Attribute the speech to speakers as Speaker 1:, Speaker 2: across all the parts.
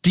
Speaker 1: Do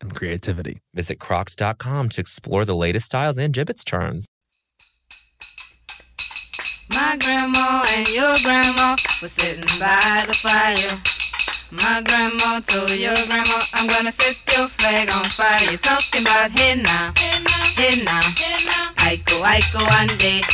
Speaker 1: and creativity.
Speaker 2: Visit crocs.com to explore the latest styles and gibbets charms.
Speaker 3: My grandma and your grandma were sitting by the fire. My grandma told your grandma, I'm gonna set your flag on fire. You're talking about henna, henna, Aiko, Aiko, Ande,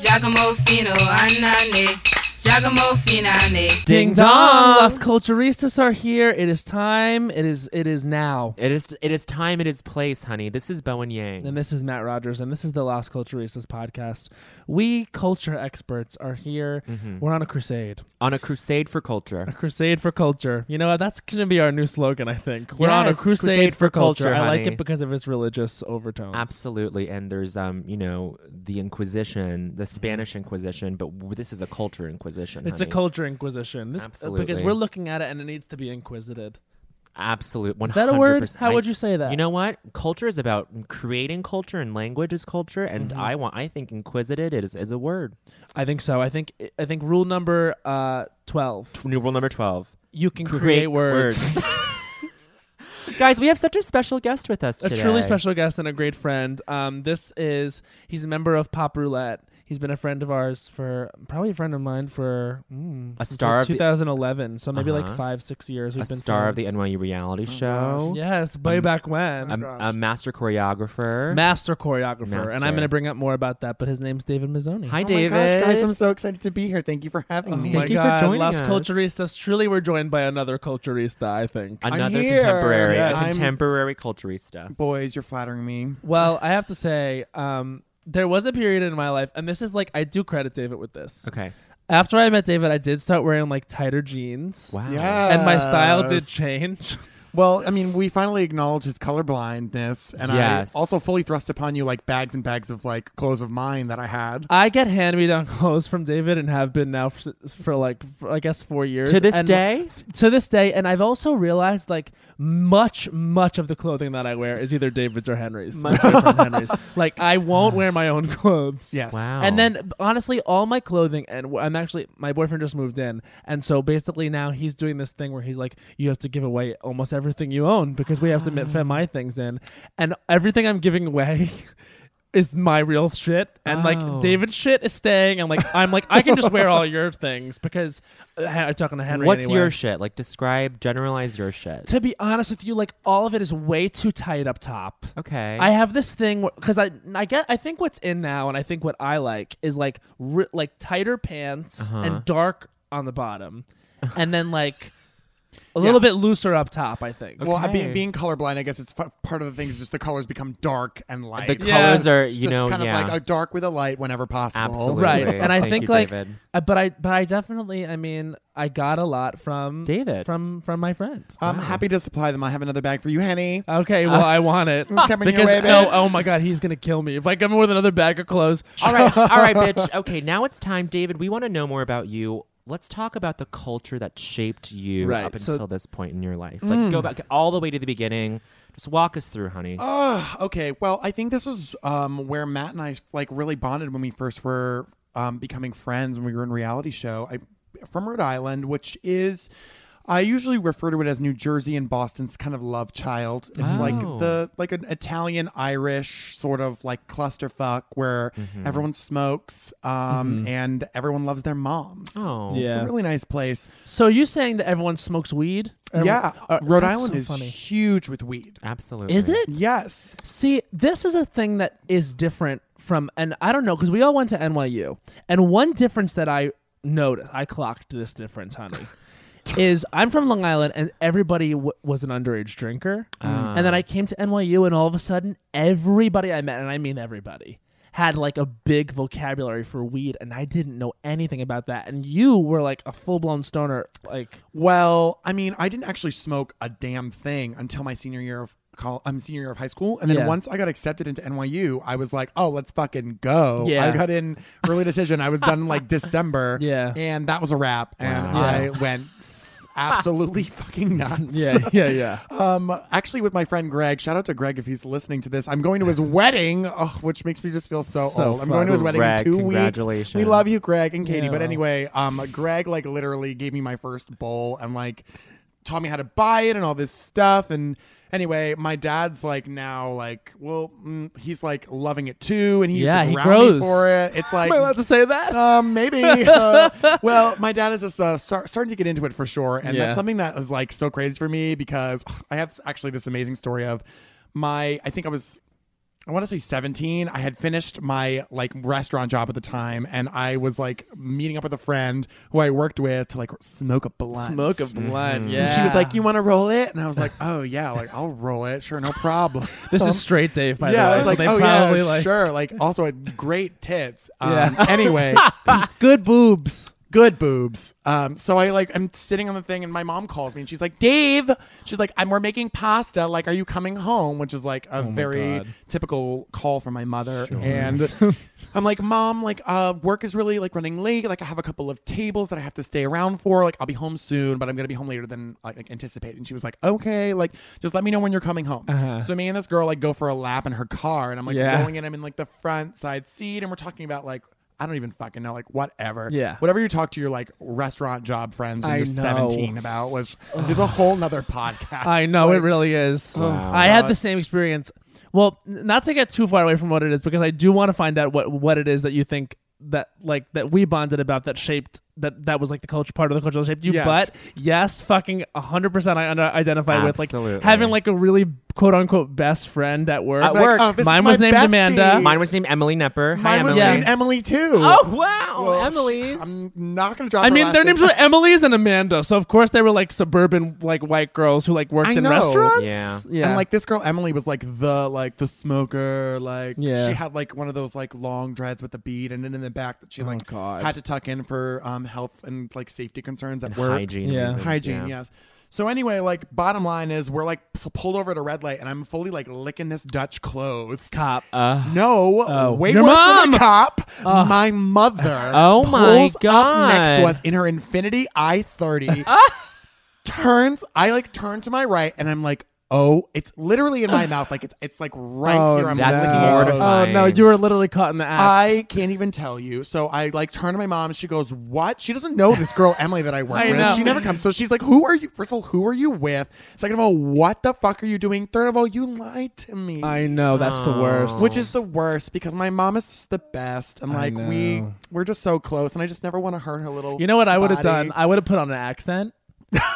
Speaker 3: Giacomo Fino, Anane, Giacomo Finane.
Speaker 1: Ding dong! Las Culturistas are here. It is time. It is. It is now.
Speaker 4: It is it is time, it is place, honey. This is Bowen Yang.
Speaker 1: And this is Matt Rogers, and this is the Las Culturistas podcast. We culture experts are here. We're on a crusade,
Speaker 4: on a crusade for
Speaker 1: a
Speaker 4: culture.
Speaker 1: crusade for culture. You know what? That's going to be our new slogan. I think we're on a
Speaker 4: Yes,
Speaker 1: crusade, for, culture. I like
Speaker 4: honey.
Speaker 1: it because of its religious overtones.
Speaker 4: Absolutely. And there's um, you know, the Inquisition, the Spanish Inquisition, but w- this is a culture inquisition.
Speaker 1: It's a
Speaker 4: honey.
Speaker 1: culture inquisition. This uh, because
Speaker 4: Absolutely.
Speaker 1: we're looking at it and it needs to be inquisited.
Speaker 4: absolute one
Speaker 1: Is
Speaker 4: hundred
Speaker 1: that a word? How would
Speaker 4: I,
Speaker 1: you say that?
Speaker 4: You know what? Culture is about creating culture and language is culture and
Speaker 1: Mm-hmm.
Speaker 4: I want I think inquisited is is a word.
Speaker 1: I think so. I think I think rule number uh, twelve.
Speaker 4: New rule number 12.
Speaker 1: You can create,
Speaker 4: Create
Speaker 1: words.
Speaker 4: Guys, we have such a special guest with us
Speaker 1: a
Speaker 4: today.
Speaker 1: truly special guest and a great friend. Um, this is he's a member of Pop Roulette. He's been a friend of ours for probably a friend of mine for mm,
Speaker 4: A
Speaker 1: since
Speaker 4: star
Speaker 1: like
Speaker 4: of the-
Speaker 1: 2011, so maybe like
Speaker 4: Uh-huh.
Speaker 1: five six years. We've
Speaker 4: a
Speaker 1: been
Speaker 4: star of the
Speaker 1: friends.
Speaker 4: NYU reality
Speaker 1: Gosh, Oh,
Speaker 4: show.
Speaker 1: Yes, way
Speaker 4: Um,
Speaker 1: back when.
Speaker 4: a, a master choreographer.
Speaker 1: master choreographer, and I'm
Speaker 4: Master.
Speaker 1: going to bring up more about that. But his name's David Mazzoni.
Speaker 4: Hi,
Speaker 5: Oh my
Speaker 4: David.
Speaker 5: gosh, guys, I'm so excited to be here. Thank you for having
Speaker 1: Oh
Speaker 5: me.
Speaker 1: my
Speaker 4: Thank you for
Speaker 1: God,
Speaker 4: joining
Speaker 1: Las
Speaker 4: us.
Speaker 1: Culturistas. Truly, we're joined by another culturista. I think.
Speaker 5: I'm
Speaker 4: Another
Speaker 5: here.
Speaker 4: contemporary,
Speaker 1: Yes.
Speaker 4: a
Speaker 5: I'm-
Speaker 4: contemporary culturista.
Speaker 5: Boys, you're flattering me.
Speaker 1: Well, I have to say, um, there was a period in my life, and this is like I do credit David with this.
Speaker 4: Okay.
Speaker 1: After I met David, I did start wearing like tighter jeans.
Speaker 4: Wow.
Speaker 5: Yeah.
Speaker 1: And my style did
Speaker 5: Yes.
Speaker 1: change.
Speaker 5: Well, I mean, we finally acknowledge his colorblindness, and
Speaker 4: Yes.
Speaker 5: I also fully thrust upon you like bags and bags of like clothes of mine that I had.
Speaker 1: I get hand me down clothes from David and have been now for, for like, for, I guess, four years.
Speaker 4: To this
Speaker 1: And-
Speaker 4: day,
Speaker 1: To this day. And I've also realized like much, much of the clothing that I wear is either David's or Henry's.
Speaker 4: Much.
Speaker 1: Much from Henry's. Like, I won't wear my own clothes.
Speaker 5: Yes.
Speaker 4: wow.
Speaker 1: And then, honestly, all my clothing and wh- I'm actually my boyfriend just moved in, and so basically now he's doing this thing where he's like, you have to give away almost everything you own because we have to fit
Speaker 4: Ah.
Speaker 1: my things in, and everything I'm giving away. Is my real shit and
Speaker 4: Oh.
Speaker 1: like David's shit is staying and like I'm like I can just wear all your things because uh, Hen- I'm talking to Henry.
Speaker 4: what's
Speaker 1: anyway.
Speaker 4: your shit? Like, describe, generalize your shit.
Speaker 1: To be honest with you, like all of it is way too tight up top.
Speaker 4: okay.
Speaker 1: I have this thing because I I get I think what's in now and I think what I like is like ri- like tighter pants
Speaker 4: Uh-huh.
Speaker 1: and dark on the bottom, and then like A little bit looser up top, I think.
Speaker 5: Well, I
Speaker 4: Okay.
Speaker 5: mean, being colorblind, I guess it's f- part of the thing is just the colors become dark and light.
Speaker 4: The
Speaker 1: Yes.
Speaker 4: colors are, you
Speaker 5: just
Speaker 4: know,
Speaker 5: kind
Speaker 4: yeah,
Speaker 5: of like a dark with a light whenever possible.
Speaker 4: absolutely.
Speaker 1: Right, and I
Speaker 4: Thank
Speaker 1: think
Speaker 4: you,
Speaker 1: like,
Speaker 4: David.
Speaker 1: I- but I, but I definitely, I mean, I got a lot from
Speaker 4: David.
Speaker 1: from from my friend.
Speaker 5: I'm Um, happy to supply them. I have another bag for you, Henny.
Speaker 1: Okay, well, I want it
Speaker 5: It's coming your
Speaker 1: because
Speaker 5: way,
Speaker 1: oh,
Speaker 5: bitch.
Speaker 1: oh my god, he's gonna kill me if I come in with another bag of clothes.
Speaker 4: all right, all right, bitch. Okay, now it's time, David. We want to know more about you. Let's talk about the culture that shaped you
Speaker 1: Right,
Speaker 4: up
Speaker 1: so- Mm.
Speaker 4: until this point in your life. Like, go back all the way to the beginning. Just walk us through, honey.
Speaker 5: Oh, okay. Well, I think this is um, where Matt and I like really bonded when we first were um, becoming friends when we were in reality show. I from Rhode Island, which is I usually refer to it as New Jersey and Boston's kind of love child. It's like
Speaker 4: Oh.
Speaker 5: the like an Italian Irish sort of like clusterfuck where
Speaker 1: Mm-hmm.
Speaker 5: everyone smokes um, and everyone loves their moms.
Speaker 4: Oh,
Speaker 5: It's
Speaker 1: Yeah.
Speaker 5: a really nice place.
Speaker 1: So are you saying that everyone smokes weed? Everyone-
Speaker 5: yeah,
Speaker 1: Uh,
Speaker 5: Rhode
Speaker 1: that's
Speaker 5: Island
Speaker 1: so
Speaker 5: is
Speaker 1: funny.
Speaker 5: huge with weed.
Speaker 4: absolutely.
Speaker 1: Is it?
Speaker 5: Yes.
Speaker 1: See, this is a thing that is different from, and I don't know, because we all went to NYU. And one difference that I noticed, I clocked this difference, honey, is I'm from Long Island and everybody w- was an underage drinker. And
Speaker 5: Ah.
Speaker 1: then I came to NYU and all of a sudden everybody I met, and I mean everybody, had like a big vocabulary for weed. And I didn't know anything about that. And you were like a full blown stoner. Like,
Speaker 5: Well, I mean, I didn't actually smoke a damn thing until my senior year of college. I'm senior year of high school, and then
Speaker 1: Yeah.
Speaker 5: once I got accepted into NYU, I was like, "Oh, let's fucking go!"
Speaker 1: Yeah.
Speaker 5: I got in early decision. I was done in, like December,
Speaker 1: Yeah.
Speaker 5: and that was a wrap. And
Speaker 4: Wow.
Speaker 5: I went absolutely fucking nuts.
Speaker 1: yeah, yeah.
Speaker 5: Um, actually, with my friend Greg, shout out to Greg if he's listening to this. I'm going to his wedding, oh, which makes me just feel so,
Speaker 1: So
Speaker 5: old. I'm
Speaker 1: fun.
Speaker 5: going to his wedding
Speaker 4: Greg,
Speaker 5: in two
Speaker 4: congratulations.
Speaker 5: weeks. We love you, Greg and Katie. But
Speaker 1: Yeah.
Speaker 5: anyway, um, Greg like literally gave me my first bowl and like taught me how to buy it and all this stuff. And anyway, my dad's like now like well, mm, he's like loving it too, and he's
Speaker 1: Yeah, he
Speaker 5: around
Speaker 1: grows.
Speaker 5: me for it. It's like
Speaker 1: Am I allowed to say that?
Speaker 5: um, maybe. Uh, well, my dad is just uh, start, starting to get into it for sure, and
Speaker 1: Yeah.
Speaker 5: that's something that is like so crazy for me because I have actually this amazing story of my. I think I was. I want to say 17. I had finished my like restaurant job at the time and I was like meeting up with a friend who I worked with to like smoke a blunt.
Speaker 1: Smoke a blunt, yeah.
Speaker 5: And Mm-hmm. she was like, "You want to roll it?" And I was like, "Oh yeah, like I'll roll it. Sure, no problem."
Speaker 1: This is straight Dave, by
Speaker 5: yeah,
Speaker 1: the way.
Speaker 5: I was
Speaker 1: so
Speaker 5: like,
Speaker 1: they
Speaker 5: "Oh
Speaker 1: probably
Speaker 5: yeah,
Speaker 1: like
Speaker 5: sure." Like also had great tits. Um,
Speaker 1: Yeah.
Speaker 5: Anyway,
Speaker 1: Ah, good boobs.
Speaker 5: good boobs. Um, so I like I'm sitting on the thing and my mom calls me and she's like, Dave, she's like, I'm we're making pasta. Like, are you coming home? Which is like a very
Speaker 1: Oh God.
Speaker 5: typical call from my mother. And I'm like, Mom, like uh, work is really like running late. Like I have a couple of tables that I have to stay around for. Like I'll be home soon, but I'm gonna be home later than like, like anticipated. And she was like, Okay, like just let me know when you're coming home. So me and this girl like go for a lap in her car and I'm like
Speaker 1: Uh-huh. Yeah.
Speaker 5: rolling in. I'm in like the front side seat and we're talking about like. I don't even fucking know, like whatever.
Speaker 1: Yeah.
Speaker 5: Whatever you talk to your like restaurant job friends when
Speaker 1: I
Speaker 5: you're
Speaker 1: know.
Speaker 5: 17 about was is a whole nother podcast.
Speaker 1: I know
Speaker 5: Like, oh,
Speaker 1: it really is. I had the same experience. Well, n- not to get too far away from what it is, because I do want to find out what what it is that you think that like that we bonded about that shaped that that was like the culture part of the culture that shaped you.
Speaker 5: Yes.
Speaker 1: But yes, fucking hundred percent, I under- identify with like
Speaker 4: Absolutely.
Speaker 1: having like a really quote unquote best friend at work.
Speaker 5: Like,
Speaker 4: work.
Speaker 5: oh, this
Speaker 1: Mine
Speaker 5: is
Speaker 1: was
Speaker 5: my
Speaker 1: named
Speaker 5: bestie.
Speaker 1: Amanda.
Speaker 4: Mine was named Emily Nepper. Hi,
Speaker 5: Mine was
Speaker 4: Emily.
Speaker 5: named Emily too.
Speaker 4: Oh wow,
Speaker 5: Well,
Speaker 4: Emily's.
Speaker 5: I'm not gonna drop.
Speaker 1: I
Speaker 5: her
Speaker 1: mean,
Speaker 5: last
Speaker 1: their
Speaker 5: name.
Speaker 1: names were Emily's and Amanda, so of course they were like suburban, like white girls who like worked
Speaker 5: I
Speaker 1: in
Speaker 5: know.
Speaker 1: restaurants.
Speaker 4: Yeah.
Speaker 1: yeah.
Speaker 5: And like this girl Emily was like the like the smoker like
Speaker 1: Yeah.
Speaker 5: she had like one of those like long dreads with the bead and then in the back that she like
Speaker 1: Oh, God.
Speaker 5: had to tuck in for um health and like safety concerns at work.
Speaker 4: hygiene.
Speaker 1: Yeah.
Speaker 4: reasons,
Speaker 5: hygiene yes so anyway like bottom line is we're like so pulled over at a red light and i'm fully like licking this dutch clothes
Speaker 1: cop.
Speaker 5: uh, no way
Speaker 1: Your
Speaker 5: worse than
Speaker 1: mom!
Speaker 5: a cop my mother
Speaker 4: Oh my
Speaker 5: pulls up next to
Speaker 4: God.
Speaker 5: us in her infinity i-30 turns i like turn to my right and i'm like oh it's literally in my mouth like it's it's like right
Speaker 1: Oh,
Speaker 5: here i'm
Speaker 4: That's
Speaker 5: licking
Speaker 1: no.
Speaker 5: my clothes.
Speaker 4: mortifying.
Speaker 1: Oh no, you were literally caught in the act.
Speaker 5: I can't even tell you. So I like turn to my mom. She goes, "What?" She doesn't know this girl Emily that I work
Speaker 1: I
Speaker 5: with.
Speaker 1: know.
Speaker 5: She never comes. So she's like, "Who are you?" First of all, who are you with? Second of all, what the fuck are you doing? Third of all, you lied to me,
Speaker 1: I know that's the worst.
Speaker 5: which is the worst because my mom is the best, and like we we're just so close, and I just never want to hurt her little.
Speaker 1: you know what I would have
Speaker 5: body.
Speaker 1: done? I would have put on an accent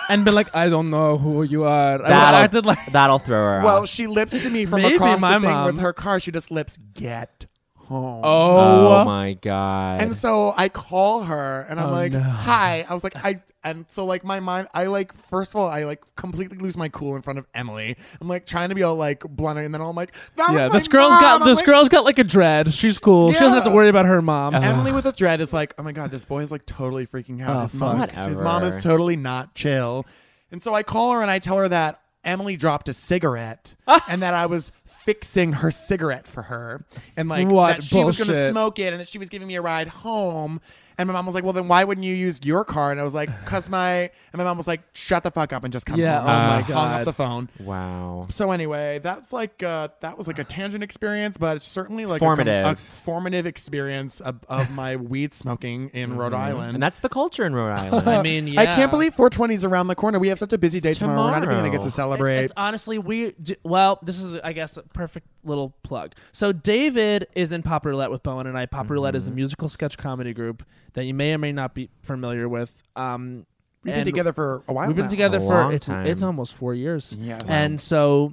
Speaker 1: and been like, I don't know who you are. I would have
Speaker 4: That'll,
Speaker 1: acted like
Speaker 4: that'll throw her
Speaker 5: well,
Speaker 4: off.
Speaker 5: she lips to me from
Speaker 1: Maybe
Speaker 5: across
Speaker 1: my
Speaker 5: the thing
Speaker 1: mom.
Speaker 5: with her car. She just lips get home.
Speaker 1: Oh,
Speaker 4: my god.
Speaker 5: uh, And so I call her and I'm
Speaker 1: Oh,
Speaker 5: like,
Speaker 1: no.
Speaker 5: "Hi." I was like, "I." And so like my mind, I like first of all, I like completely lose my cool in front of Emily. I'm like trying to be all like blunt, and then I'm like, that was
Speaker 1: yeah.
Speaker 5: my
Speaker 1: This girl's
Speaker 5: mom.
Speaker 1: got
Speaker 5: I'm
Speaker 1: this
Speaker 5: like-
Speaker 1: girl's got like a dread. She's cool. She doesn't have to
Speaker 5: Yeah.
Speaker 1: worry about her mom.
Speaker 5: Emily with a dread is like, oh my god, this boy is like totally freaking out.
Speaker 1: Uh, Oh,
Speaker 5: his, mom is,
Speaker 4: fuck.
Speaker 5: his mom is
Speaker 4: Whatever.
Speaker 5: totally not chill. And so I call her and I tell her that Emily dropped a cigarette and that I was fixing her cigarette for her. And like
Speaker 1: What
Speaker 5: that she was gonna
Speaker 1: bullshit.
Speaker 5: smoke it and that she was giving me a ride home. And my mom was like, Well then why wouldn't you use your car? And I was like, Cause my and my mom was like, Shut the fuck up and just come
Speaker 1: Yeah,
Speaker 5: home.
Speaker 1: oh
Speaker 5: And
Speaker 1: my
Speaker 5: I hung up
Speaker 1: God.
Speaker 5: the phone.
Speaker 4: wow.
Speaker 5: So anyway, that's like uh, that was like a tangent experience, but it's certainly like a com-
Speaker 4: Formative.
Speaker 5: A, formative experience of, of my weed smoking in Rhode Island.
Speaker 4: And that's the culture in Rhode Island.
Speaker 1: Mm-hmm. I mean, yeah.
Speaker 5: I can't believe 420 is around the corner. We have such a busy day tomorrow. We're not even going to get
Speaker 4: tomorrow.
Speaker 5: to
Speaker 1: It's,
Speaker 5: celebrate.
Speaker 1: it's honestly we d- well, this is I guess a perfect little plug. So David is in Pop Roulette with Bowen and I. Pop Roulette
Speaker 4: Mm-hmm.
Speaker 1: is a musical sketch comedy group that you may or may not be familiar with. Um,
Speaker 5: We've been
Speaker 1: and
Speaker 5: together for a while.
Speaker 1: We've been
Speaker 5: now.
Speaker 1: together
Speaker 4: A
Speaker 1: for
Speaker 4: long
Speaker 1: it's
Speaker 4: time.
Speaker 1: it's almost four years.
Speaker 5: Yes.
Speaker 1: And so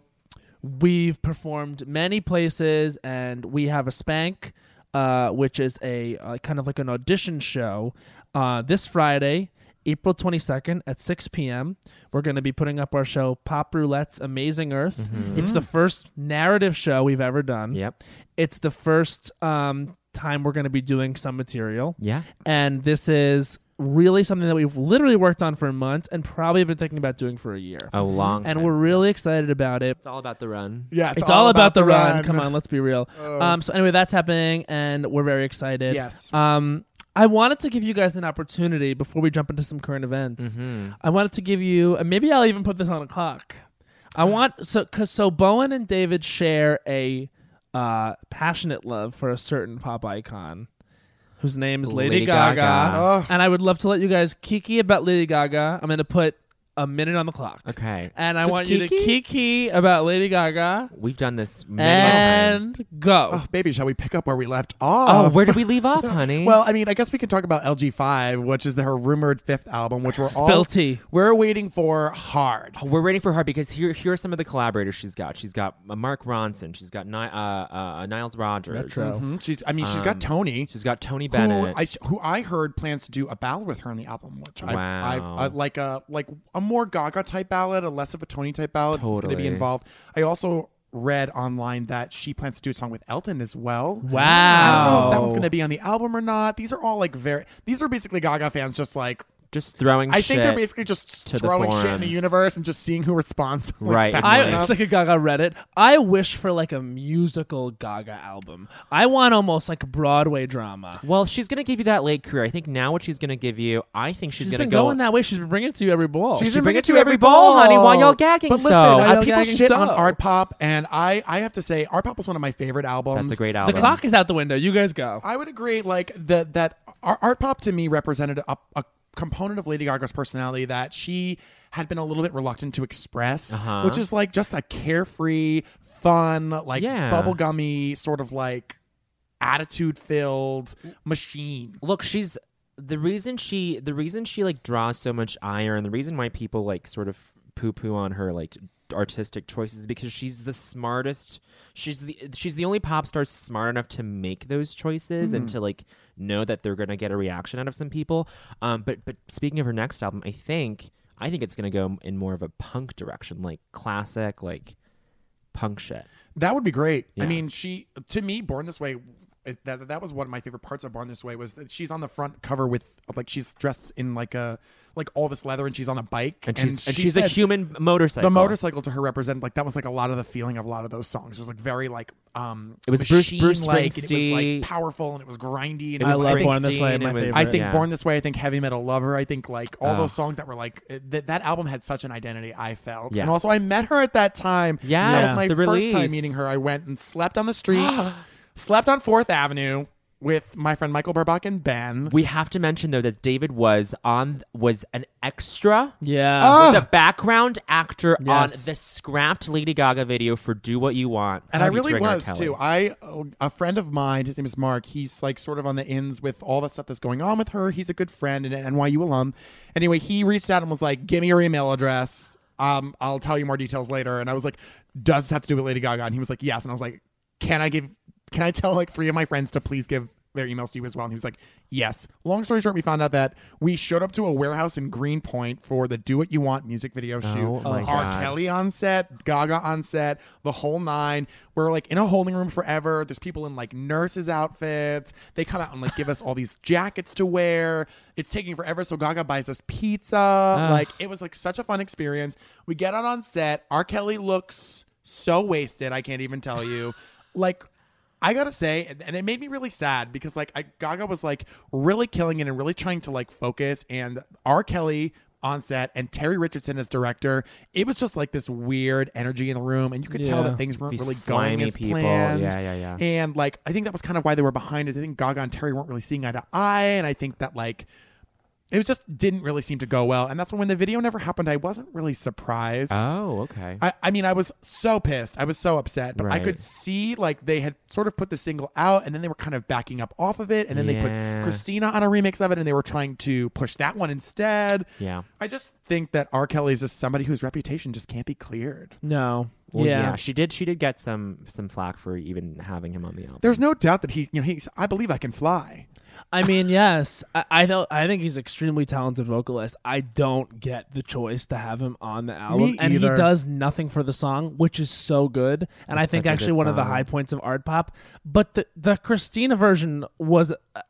Speaker 1: we've performed many places, and we have a spank, uh, which is a uh, kind of like an audition show. Uh, this Friday, April twenty second at six p.m., we're going to be putting up our show Pop Roulette's Amazing Earth.
Speaker 4: Mm-hmm.
Speaker 1: It's the first narrative show we've ever done.
Speaker 4: yep.
Speaker 1: It's the first um, time we're going to be doing some material
Speaker 4: Yeah.
Speaker 1: and this is really something that we've literally worked on for months and probably been thinking about doing for a year.
Speaker 4: A long time.
Speaker 1: and we're really excited about it.
Speaker 4: it's all about the run.
Speaker 5: Yeah,
Speaker 1: It's, all, about, the run. Come on, let's be real. Um, so anyway, that's happening, and we're very excited.
Speaker 5: Yes.
Speaker 1: Um, I wanted to give you guys an opportunity before we jump into some current events. I wanted to give you, and maybe I'll even put this on a clock. I want so cause so Bowen and David share a uh, passionate love for a certain pop icon, whose name is Lady,
Speaker 4: Lady Gaga.
Speaker 5: Oh.
Speaker 1: and I would love to let you guys kiki about Lady Gaga. I'm going to put a minute on the clock,
Speaker 4: Okay.
Speaker 1: and I
Speaker 4: Just
Speaker 1: want you to
Speaker 4: kiki?
Speaker 1: kiki about Lady Gaga.
Speaker 4: We've done this many times.
Speaker 1: And go.
Speaker 5: Oh, baby, shall we pick up where we left off?
Speaker 4: Oh, where did we leave off, honey?
Speaker 5: Well, I mean, I guess we can talk about LG5, which is her rumored fifth album, which we're all
Speaker 1: Spill tea.
Speaker 5: we're waiting for hard.
Speaker 4: we're waiting for her because here, here are some of the collaborators she's got. She's got uh, Mark Ronson. She's got Ni- uh, uh, Niles Rogers.
Speaker 1: Retro.
Speaker 5: Mhm. She's, I mean, she's got
Speaker 4: Um,
Speaker 5: Tony.
Speaker 4: She's got Tony
Speaker 5: who
Speaker 4: Bennett.
Speaker 5: I, who I heard plans to do a ballad with her on the album, which I've,
Speaker 4: Wow.
Speaker 5: I've uh, like a like a more Gaga type ballad, a less of a Tony type ballad is going to be
Speaker 4: Totally.
Speaker 5: involved. I also read online that she plans to do a song with Elton as well.
Speaker 1: Wow.
Speaker 5: I don't know if that one's going to be on the album or not. These are all like very. These are basically Gaga fans, just like
Speaker 4: just throwing
Speaker 5: I
Speaker 4: Oh, shit.
Speaker 5: think they're basically just
Speaker 4: to the
Speaker 5: throwing shit in the
Speaker 4: forums.
Speaker 5: universe and just seeing who responds. like,
Speaker 4: Right.
Speaker 5: fast
Speaker 1: I,
Speaker 5: enough.
Speaker 1: it's like a Gaga Reddit. I wish for like a musical Gaga album. I want almost like a Broadway drama.
Speaker 4: well, she's going to give you that late career. I think now what she's going to give you, I think she's,
Speaker 1: She's
Speaker 4: going
Speaker 1: been
Speaker 4: to go
Speaker 1: going that way. She's been bringing it to you every ball.
Speaker 5: She's
Speaker 4: She bring
Speaker 5: been bringing
Speaker 4: it to every ball, honey, while y'all gagging
Speaker 5: But listen,
Speaker 4: so.
Speaker 5: uh,
Speaker 1: While y'all
Speaker 5: people
Speaker 1: gagging
Speaker 5: shit
Speaker 1: so.
Speaker 5: on Art Pop, and I, I have to say, Art Pop was one of my favorite albums.
Speaker 4: That's a great
Speaker 1: the
Speaker 4: album.
Speaker 1: clock is out the window. You guys go.
Speaker 5: I would agree, like the, that Ar- Art Pop to me represented a, a component of Lady Gaga's personality that she had been a little bit reluctant to express,
Speaker 4: Uh-huh.
Speaker 5: which is like just a carefree, fun, like
Speaker 4: Yeah.
Speaker 5: bubblegummy sort of like attitude filled machine.
Speaker 4: look she's the reason she the reason she like draws so much ire and the reason why people like sort of poo poo on her like artistic choices is because she's the smartest she's the she's the only pop star smart enough to make those choices and
Speaker 5: Mm-hmm.
Speaker 4: to like know that they're gonna get a reaction out of some people um but but speaking of her next album i think i think it's gonna go in more of a punk direction like classic like punk shit
Speaker 5: That would be great. I
Speaker 4: Yeah.
Speaker 5: mean, she to me, Born This Way. it- That that was one of my favorite parts of Born This Way was that she's on the front cover with like she's dressed in like a like all this leather and she's on a bike
Speaker 4: and she's and,
Speaker 5: she
Speaker 4: she's a
Speaker 5: said
Speaker 4: human motorcycle
Speaker 5: The motorcycle to her represent like that was like a lot of the feeling of a lot of those songs. It was like very like um
Speaker 4: It was Bruce- Bruce
Speaker 5: machine-like, and it was
Speaker 4: Springsteen.
Speaker 5: like powerful and it was grindy
Speaker 4: It
Speaker 5: and it
Speaker 4: was
Speaker 5: was,
Speaker 1: I love
Speaker 5: like,
Speaker 1: Born This Way,
Speaker 4: Springsteen,
Speaker 1: my
Speaker 4: it was-
Speaker 1: favorite.
Speaker 5: I think
Speaker 4: yeah.
Speaker 5: Born This Way. I think Heavy Metal Lover. I think like all
Speaker 4: Oh.
Speaker 5: those songs that were like th- that album had such an identity. I felt,
Speaker 4: Yeah.
Speaker 5: and also I met her at that time. that
Speaker 4: Yes,
Speaker 5: was my
Speaker 4: the
Speaker 5: first time
Speaker 4: release.
Speaker 5: meeting her. I went and slept on the street, slept on Fourth Avenue with my friend Michael Burbach and Ben.
Speaker 4: We have to mention though that David was on was an extra,
Speaker 5: Uh,
Speaker 4: Uh,
Speaker 1: Yeah.
Speaker 5: Ah.
Speaker 4: was a background actor on
Speaker 1: Yes.
Speaker 4: the scrapped Lady Gaga video for "Do What You Want,"
Speaker 5: and I really
Speaker 4: featuring R.
Speaker 5: was
Speaker 4: Kelly.
Speaker 5: too. I a friend of mine, his name is Mark. He's like sort of on the ends with all the stuff that's going on with her. He's a good friend and an NYU alum. Anyway, he reached out and was like, "Give me your email address. Um, I'll tell you more details later." And I was like, "Does this have to do with Lady Gaga?" And he was like, "Yes." And I was like, "Can I give?" can I tell like three of my friends to please give their emails to you as well? And he was like, yes. Long story short, we found out that we showed up to a warehouse in Greenpoint for the Do What You Want music video shoot.
Speaker 4: Oh, my
Speaker 5: R.
Speaker 4: God.
Speaker 5: Kelly on set, Gaga on set, the whole nine. We're like in a holding room forever. There's people in like nurses' outfits. They come out and like give us all these jackets to wear. It's taking forever. So Gaga buys us pizza. Like it was like such a fun experience. We get out on set. R. Kelly looks so wasted. I can't even tell you. like I gotta say, and- and it made me really sad because like I, Gaga was like really killing it and really trying to like focus. And R. Kelly on set and Terry Richardson as director, it was just like this weird energy in the room, and you could tell
Speaker 1: Yeah.
Speaker 5: that things weren't
Speaker 4: These
Speaker 5: really going
Speaker 4: slimy
Speaker 5: as
Speaker 4: people.
Speaker 5: planned.
Speaker 4: Yeah, yeah, yeah.
Speaker 5: And like I think that was kind of why they were behind. Is I think Gaga and Terry weren't really seeing eye to eye, and I think that like it was just didn't really seem to go well. And that's when when the video never happened, I wasn't really surprised.
Speaker 4: Oh, okay.
Speaker 5: I, I mean, I was so pissed. I was so upset, but I
Speaker 4: Right.
Speaker 5: could see like they had sort of put the single out and then they were kind of backing up off of it. And then they
Speaker 4: Yeah.
Speaker 5: put Christina on a remix of it and they were trying to push that one instead.
Speaker 4: yeah.
Speaker 5: I just think that R. Kelly is just somebody whose reputation just can't be cleared.
Speaker 1: No.
Speaker 4: Well, yeah.
Speaker 1: yeah.
Speaker 4: She did. She did get some some flack for even having him on the album.
Speaker 5: There's no doubt that he, you know, he's, I believe I can fly.
Speaker 1: I mean, yes, I I, th- I think he's extremely talented vocalist. I don't get the choice to have him on the album,
Speaker 5: Me
Speaker 1: and
Speaker 5: either.
Speaker 1: he does nothing for the song, which is so good. And I
Speaker 4: That's
Speaker 1: think
Speaker 4: such a
Speaker 1: actually
Speaker 4: good
Speaker 1: one of the
Speaker 4: song.
Speaker 1: high points of art pop. But the the Christina version was. uh,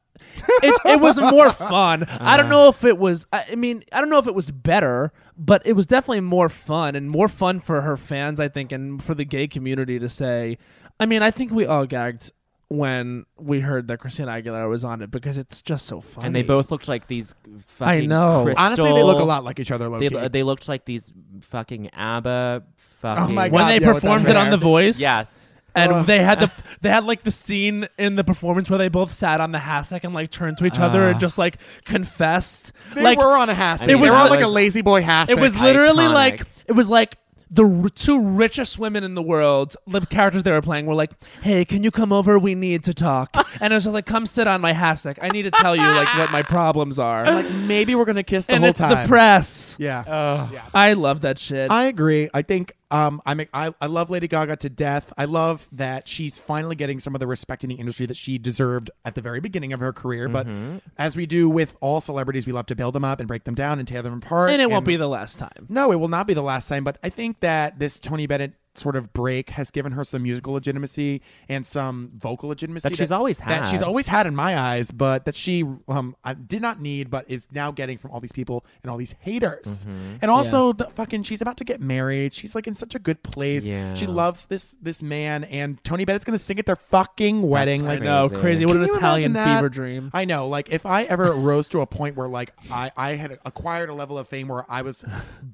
Speaker 1: it, it was more fun. I
Speaker 4: Uh-huh.
Speaker 1: don't know if it was. I, I mean, I don't know if it was better, but it was definitely more fun and more fun for her fans, I think, and for the gay community to say. I mean, I think we all gagged when we heard that Christina Aguilera was on it because it's just so funny.
Speaker 4: and they both looked like these fucking
Speaker 1: know.
Speaker 4: crystal-
Speaker 5: Honestly, they look a lot like each other. Low
Speaker 4: They,
Speaker 5: key.
Speaker 4: they looked like these fucking ABBA fucking
Speaker 5: Oh my
Speaker 1: when
Speaker 5: God,
Speaker 1: they
Speaker 5: yeah, with that
Speaker 1: performed it on
Speaker 5: hair.
Speaker 1: The Voice,
Speaker 4: Yes.
Speaker 1: and they had the they had like the scene in the performance where they both sat on the hashtag and like turned to each other
Speaker 4: Uh.
Speaker 1: and just like confessed.
Speaker 5: They
Speaker 1: like
Speaker 5: were on a hassock.
Speaker 4: I
Speaker 5: They
Speaker 1: mean,
Speaker 5: were
Speaker 1: that
Speaker 5: on like a
Speaker 4: was-
Speaker 5: lazy boy hassock.
Speaker 1: it was literally
Speaker 4: iconic.
Speaker 1: like it was like the r- two richest women in the world, the characters they were playing were like, "Hey, can you come over? We need to talk." and it was just like, "Come sit on my hassock. I need to tell you like what my problems are."
Speaker 5: like maybe we're gonna kiss the
Speaker 1: and
Speaker 5: whole
Speaker 1: it's
Speaker 5: time.
Speaker 1: the press.
Speaker 5: yeah.
Speaker 1: I love that shit.
Speaker 5: I agree. I think um, I'm, I I love Lady Gaga to death. I love that she's finally getting some of the respect in the industry that she deserved at the very beginning of her career.
Speaker 1: Mm-hmm.
Speaker 5: But as we do with all celebrities, we love to build them up and break them down and tear them apart.
Speaker 1: and it won't be the last time.
Speaker 5: no, it will not be the last time. But I think that this Tony Bennett sort of break has given her some musical legitimacy and some vocal legitimacy
Speaker 4: That she's always
Speaker 5: that she's
Speaker 4: had.
Speaker 5: always had in my eyes, but that she um I did not need, but is now getting from all these people and all these haters.
Speaker 4: Mm-hmm.
Speaker 5: And also the fucking she's about to get married. She's like in such a good place.
Speaker 4: Yeah.
Speaker 5: She loves this this man, and Tony Bennett's gonna sing at their fucking wedding.
Speaker 4: That's
Speaker 5: like
Speaker 4: crazy.
Speaker 1: No, crazy. What
Speaker 5: Can
Speaker 1: an
Speaker 5: you
Speaker 1: Italian
Speaker 5: imagine that?
Speaker 1: fever dream.
Speaker 5: I know. Like, if I ever rose to a point where, like, I, I had acquired a level of fame where I was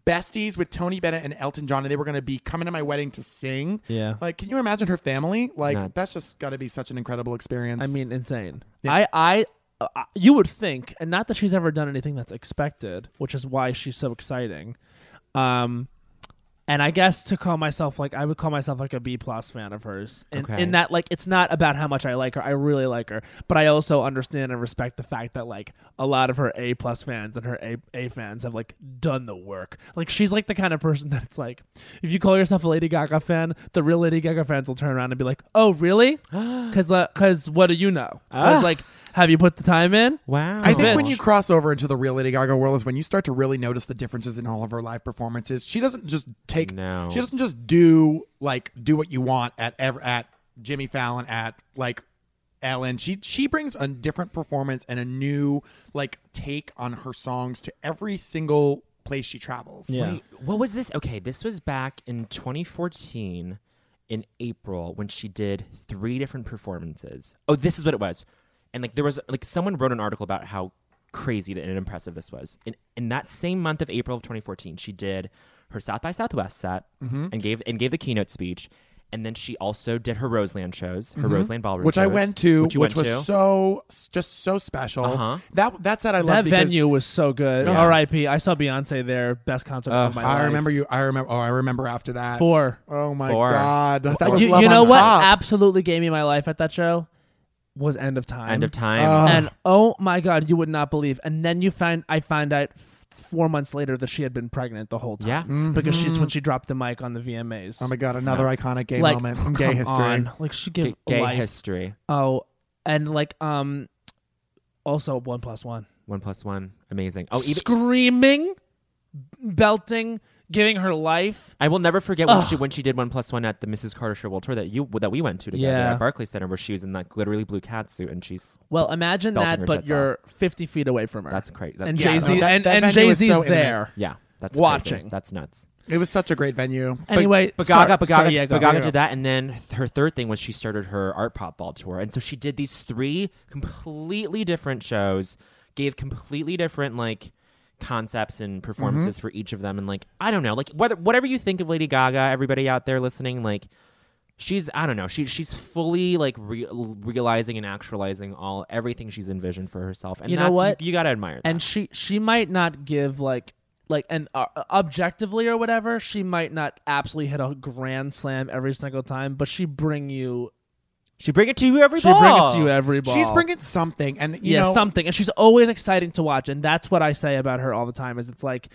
Speaker 5: besties with Tony Bennett and Elton John, and they were going to be coming to my wedding to sing.
Speaker 1: Yeah.
Speaker 5: Like, can you imagine her family? Like,
Speaker 4: Nuts.
Speaker 5: that's just got to be such an incredible experience.
Speaker 1: I mean, insane. I, I, uh, you would think, and not that she's ever done anything that's expected, which is why she's so exciting. Um, and I guess to call myself like I would call myself like a B plus fan of hers, in,
Speaker 4: Okay.
Speaker 1: in that like it's not about how much I like her. I really like her, but I also understand and respect the fact that like a lot of her A plus fans and her A A fans have like done the work. Like she's like the kind of person that's like, if you call yourself a Lady Gaga fan, the real Lady Gaga fans will turn around and be like, "Oh, really? Because because what do you know?
Speaker 5: Ah.
Speaker 1: I was like, have you put the time in?
Speaker 4: Wow.
Speaker 5: I think when
Speaker 1: bitch.
Speaker 5: you cross over into the real Lady Gaga world is when you start to really notice the differences in all of her live performances. She doesn't just take,
Speaker 4: No.
Speaker 5: she doesn't just do like do what you want at ever at Jimmy Fallon at like Ellen. She she brings a different performance and a new like take on her songs to every single place she travels.
Speaker 1: Yeah.
Speaker 4: Wait, what was this? Okay, this was back in 2014 in April when she did three different performances. Oh, this is what it was. And like there was like someone wrote an article about how crazy and impressive this was. In in that same month of April of 2014, she did her South by Southwest set
Speaker 5: Mm-hmm.
Speaker 4: and gave and gave the keynote speech. And then she also did her Roseland shows, her Roseland ballroom,
Speaker 5: Mm-hmm. Which I
Speaker 4: shows,
Speaker 5: went to, which,
Speaker 4: you
Speaker 5: was
Speaker 4: went to.
Speaker 5: so just so special.
Speaker 4: Uh-huh.
Speaker 5: That that said, I love
Speaker 1: That
Speaker 5: because
Speaker 1: venue was so good. R.I.P. I saw Beyonce there, best concert of my life.
Speaker 5: I remember you. I remember. Oh, I remember after that.
Speaker 1: four.
Speaker 5: Oh my
Speaker 4: Four.
Speaker 5: god, that was
Speaker 1: you,
Speaker 5: love
Speaker 1: you know
Speaker 5: on
Speaker 1: what
Speaker 5: top.
Speaker 1: absolutely gave me my life at that show was end of time
Speaker 4: End of time.
Speaker 5: Uh,
Speaker 1: and oh my god you would not believe and then you find i find out four months later that she had been pregnant the whole time.
Speaker 4: Yeah.
Speaker 5: Mm-hmm.
Speaker 1: because she's when she dropped the mic on the VMAs.
Speaker 5: Oh my god, another
Speaker 4: Nuts.
Speaker 5: iconic gay
Speaker 1: Like,
Speaker 5: moment from gay
Speaker 1: come
Speaker 5: history.
Speaker 1: on. Like she
Speaker 5: Oh,
Speaker 1: gave
Speaker 4: G- gay
Speaker 1: life.
Speaker 4: history.
Speaker 1: Oh, and like um, also one plus one.
Speaker 4: One plus one. Amazing. Oh, even
Speaker 1: screaming, belting, giving her life.
Speaker 4: I will never forget when
Speaker 1: Ugh.
Speaker 4: she when she did one plus one at the Mrs. Carter Show World Tour that you that we went to together
Speaker 1: Yeah.
Speaker 4: at Barclays Center where she was in that glittery blue cat suit and she's
Speaker 1: Well, imagine
Speaker 4: Belting her
Speaker 1: that, but
Speaker 4: tits
Speaker 1: you're 50 feet away from her.
Speaker 4: that's crazy. That's
Speaker 1: and
Speaker 5: yeah,
Speaker 1: Jay Z
Speaker 5: no, that-
Speaker 1: and,
Speaker 5: that
Speaker 1: and
Speaker 5: venue
Speaker 1: Jay
Speaker 5: is so
Speaker 1: Z's
Speaker 5: intimate.
Speaker 1: there.
Speaker 4: yeah, that's crazy.
Speaker 1: Watching.
Speaker 4: That's nuts.
Speaker 5: It was such a great venue.
Speaker 1: Anyway,
Speaker 4: but
Speaker 1: sorry-
Speaker 4: Gaga, but Gaga,
Speaker 1: sorry, yeah,
Speaker 4: but
Speaker 1: go.
Speaker 4: Gaga did that, and then her third thing was she started her art pop ball tour, and so she did these three completely different shows, gave completely different like concepts and performances
Speaker 1: Mm-hmm.
Speaker 4: for each of them, and like I don't know, like whether whatever you think of Lady Gaga, everybody out there listening, like she's I don't know, she she's fully like re- realizing and actualizing all everything she's envisioned for herself, and
Speaker 1: You know
Speaker 4: that's,
Speaker 1: what?
Speaker 4: you gotta admire that.
Speaker 1: And she she might not give like like an uh, objectively or whatever. She might not absolutely hit a grand slam every single time, but she bring you
Speaker 4: she bring it to you every
Speaker 1: she bring it
Speaker 4: ball.
Speaker 1: to you every ball.
Speaker 5: She's bringing something, and you
Speaker 1: yeah,
Speaker 5: know,
Speaker 1: something. And she's always exciting to watch. And that's what I say about her all the time is it's like,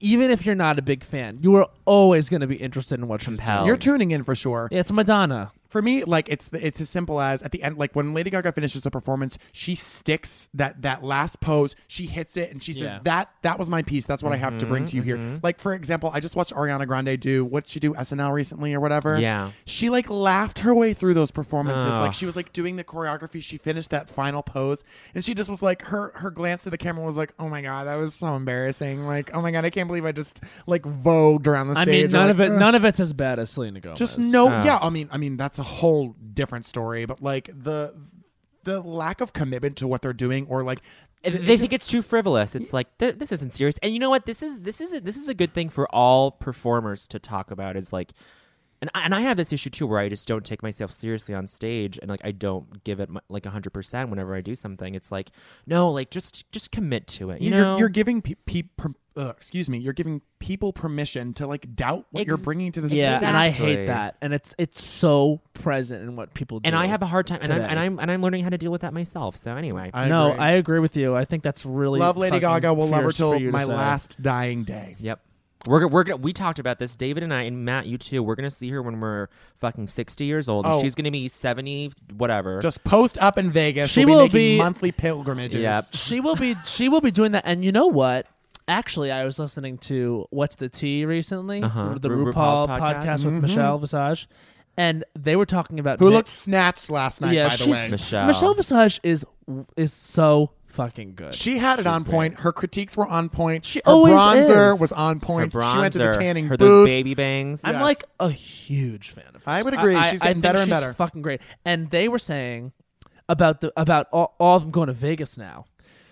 Speaker 1: even if you're not a big fan, you are always going to be interested in what she's
Speaker 4: Compelled.
Speaker 1: doing.
Speaker 5: you're tuning in for sure.
Speaker 1: Yeah, it's Madonna.
Speaker 5: For me, like it's it's as simple as at the end, like when Lady Gaga finishes a performance, she sticks that that last pose, she hits it, and she says
Speaker 1: Yeah. Mm-hmm,
Speaker 5: that that was my piece. That's what I have to bring to you here. Like for example, I just watched Ariana Grande do what she do SNL recently or whatever.
Speaker 4: Yeah.
Speaker 5: she like laughed her way through those performances.
Speaker 4: Ugh.
Speaker 5: Like she was like doing the choreography. She finished that final pose, and she just was like her her glance to the camera was like, oh my god, that was so embarrassing. Like oh my god, I can't believe I just like vogued around the
Speaker 1: I
Speaker 5: stage.
Speaker 1: mean,
Speaker 5: or,
Speaker 1: none
Speaker 5: like,
Speaker 1: of it,
Speaker 5: "Ugh."
Speaker 1: none of it's as bad as Selena Gomez.
Speaker 5: just no
Speaker 4: Ah.
Speaker 5: yeah i mean i mean that's a whole different story but like the the lack of commitment to what they're doing or like
Speaker 4: And
Speaker 5: th-
Speaker 4: they
Speaker 5: it
Speaker 4: think
Speaker 5: just-
Speaker 4: it's too frivolous. It's like th- this isn't serious. And you know what? This is this is a, this is a good thing for all performers to talk about. Is like, and I, and I have this issue too, where I just don't take myself seriously on stage, and like I don't give it my, like hundred percent whenever I do something. It's like, no, like just just commit to it. You
Speaker 5: you're,
Speaker 4: know,
Speaker 5: you're giving pe- pe- per- uh, excuse me you're giving people permission to like doubt what you're
Speaker 4: Ex-
Speaker 5: bringing to the
Speaker 1: yeah,
Speaker 5: stage
Speaker 1: and I
Speaker 4: Exactly.
Speaker 1: hate that. And it's it's so present in what people do.
Speaker 4: and I have a hard time, and I'm,
Speaker 1: today.
Speaker 4: and I'm and I'm learning how to deal with that myself. So anyway,
Speaker 5: I
Speaker 1: no,
Speaker 5: agree.
Speaker 1: I agree with you. I think that's really
Speaker 5: love lady
Speaker 1: fucking
Speaker 5: gaga will love her
Speaker 1: fierce
Speaker 5: till
Speaker 1: for you to
Speaker 5: my
Speaker 1: say.
Speaker 5: last dying day
Speaker 4: Yep. We're, go- we're gonna we talked about this David and I and Matt you too we're gonna see her when we're fucking sixty years old and
Speaker 5: Oh.
Speaker 4: she's gonna be seventy whatever
Speaker 5: just post up in vegas
Speaker 1: She
Speaker 5: we'll
Speaker 1: will
Speaker 5: making
Speaker 1: be-
Speaker 5: monthly pilgrimages
Speaker 4: Yep.
Speaker 1: she will be she will be doing that and you know what actually i was listening to what's the tea recently
Speaker 4: Uh-huh.
Speaker 1: the
Speaker 4: Ru-
Speaker 1: rupaul,
Speaker 4: RuPaul's
Speaker 1: podcast,
Speaker 4: podcast.
Speaker 1: with michelle visage and they were talking about
Speaker 5: Mm-hmm. who
Speaker 1: Nick-
Speaker 5: looked snatched last night
Speaker 1: yeah
Speaker 5: by the
Speaker 1: she's-
Speaker 5: way
Speaker 4: Michelle.
Speaker 1: michelle visage is is so fucking good
Speaker 5: She had it on point. Her critiques were on point.
Speaker 1: She
Speaker 5: her
Speaker 1: always
Speaker 5: bronzer
Speaker 1: is.
Speaker 5: was on point.
Speaker 4: her bronzer
Speaker 5: she went to the tanning
Speaker 4: her those
Speaker 5: booth.
Speaker 4: baby bangs
Speaker 1: i'm
Speaker 5: yes.
Speaker 1: like a huge fan of hers.
Speaker 5: I would agree.
Speaker 1: I,
Speaker 5: She's
Speaker 1: I
Speaker 5: getting
Speaker 1: think
Speaker 5: better and
Speaker 1: she's
Speaker 5: better.
Speaker 1: fucking great and they were saying about the about all, all of them going to vegas now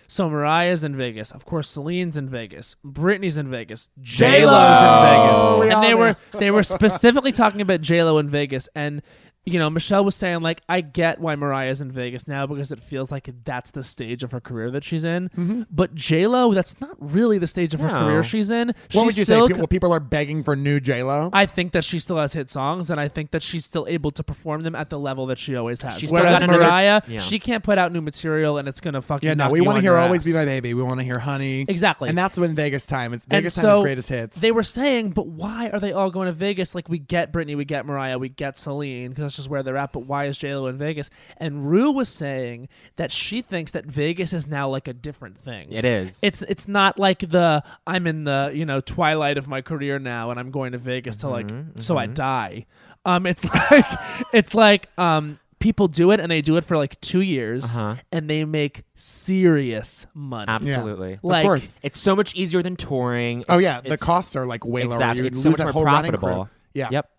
Speaker 1: so Mariah's in Vegas, of course. Celine's in Vegas, Britney's in Vegas, J
Speaker 5: J-Lo.
Speaker 1: Lo's in
Speaker 5: We
Speaker 1: Vegas,
Speaker 5: all
Speaker 1: and they
Speaker 5: know.
Speaker 1: were they were specifically talking about J Lo in Vegas, and you know Michelle was saying like I get why Mariah's in Vegas now because it feels like that's the stage of her career that she's in,
Speaker 5: Mm-hmm.
Speaker 1: but J Lo that's not really the stage of her
Speaker 4: No.
Speaker 1: career she's in.
Speaker 5: what
Speaker 1: She's
Speaker 5: would you say?
Speaker 1: still
Speaker 5: People, people are begging for new J Lo.
Speaker 1: I think that she still has hit songs, and I think that she's still able to perform them at the level that she always has.
Speaker 4: She's still
Speaker 1: Whereas
Speaker 4: got another-
Speaker 1: Mariah,
Speaker 4: Yeah.
Speaker 1: she can't put out new material, and it's gonna fucking
Speaker 5: Yeah, no,
Speaker 1: knock
Speaker 5: we
Speaker 1: you
Speaker 5: want to
Speaker 1: on
Speaker 5: hear
Speaker 1: your
Speaker 5: "Always
Speaker 1: ass.
Speaker 5: Be My Baby." We want to hear "Honey."
Speaker 1: Exactly.
Speaker 5: and that's when Vegas time. It's
Speaker 1: And
Speaker 5: Vegas time
Speaker 1: so
Speaker 5: is greatest hits.
Speaker 1: They were saying, but why are they all going to Vegas? Like we get Britney, we get Mariah, we get Celine because that's just where they're at. But why is J Lo in Vegas? And Rue was saying that she thinks that Vegas is now like a different thing.
Speaker 4: it is
Speaker 1: It's it's not like the I'm in the you know twilight of my career now and I'm going to Vegas to like
Speaker 4: Mm-hmm,
Speaker 1: so I die. Um, it's like it's like um people do it and they do it for like two years
Speaker 4: Uh-huh.
Speaker 1: and they make serious money.
Speaker 4: absolutely
Speaker 1: Like
Speaker 5: course.
Speaker 4: it's so much easier than touring
Speaker 5: oh
Speaker 4: It's-
Speaker 5: yeah, the
Speaker 4: it's-
Speaker 5: costs are like way lower.
Speaker 4: exactly
Speaker 5: You
Speaker 4: it's
Speaker 5: lose
Speaker 4: so much
Speaker 5: that
Speaker 4: more
Speaker 5: whole running crew.
Speaker 4: profitable
Speaker 5: Yeah.
Speaker 4: yep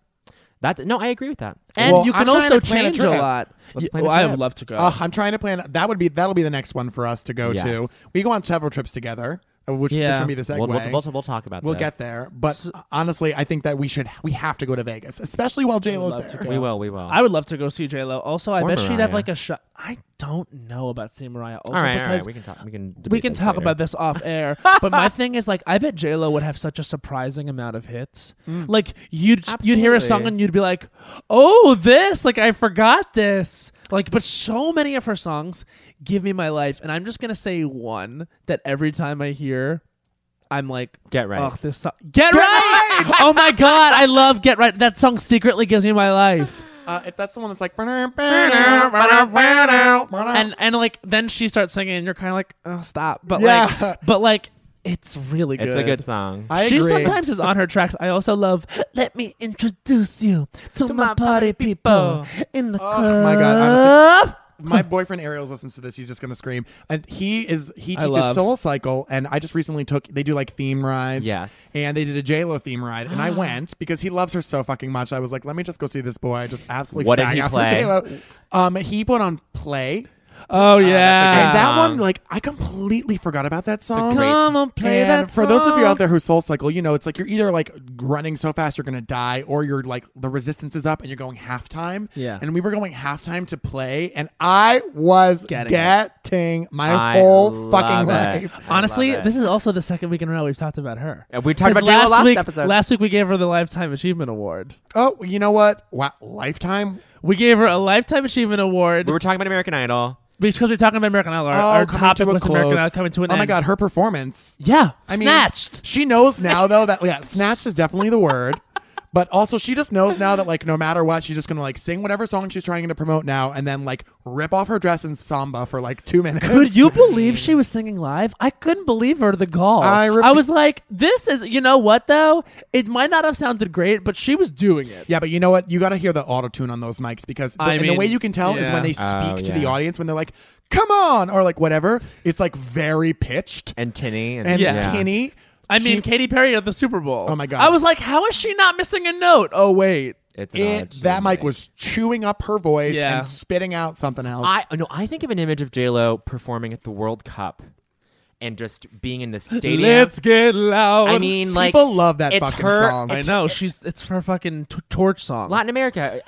Speaker 4: that no I agree with that
Speaker 1: and
Speaker 5: Well,
Speaker 1: you
Speaker 5: I'm
Speaker 1: can
Speaker 5: trying
Speaker 1: also
Speaker 5: to plan a
Speaker 1: change a,
Speaker 5: trip.
Speaker 1: lot.
Speaker 4: Let's
Speaker 1: Y-
Speaker 4: plan a
Speaker 1: well, I
Speaker 4: trip.
Speaker 1: would love to go.
Speaker 5: Ugh, I'm trying to plan. That would be that'll be the next one for us to go to.
Speaker 4: Yes.
Speaker 5: We go on several trips together, uh, which this
Speaker 1: Yeah.
Speaker 5: would be the segue.
Speaker 4: we'll, we'll, we'll, we'll talk about
Speaker 5: We'll
Speaker 4: this.
Speaker 5: get there, but honestly, I think that we should we have to go to Vegas, especially while J Lo's
Speaker 1: love to
Speaker 5: there.
Speaker 1: go.
Speaker 4: we will we will
Speaker 1: I would love to go see J Lo. Also, I
Speaker 4: Or
Speaker 1: bet she'd have
Speaker 4: Mariah.
Speaker 1: like a shot. I don't know about seeing Mariah. Also,
Speaker 4: all right all
Speaker 1: because
Speaker 4: right we can talk we can
Speaker 1: we
Speaker 4: debate
Speaker 1: can
Speaker 4: this
Speaker 1: talk
Speaker 4: later.
Speaker 1: about this off air. but my thing is like, I bet J Lo would have such a surprising amount of hits. Like you'd you'd hear a song
Speaker 4: Mm. Absolutely.
Speaker 1: and you'd be like, "Oh, this! Like I forgot this." Like, but so many of her songs give me my life, and I'm just gonna say one that every time I hear, I'm like,
Speaker 4: Get Right.
Speaker 1: Ugh, this song. Get, right! oh my god, I love Get Right. That song secretly gives me my life.
Speaker 5: Uh, if that's the one that's like,
Speaker 1: and and like then she starts singing, and you're kind of like, oh, stop. But
Speaker 5: Yeah.
Speaker 1: like, but like, it's really good.
Speaker 4: It's a good song.
Speaker 5: I
Speaker 1: she
Speaker 5: agree.
Speaker 1: sometimes is on her tracks. I also love. Let me introduce you to, my, party people in the
Speaker 5: Oh
Speaker 1: club.
Speaker 5: my god! Honestly, my boyfriend Ariel's listens to this. He's just gonna scream. And he is he
Speaker 1: I
Speaker 5: teaches
Speaker 1: love-
Speaker 5: Soul Cycle, and I just recently took. They do like theme rides.
Speaker 4: Yes.
Speaker 5: And they did a J Lo theme ride, and I went because he loves her so fucking much. I was like, let me just go see this boy. I just absolutely
Speaker 4: What did
Speaker 5: fag
Speaker 4: he
Speaker 5: out for
Speaker 4: play?
Speaker 5: J-Lo. Um, he put on play,
Speaker 1: Oh
Speaker 4: that's
Speaker 1: yeah.
Speaker 5: and that one
Speaker 4: Um,
Speaker 5: like I completely forgot about that song.
Speaker 4: great
Speaker 1: Come on, play
Speaker 5: and
Speaker 1: that
Speaker 5: for those of you
Speaker 1: song.
Speaker 5: out there who soul cycle, you know it's like you're either like running so fast you're gonna die, or you're like the resistance is up and you're going halftime.
Speaker 1: Yeah.
Speaker 5: And we were going halftime to play, and I was
Speaker 1: Getting
Speaker 5: getting,
Speaker 1: it.
Speaker 5: my
Speaker 4: I
Speaker 5: whole fucking
Speaker 4: love it.
Speaker 5: life.
Speaker 1: Honestly,
Speaker 4: Love it.
Speaker 1: this is also the second week in a row we've talked about her.
Speaker 4: And we talked
Speaker 1: 'Cause
Speaker 4: about J-Lo last
Speaker 1: week,
Speaker 4: episode.
Speaker 1: Last week we gave her the Lifetime Achievement Award.
Speaker 5: Oh, you know what? Wow, lifetime.
Speaker 1: We gave her a Lifetime Achievement Award
Speaker 4: We were talking about American Idol.
Speaker 1: because we're talking about American Idol. Our,
Speaker 5: oh,
Speaker 1: our
Speaker 5: coming
Speaker 1: topic
Speaker 5: to a
Speaker 1: was American
Speaker 5: close.
Speaker 1: Idol coming to an
Speaker 5: oh
Speaker 1: end.
Speaker 5: my god, her performance.
Speaker 1: Yeah,
Speaker 5: I mean,
Speaker 1: snatched.
Speaker 5: She knows now though that yeah, snatched is definitely the word. But also, she just knows now that like no matter what, she's just gonna like sing whatever song she's trying to promote now, and then like rip off her dress and samba for like two minutes.
Speaker 1: Could you believe she was singing live? I couldn't believe her to the gall.
Speaker 5: I repeat-
Speaker 1: was like, this is, you know what though? It might not have sounded great, but she was doing it.
Speaker 5: Yeah, but you know what? You got to hear the auto tune on those mics because the,
Speaker 1: I
Speaker 5: and
Speaker 1: mean,
Speaker 5: the way you can tell is
Speaker 1: yeah.
Speaker 5: when they speak
Speaker 4: Oh,
Speaker 5: to
Speaker 4: yeah.
Speaker 5: the audience when they're like, "Come on," or like whatever. It's like very pitched
Speaker 4: And Tinny. And,
Speaker 5: and
Speaker 1: Yeah.
Speaker 5: tinny.
Speaker 1: I
Speaker 5: She-
Speaker 1: mean, Katy Perry at the Super Bowl.
Speaker 5: Oh my God.
Speaker 1: I was like, how is she not missing a note? Oh wait,
Speaker 4: It's an
Speaker 5: it,
Speaker 4: odd
Speaker 5: that mic
Speaker 4: tune.
Speaker 5: was chewing up her voice
Speaker 1: Yeah.
Speaker 5: and spitting out something else.
Speaker 4: I no, I think of an image of J Lo performing at the World Cup, and just being in the stadium.
Speaker 1: let's get loud.
Speaker 4: I mean, like
Speaker 5: People love that
Speaker 4: it's
Speaker 5: fucking
Speaker 4: her-
Speaker 5: song.
Speaker 1: I know she's it's her fucking t- torch song.
Speaker 4: Latin America,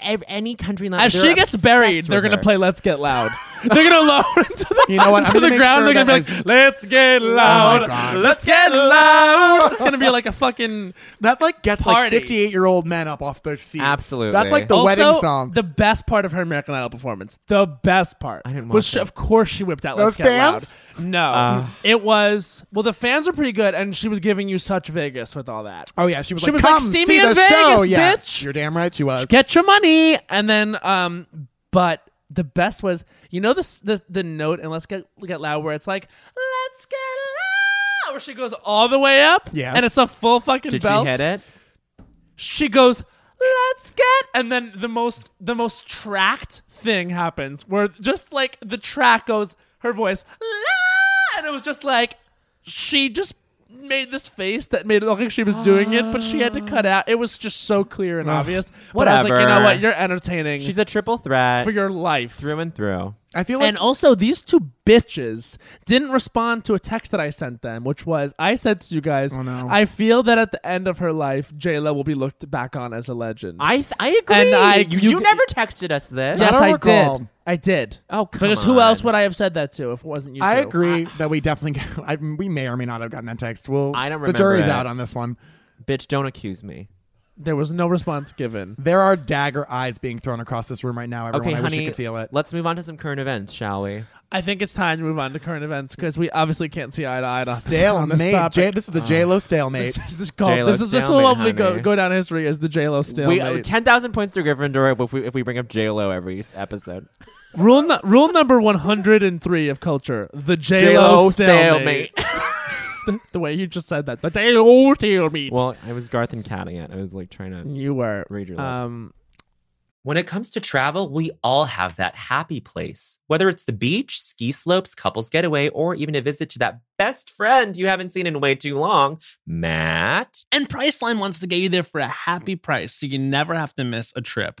Speaker 4: ev- any country in Latin.
Speaker 1: As she
Speaker 4: they're
Speaker 1: gets
Speaker 4: obsessed
Speaker 1: buried,
Speaker 4: with
Speaker 1: they're gonna
Speaker 4: her.
Speaker 1: play "Let's Get Loud." they're gonna lower into the,
Speaker 5: You know what?
Speaker 1: into
Speaker 5: I'm gonna
Speaker 1: the
Speaker 5: make
Speaker 1: ground.
Speaker 5: sure
Speaker 1: they're gonna be
Speaker 5: that Oh
Speaker 1: like, "Let's get loud,
Speaker 5: God.
Speaker 1: let's get loud." It's gonna be like a fucking
Speaker 5: That like gets
Speaker 1: Party.
Speaker 5: like 58 year old men up off their seats.
Speaker 4: Absolutely.
Speaker 5: That's like the
Speaker 1: also,
Speaker 5: wedding song.
Speaker 1: The best part of her American Idol performance, the best part, I
Speaker 4: didn't
Speaker 1: was
Speaker 4: watch
Speaker 1: she,
Speaker 4: it.
Speaker 1: of course she whipped out "Let's
Speaker 5: Those
Speaker 1: Get
Speaker 5: fans? Uh.
Speaker 1: Loud." No, it was well the fans are pretty good, and she was giving you such Vegas with all that.
Speaker 5: oh yeah, she was
Speaker 1: she
Speaker 5: like,
Speaker 1: was like,
Speaker 5: "Come
Speaker 1: "See
Speaker 5: see,
Speaker 1: me in
Speaker 5: the show,
Speaker 1: Vegas,
Speaker 5: yeah."
Speaker 1: bitch.
Speaker 5: You're damn right she was.
Speaker 1: get your money and then um but the best was you know this the the note and let's get get loud where it's like let's get loud where she goes all the way up
Speaker 5: Yes.
Speaker 1: and it's a full fucking
Speaker 4: Did
Speaker 1: belt
Speaker 4: she hit it?
Speaker 1: she goes let's get and then the most the most tracked thing happens where just like the track goes her voice "La," and it was just like she just made this face that made it look like she was doing it but she had to cut out it was just so clear and obvious but i was like you know
Speaker 4: whatever.
Speaker 1: what you're entertaining
Speaker 4: She's a triple threat
Speaker 1: for your life
Speaker 4: through and through.
Speaker 5: I feel like
Speaker 1: and also, these two bitches didn't respond to a text that I sent them, which was I said to you guys,
Speaker 4: Oh,
Speaker 5: no.
Speaker 1: I feel that at the end of her life, Jayla will be looked back on as a legend.
Speaker 4: I th- I agree.
Speaker 1: And I-
Speaker 4: you,
Speaker 1: you
Speaker 4: you
Speaker 1: g-
Speaker 4: never texted us this.
Speaker 1: yes,
Speaker 5: I don't
Speaker 1: I, did.
Speaker 5: recall.
Speaker 1: I did.
Speaker 4: Oh, come
Speaker 1: because who
Speaker 4: on.
Speaker 1: else would I have said that to if it wasn't you?
Speaker 5: I
Speaker 1: two?
Speaker 5: agree that we definitely I, we may or may not have gotten that text. Well,
Speaker 4: I don't
Speaker 5: The
Speaker 4: remember
Speaker 5: jury's
Speaker 4: it.
Speaker 5: out on this one.
Speaker 4: Bitch, don't accuse me.
Speaker 1: There was no response given.
Speaker 5: There are dagger eyes being thrown across this room right now. Everyone,
Speaker 4: Okay,
Speaker 5: I
Speaker 4: honey,
Speaker 5: wish you could feel it.
Speaker 4: let's move on to some current events, shall we?
Speaker 1: I think it's time to move on to current events because we obviously can't see eye to eye on this- on this
Speaker 5: Stalemate.
Speaker 1: topic.
Speaker 5: J- this is the J
Speaker 4: Uh,
Speaker 5: Lo stalemate.
Speaker 1: this is this, called-
Speaker 4: J-Lo
Speaker 1: this is this
Speaker 4: stalemate,
Speaker 1: will we go
Speaker 4: honey.
Speaker 1: go down in history as the J Lo
Speaker 4: we uh,
Speaker 1: stalemate.
Speaker 4: ten thousand points to Gryffindor if we if we bring up J Lo every s- episode.
Speaker 1: rule nu- rule number one hundred and three of culture: the J Lo
Speaker 4: J-Lo
Speaker 1: stalemate. the way you just said that. The day old deal meat.
Speaker 4: well, I was Garth and Katty. I was like trying to
Speaker 1: you were.
Speaker 4: read your lips.
Speaker 1: Um,
Speaker 6: When it comes to travel, we all have that happy place. Whether it's the beach, ski slopes, couples getaway, or even a visit to that best friend you haven't seen in way too long, Matt.
Speaker 7: And Priceline wants to get you there for a happy price so you never have to miss a trip.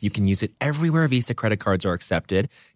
Speaker 4: You can use it everywhere Visa credit cards are accepted.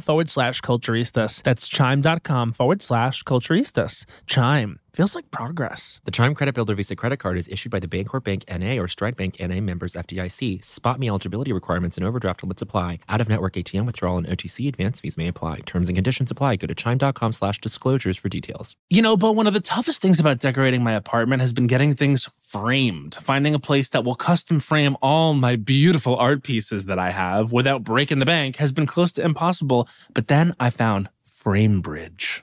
Speaker 1: forward slash culturistas. That's chime.com forward slash culturistas. Chime feels like progress.
Speaker 4: The Chime Credit Builder Visa credit card is issued by the Bancorp Bank NA or Stride Bank NA members FDIC. SpotMe eligibility requirements and overdraft limits apply. Out of network ATM withdrawal and OTC advance fees may apply. Terms and conditions apply. Go to chime.com slash disclosures for details.
Speaker 1: You know, but one of the toughest things about decorating my apartment has been getting things framed, finding a place that will custom frame all my beautiful art pieces that I have without breaking the bank has been close to impossible. But then I found FrameBridge.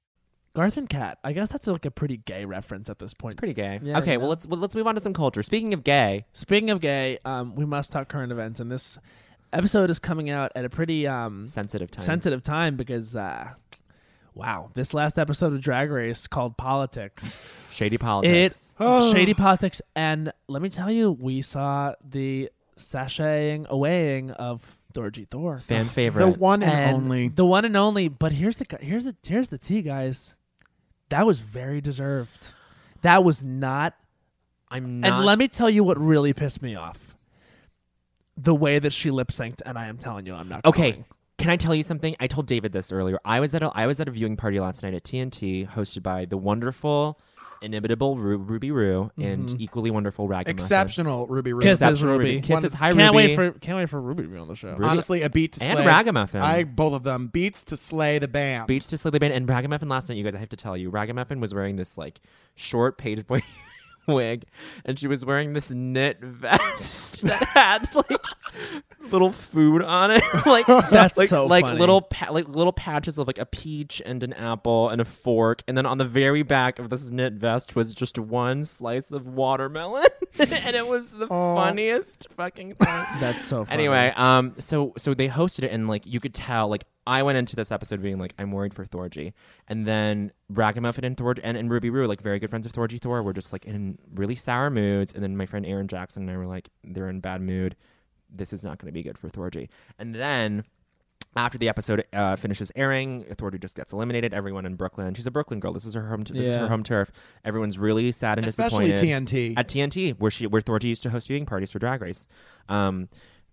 Speaker 8: Garth and Cat. I guess that's like a pretty gay reference at this point.
Speaker 9: It's pretty gay.
Speaker 8: Yeah,
Speaker 9: okay,
Speaker 8: yeah.
Speaker 9: well let's well, let's move on to some culture. Speaking of gay,
Speaker 8: Speaking of gay, um, we must talk current events, and this episode is coming out at a pretty um,
Speaker 9: sensitive time.
Speaker 8: sensitive time because, uh, wow, this last episode of Drag Race called Politics.
Speaker 9: Shady politics.
Speaker 8: It's
Speaker 5: Ah.
Speaker 8: shady politics, and let me tell you, we saw the sashaying awaying of Thorgy Thor,
Speaker 9: fan
Speaker 5: The
Speaker 9: favorite.
Speaker 5: one and,
Speaker 8: And
Speaker 5: only.
Speaker 8: the one and only. But here's the gu- here's the here's the tea, guys. That was very deserved. That was not
Speaker 9: I'm not.
Speaker 8: and let me tell you what really pissed me off. The way that she lip synced, and I am telling you, I'm not.
Speaker 9: Okay.
Speaker 8: crying.
Speaker 9: Can I tell you something? I told David this earlier. I was at a, I was at a viewing party last night at TNT, hosted by the wonderful, inimitable Ru- Ruby Roo and equally wonderful Ragamuffin.
Speaker 5: Exceptional Ruby Rose.
Speaker 8: Kisses,
Speaker 9: Exceptional
Speaker 8: Ruby.
Speaker 9: Kisses. Hi,
Speaker 8: can't
Speaker 9: Ruby.
Speaker 8: wait for can't wait for Ruby to be on the show.
Speaker 9: Ruby
Speaker 5: Honestly, a beat to
Speaker 9: and
Speaker 5: slay.
Speaker 9: Ragamuffin.
Speaker 5: I both of them beats to slay the band.
Speaker 9: Beach to Slay the Band and Ragamuffin last night, you guys, I have to tell you, Ragamuffin was wearing this like short page boy wig and she was wearing this knit vest that had like
Speaker 4: little food on it, like
Speaker 8: That's
Speaker 4: like,
Speaker 8: so
Speaker 4: like
Speaker 8: funny.
Speaker 4: little pa- like little patches of like a peach and an apple and a fork, and then on the very back of this knit vest was just one slice of watermelon, and it was the funniest fucking thing.
Speaker 8: That's so funny.
Speaker 4: Anyway, um, so so they hosted it, and like you could tell, like I went into this episode being like, I'm worried for Thorgy, and then Ragamuffin and Thorgy and, and Ruby Roo, like very good friends of Thorgy Thor, were just like in really sour moods, and then my friend Aaron Jackson and I were like, they're in bad mood. This is not going to be good for Thorgy, and then. After the episode uh, finishes airing, Thorgy just gets eliminated. Everyone in Brooklyn, she's a Brooklyn girl. This is her home. this is
Speaker 8: Yeah.
Speaker 4: her home turf. Everyone's really sad and
Speaker 5: Especially
Speaker 4: disappointed
Speaker 5: TNT.
Speaker 4: at TNT, where she where Thorgy used to host viewing parties for Drag Race. Um,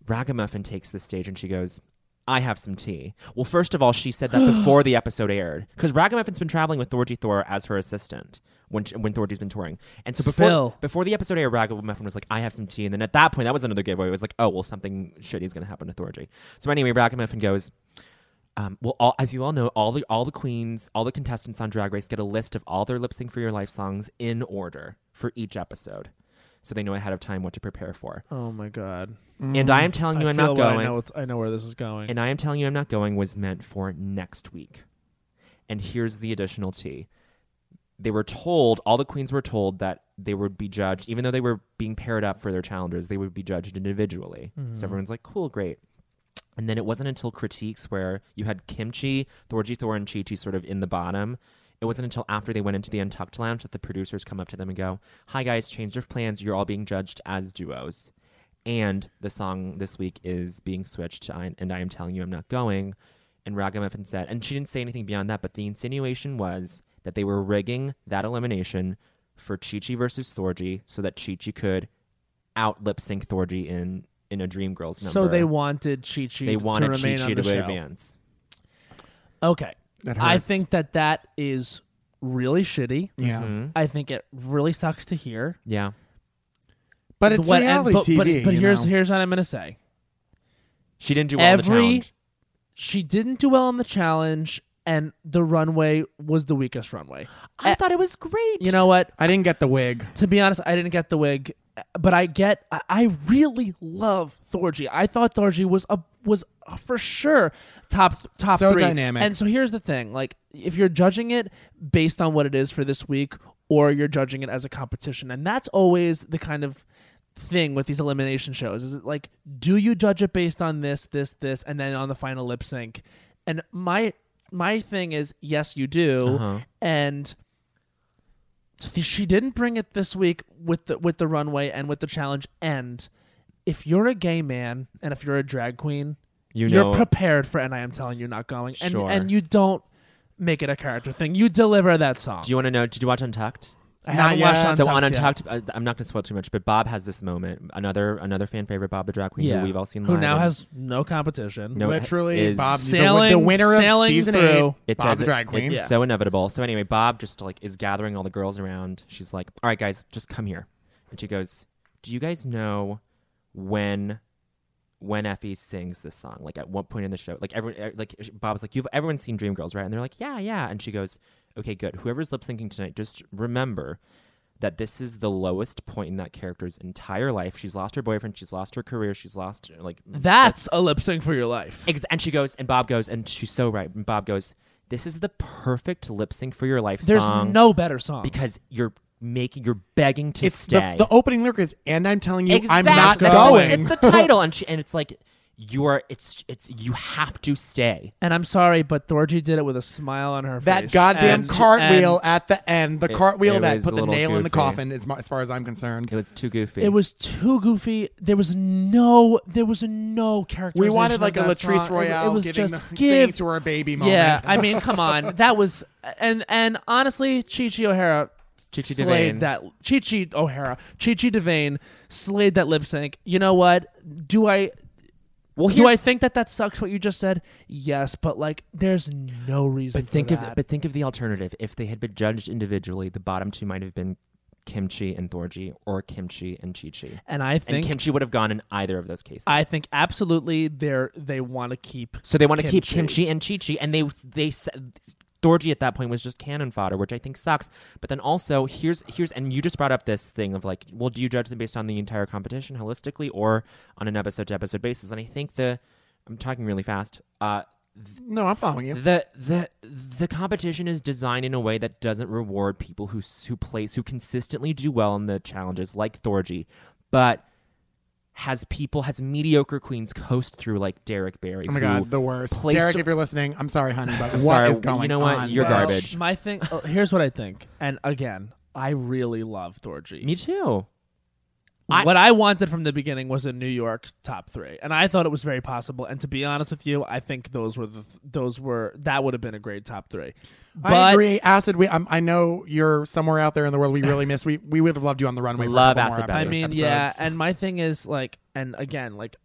Speaker 4: Ragamuffin takes the stage and she goes, "I have some tea." Well, first of all, she said that before the episode aired because Ragamuffin's been traveling with Thorgy Thor as her assistant when she, when Thorgy's been touring, and so before
Speaker 8: Spill.
Speaker 4: before the episode aired, Ragamuffin was like, "I have some tea," and then at that point, that was another giveaway. It was like, "Oh, well, something shitty is going to happen to Thorgy." So anyway, Ragamuffin goes. Um, well, all, as you all know, all the all the queens, all the contestants on Drag Race get a list of all their lip sync for your life songs in order for each episode, so they know ahead of time what to prepare for.
Speaker 8: oh my god.
Speaker 4: And I am telling you,
Speaker 8: I
Speaker 4: I'm
Speaker 8: feel
Speaker 4: not
Speaker 8: what I
Speaker 4: going.
Speaker 8: know, it's- I know where this is going.
Speaker 4: And I am telling you, I'm not going was meant for next week. And here's the additional tea. They were told, all the queens were told that they would be judged, even though they were being paired up for their challenges, they would be judged individually. So everyone's like, cool, great. And then it wasn't until critiques where you had Kimchi, Thorgy Thor, and Chi Chi sort of in the bottom. It wasn't until after they went into the Untucked Lounge that the producers come up to them and go, Hi guys, change of plans. You're all being judged as duos. And the song this week is being switched to I, And I Am Telling You I'm Not Going. And Ragamuffin said, and she didn't say anything beyond that, but the insinuation was that they were rigging that elimination for Chi Chi versus Thorgy so that Chi Chi could out lip sync Thorgy in, in a Dream Girls number
Speaker 8: so they wanted Chi Chi.
Speaker 4: they wanted
Speaker 8: to remain
Speaker 4: Chi
Speaker 8: on
Speaker 4: Chi
Speaker 8: the
Speaker 4: to
Speaker 8: show.
Speaker 4: advance.
Speaker 8: Okay,
Speaker 5: That
Speaker 8: I
Speaker 5: hurts.
Speaker 8: think that that is really shitty.
Speaker 5: Yeah.
Speaker 4: Mhm.
Speaker 8: I think it really sucks to hear.
Speaker 4: Yeah.
Speaker 5: But it's
Speaker 8: What- and-
Speaker 5: reality
Speaker 8: but,
Speaker 5: TV.
Speaker 8: But, but
Speaker 5: you
Speaker 8: here's
Speaker 5: know?
Speaker 8: here's what I'm gonna say.
Speaker 4: She didn't do well in the
Speaker 8: Every-
Speaker 4: challenge.
Speaker 8: She didn't do well on the challenge, and the runway was the weakest runway.
Speaker 4: I thought it was great.
Speaker 8: e- You know what?
Speaker 5: I didn't get the wig.
Speaker 8: To be honest, I didn't get the wig, but I get. I, I really love Thorgy. I thought Thorgy was a was a- for sure top top
Speaker 5: So
Speaker 8: three.
Speaker 5: dynamic.
Speaker 8: And so here's the thing: like, if you're judging it based on what it is for this week, or you're judging it as a competition, and that's always the kind of thing with these elimination shows is it like do you judge it based on this this this and then on the final lip sync and my my thing is yes you do
Speaker 4: Uh-huh.
Speaker 8: and so she didn't bring it this week with the with the runway and with the challenge and if you're a gay man and if you're a drag queen
Speaker 4: You
Speaker 8: you're
Speaker 4: know-
Speaker 8: prepared for and i am telling you not going and
Speaker 4: Sure.
Speaker 8: and you don't make it a character thing you deliver that song
Speaker 4: Do you want to know? Did you watch Untucked?
Speaker 8: i
Speaker 5: Not
Speaker 8: haven't watched
Speaker 5: yet.
Speaker 8: Untucked
Speaker 4: so on
Speaker 8: yet.
Speaker 4: Untucked, uh, I'm not going to spoil too much, but Bob has this moment. Another another fan favorite, Bob the drag queen,
Speaker 8: yeah
Speaker 4: who we've all seen.
Speaker 8: who
Speaker 4: live
Speaker 8: now
Speaker 4: and-
Speaker 8: has no competition
Speaker 4: No,
Speaker 5: Literally,
Speaker 4: is-
Speaker 5: Bob, the-
Speaker 8: Sailing-
Speaker 5: the, winner of
Speaker 8: sailing
Speaker 5: season
Speaker 8: through.
Speaker 5: eight,
Speaker 4: It's
Speaker 5: Bob
Speaker 4: as
Speaker 5: the
Speaker 4: it-
Speaker 5: drag queen.
Speaker 4: It's so inevitable. So anyway, Bob just like is gathering all the girls around. She's like, "All right, guys, just come here." And she goes, "Do you guys know when when Effie sings this song? Like at what point in the show? Like everyone, eh, like Bob's like, you've everyone's seen Dreamgirls, right?" And they're like, "Yeah, yeah." And she goes, "Okay, good. Whoever's lip syncing tonight, just remember." That this is the lowest point in that character's entire life. She's lost her boyfriend. She's lost her career. She's lost like
Speaker 8: that's a lip sync for your life
Speaker 4: Ex- and she goes, and Bob goes, and she's so right. And Bob goes, "This is the perfect lip sync for your life
Speaker 8: there's
Speaker 4: song
Speaker 8: no better song
Speaker 4: because you're making, you're begging to
Speaker 5: It's the,
Speaker 4: stay."
Speaker 5: the opening lyric is, and I'm telling you,
Speaker 4: exactly.
Speaker 5: I'm not
Speaker 4: That's the-
Speaker 5: going.
Speaker 4: It's the title, and she, and it's like you are. It's it's you have to stay.
Speaker 8: And I'm sorry, but Thorgy did it with a smile on her
Speaker 5: that
Speaker 8: face.
Speaker 5: goddamn
Speaker 8: And-
Speaker 5: cartwheel at the end, the
Speaker 4: It-
Speaker 5: cartwheel
Speaker 4: it
Speaker 5: that
Speaker 4: was
Speaker 5: put
Speaker 4: a
Speaker 5: the
Speaker 4: little
Speaker 5: nail in the
Speaker 4: goofy.
Speaker 5: coffin, as, mu- as far as I'm concerned.
Speaker 4: It was too goofy.
Speaker 8: and It was too goofy. There was no, there was no character.
Speaker 5: we wanted like a
Speaker 8: Latrice
Speaker 5: Latrice Royale
Speaker 8: It, was
Speaker 5: giving
Speaker 8: just
Speaker 5: the
Speaker 8: give.
Speaker 5: give to her baby moment.
Speaker 8: yeah, I mean, come on, that was and and honestly, Chichi O'Hara
Speaker 4: Chichi
Speaker 8: slayed
Speaker 4: Devane.
Speaker 8: that. Chichi O'Hara, Chichi Devane slayed that lip sync. You know what? Do I?
Speaker 4: well.
Speaker 8: do I
Speaker 4: here's-
Speaker 8: think that that sucks? What you just said? Yes, but like, there's no reason.
Speaker 4: But think
Speaker 8: for
Speaker 4: of
Speaker 8: that.
Speaker 4: but think of the alternative. If they had been judged individually, the bottom two might have been Kimchi and Thorgy, or Kimchi and Chi Chi.
Speaker 8: and I
Speaker 4: And
Speaker 8: think
Speaker 4: Kimchi would have gone in either of those cases.
Speaker 8: I think absolutely they're they want to keep
Speaker 4: So they want to keep
Speaker 8: Kimchi.
Speaker 4: kimchi and Chi Chi, and they they said Dorji at that point was just cannon fodder, which I think sucks. But then also here's here's and you just brought up this thing of like, well, do you judge them based on the entire competition holistically or on an episode to episode basis? And I think the I'm talking really fast. Uh,
Speaker 5: No, I'm following you.
Speaker 4: the the the competition is designed in a way that doesn't reward people who s- who place who consistently do well in the challenges like Thorgy, but has people has mediocre queens coast through like Derek Barry.
Speaker 5: Oh my
Speaker 4: who-
Speaker 5: god, the worst.
Speaker 4: placed-
Speaker 5: Derek, if you're listening, I'm sorry, honey, but what is
Speaker 4: Sorry,
Speaker 5: going on?
Speaker 4: you know what? You're
Speaker 5: bro?
Speaker 4: garbage.
Speaker 8: My thing. oh, here's what I think. And again, I really love Dorji.
Speaker 4: Me too. I-
Speaker 8: what I wanted from the beginning was a New York top three, and I thought it was very possible. And to be honest with you, I think those were the those were that would have been a great top three. But
Speaker 5: I agree. Acid, we, um, I know you're somewhere out there in the world we really miss. We we would have loved you on the runway. for a
Speaker 4: Love
Speaker 5: couple more
Speaker 4: Acid Betty.
Speaker 8: I
Speaker 5: episodes-
Speaker 8: mean, yeah.
Speaker 5: episodes.
Speaker 8: And my thing is like, and again, like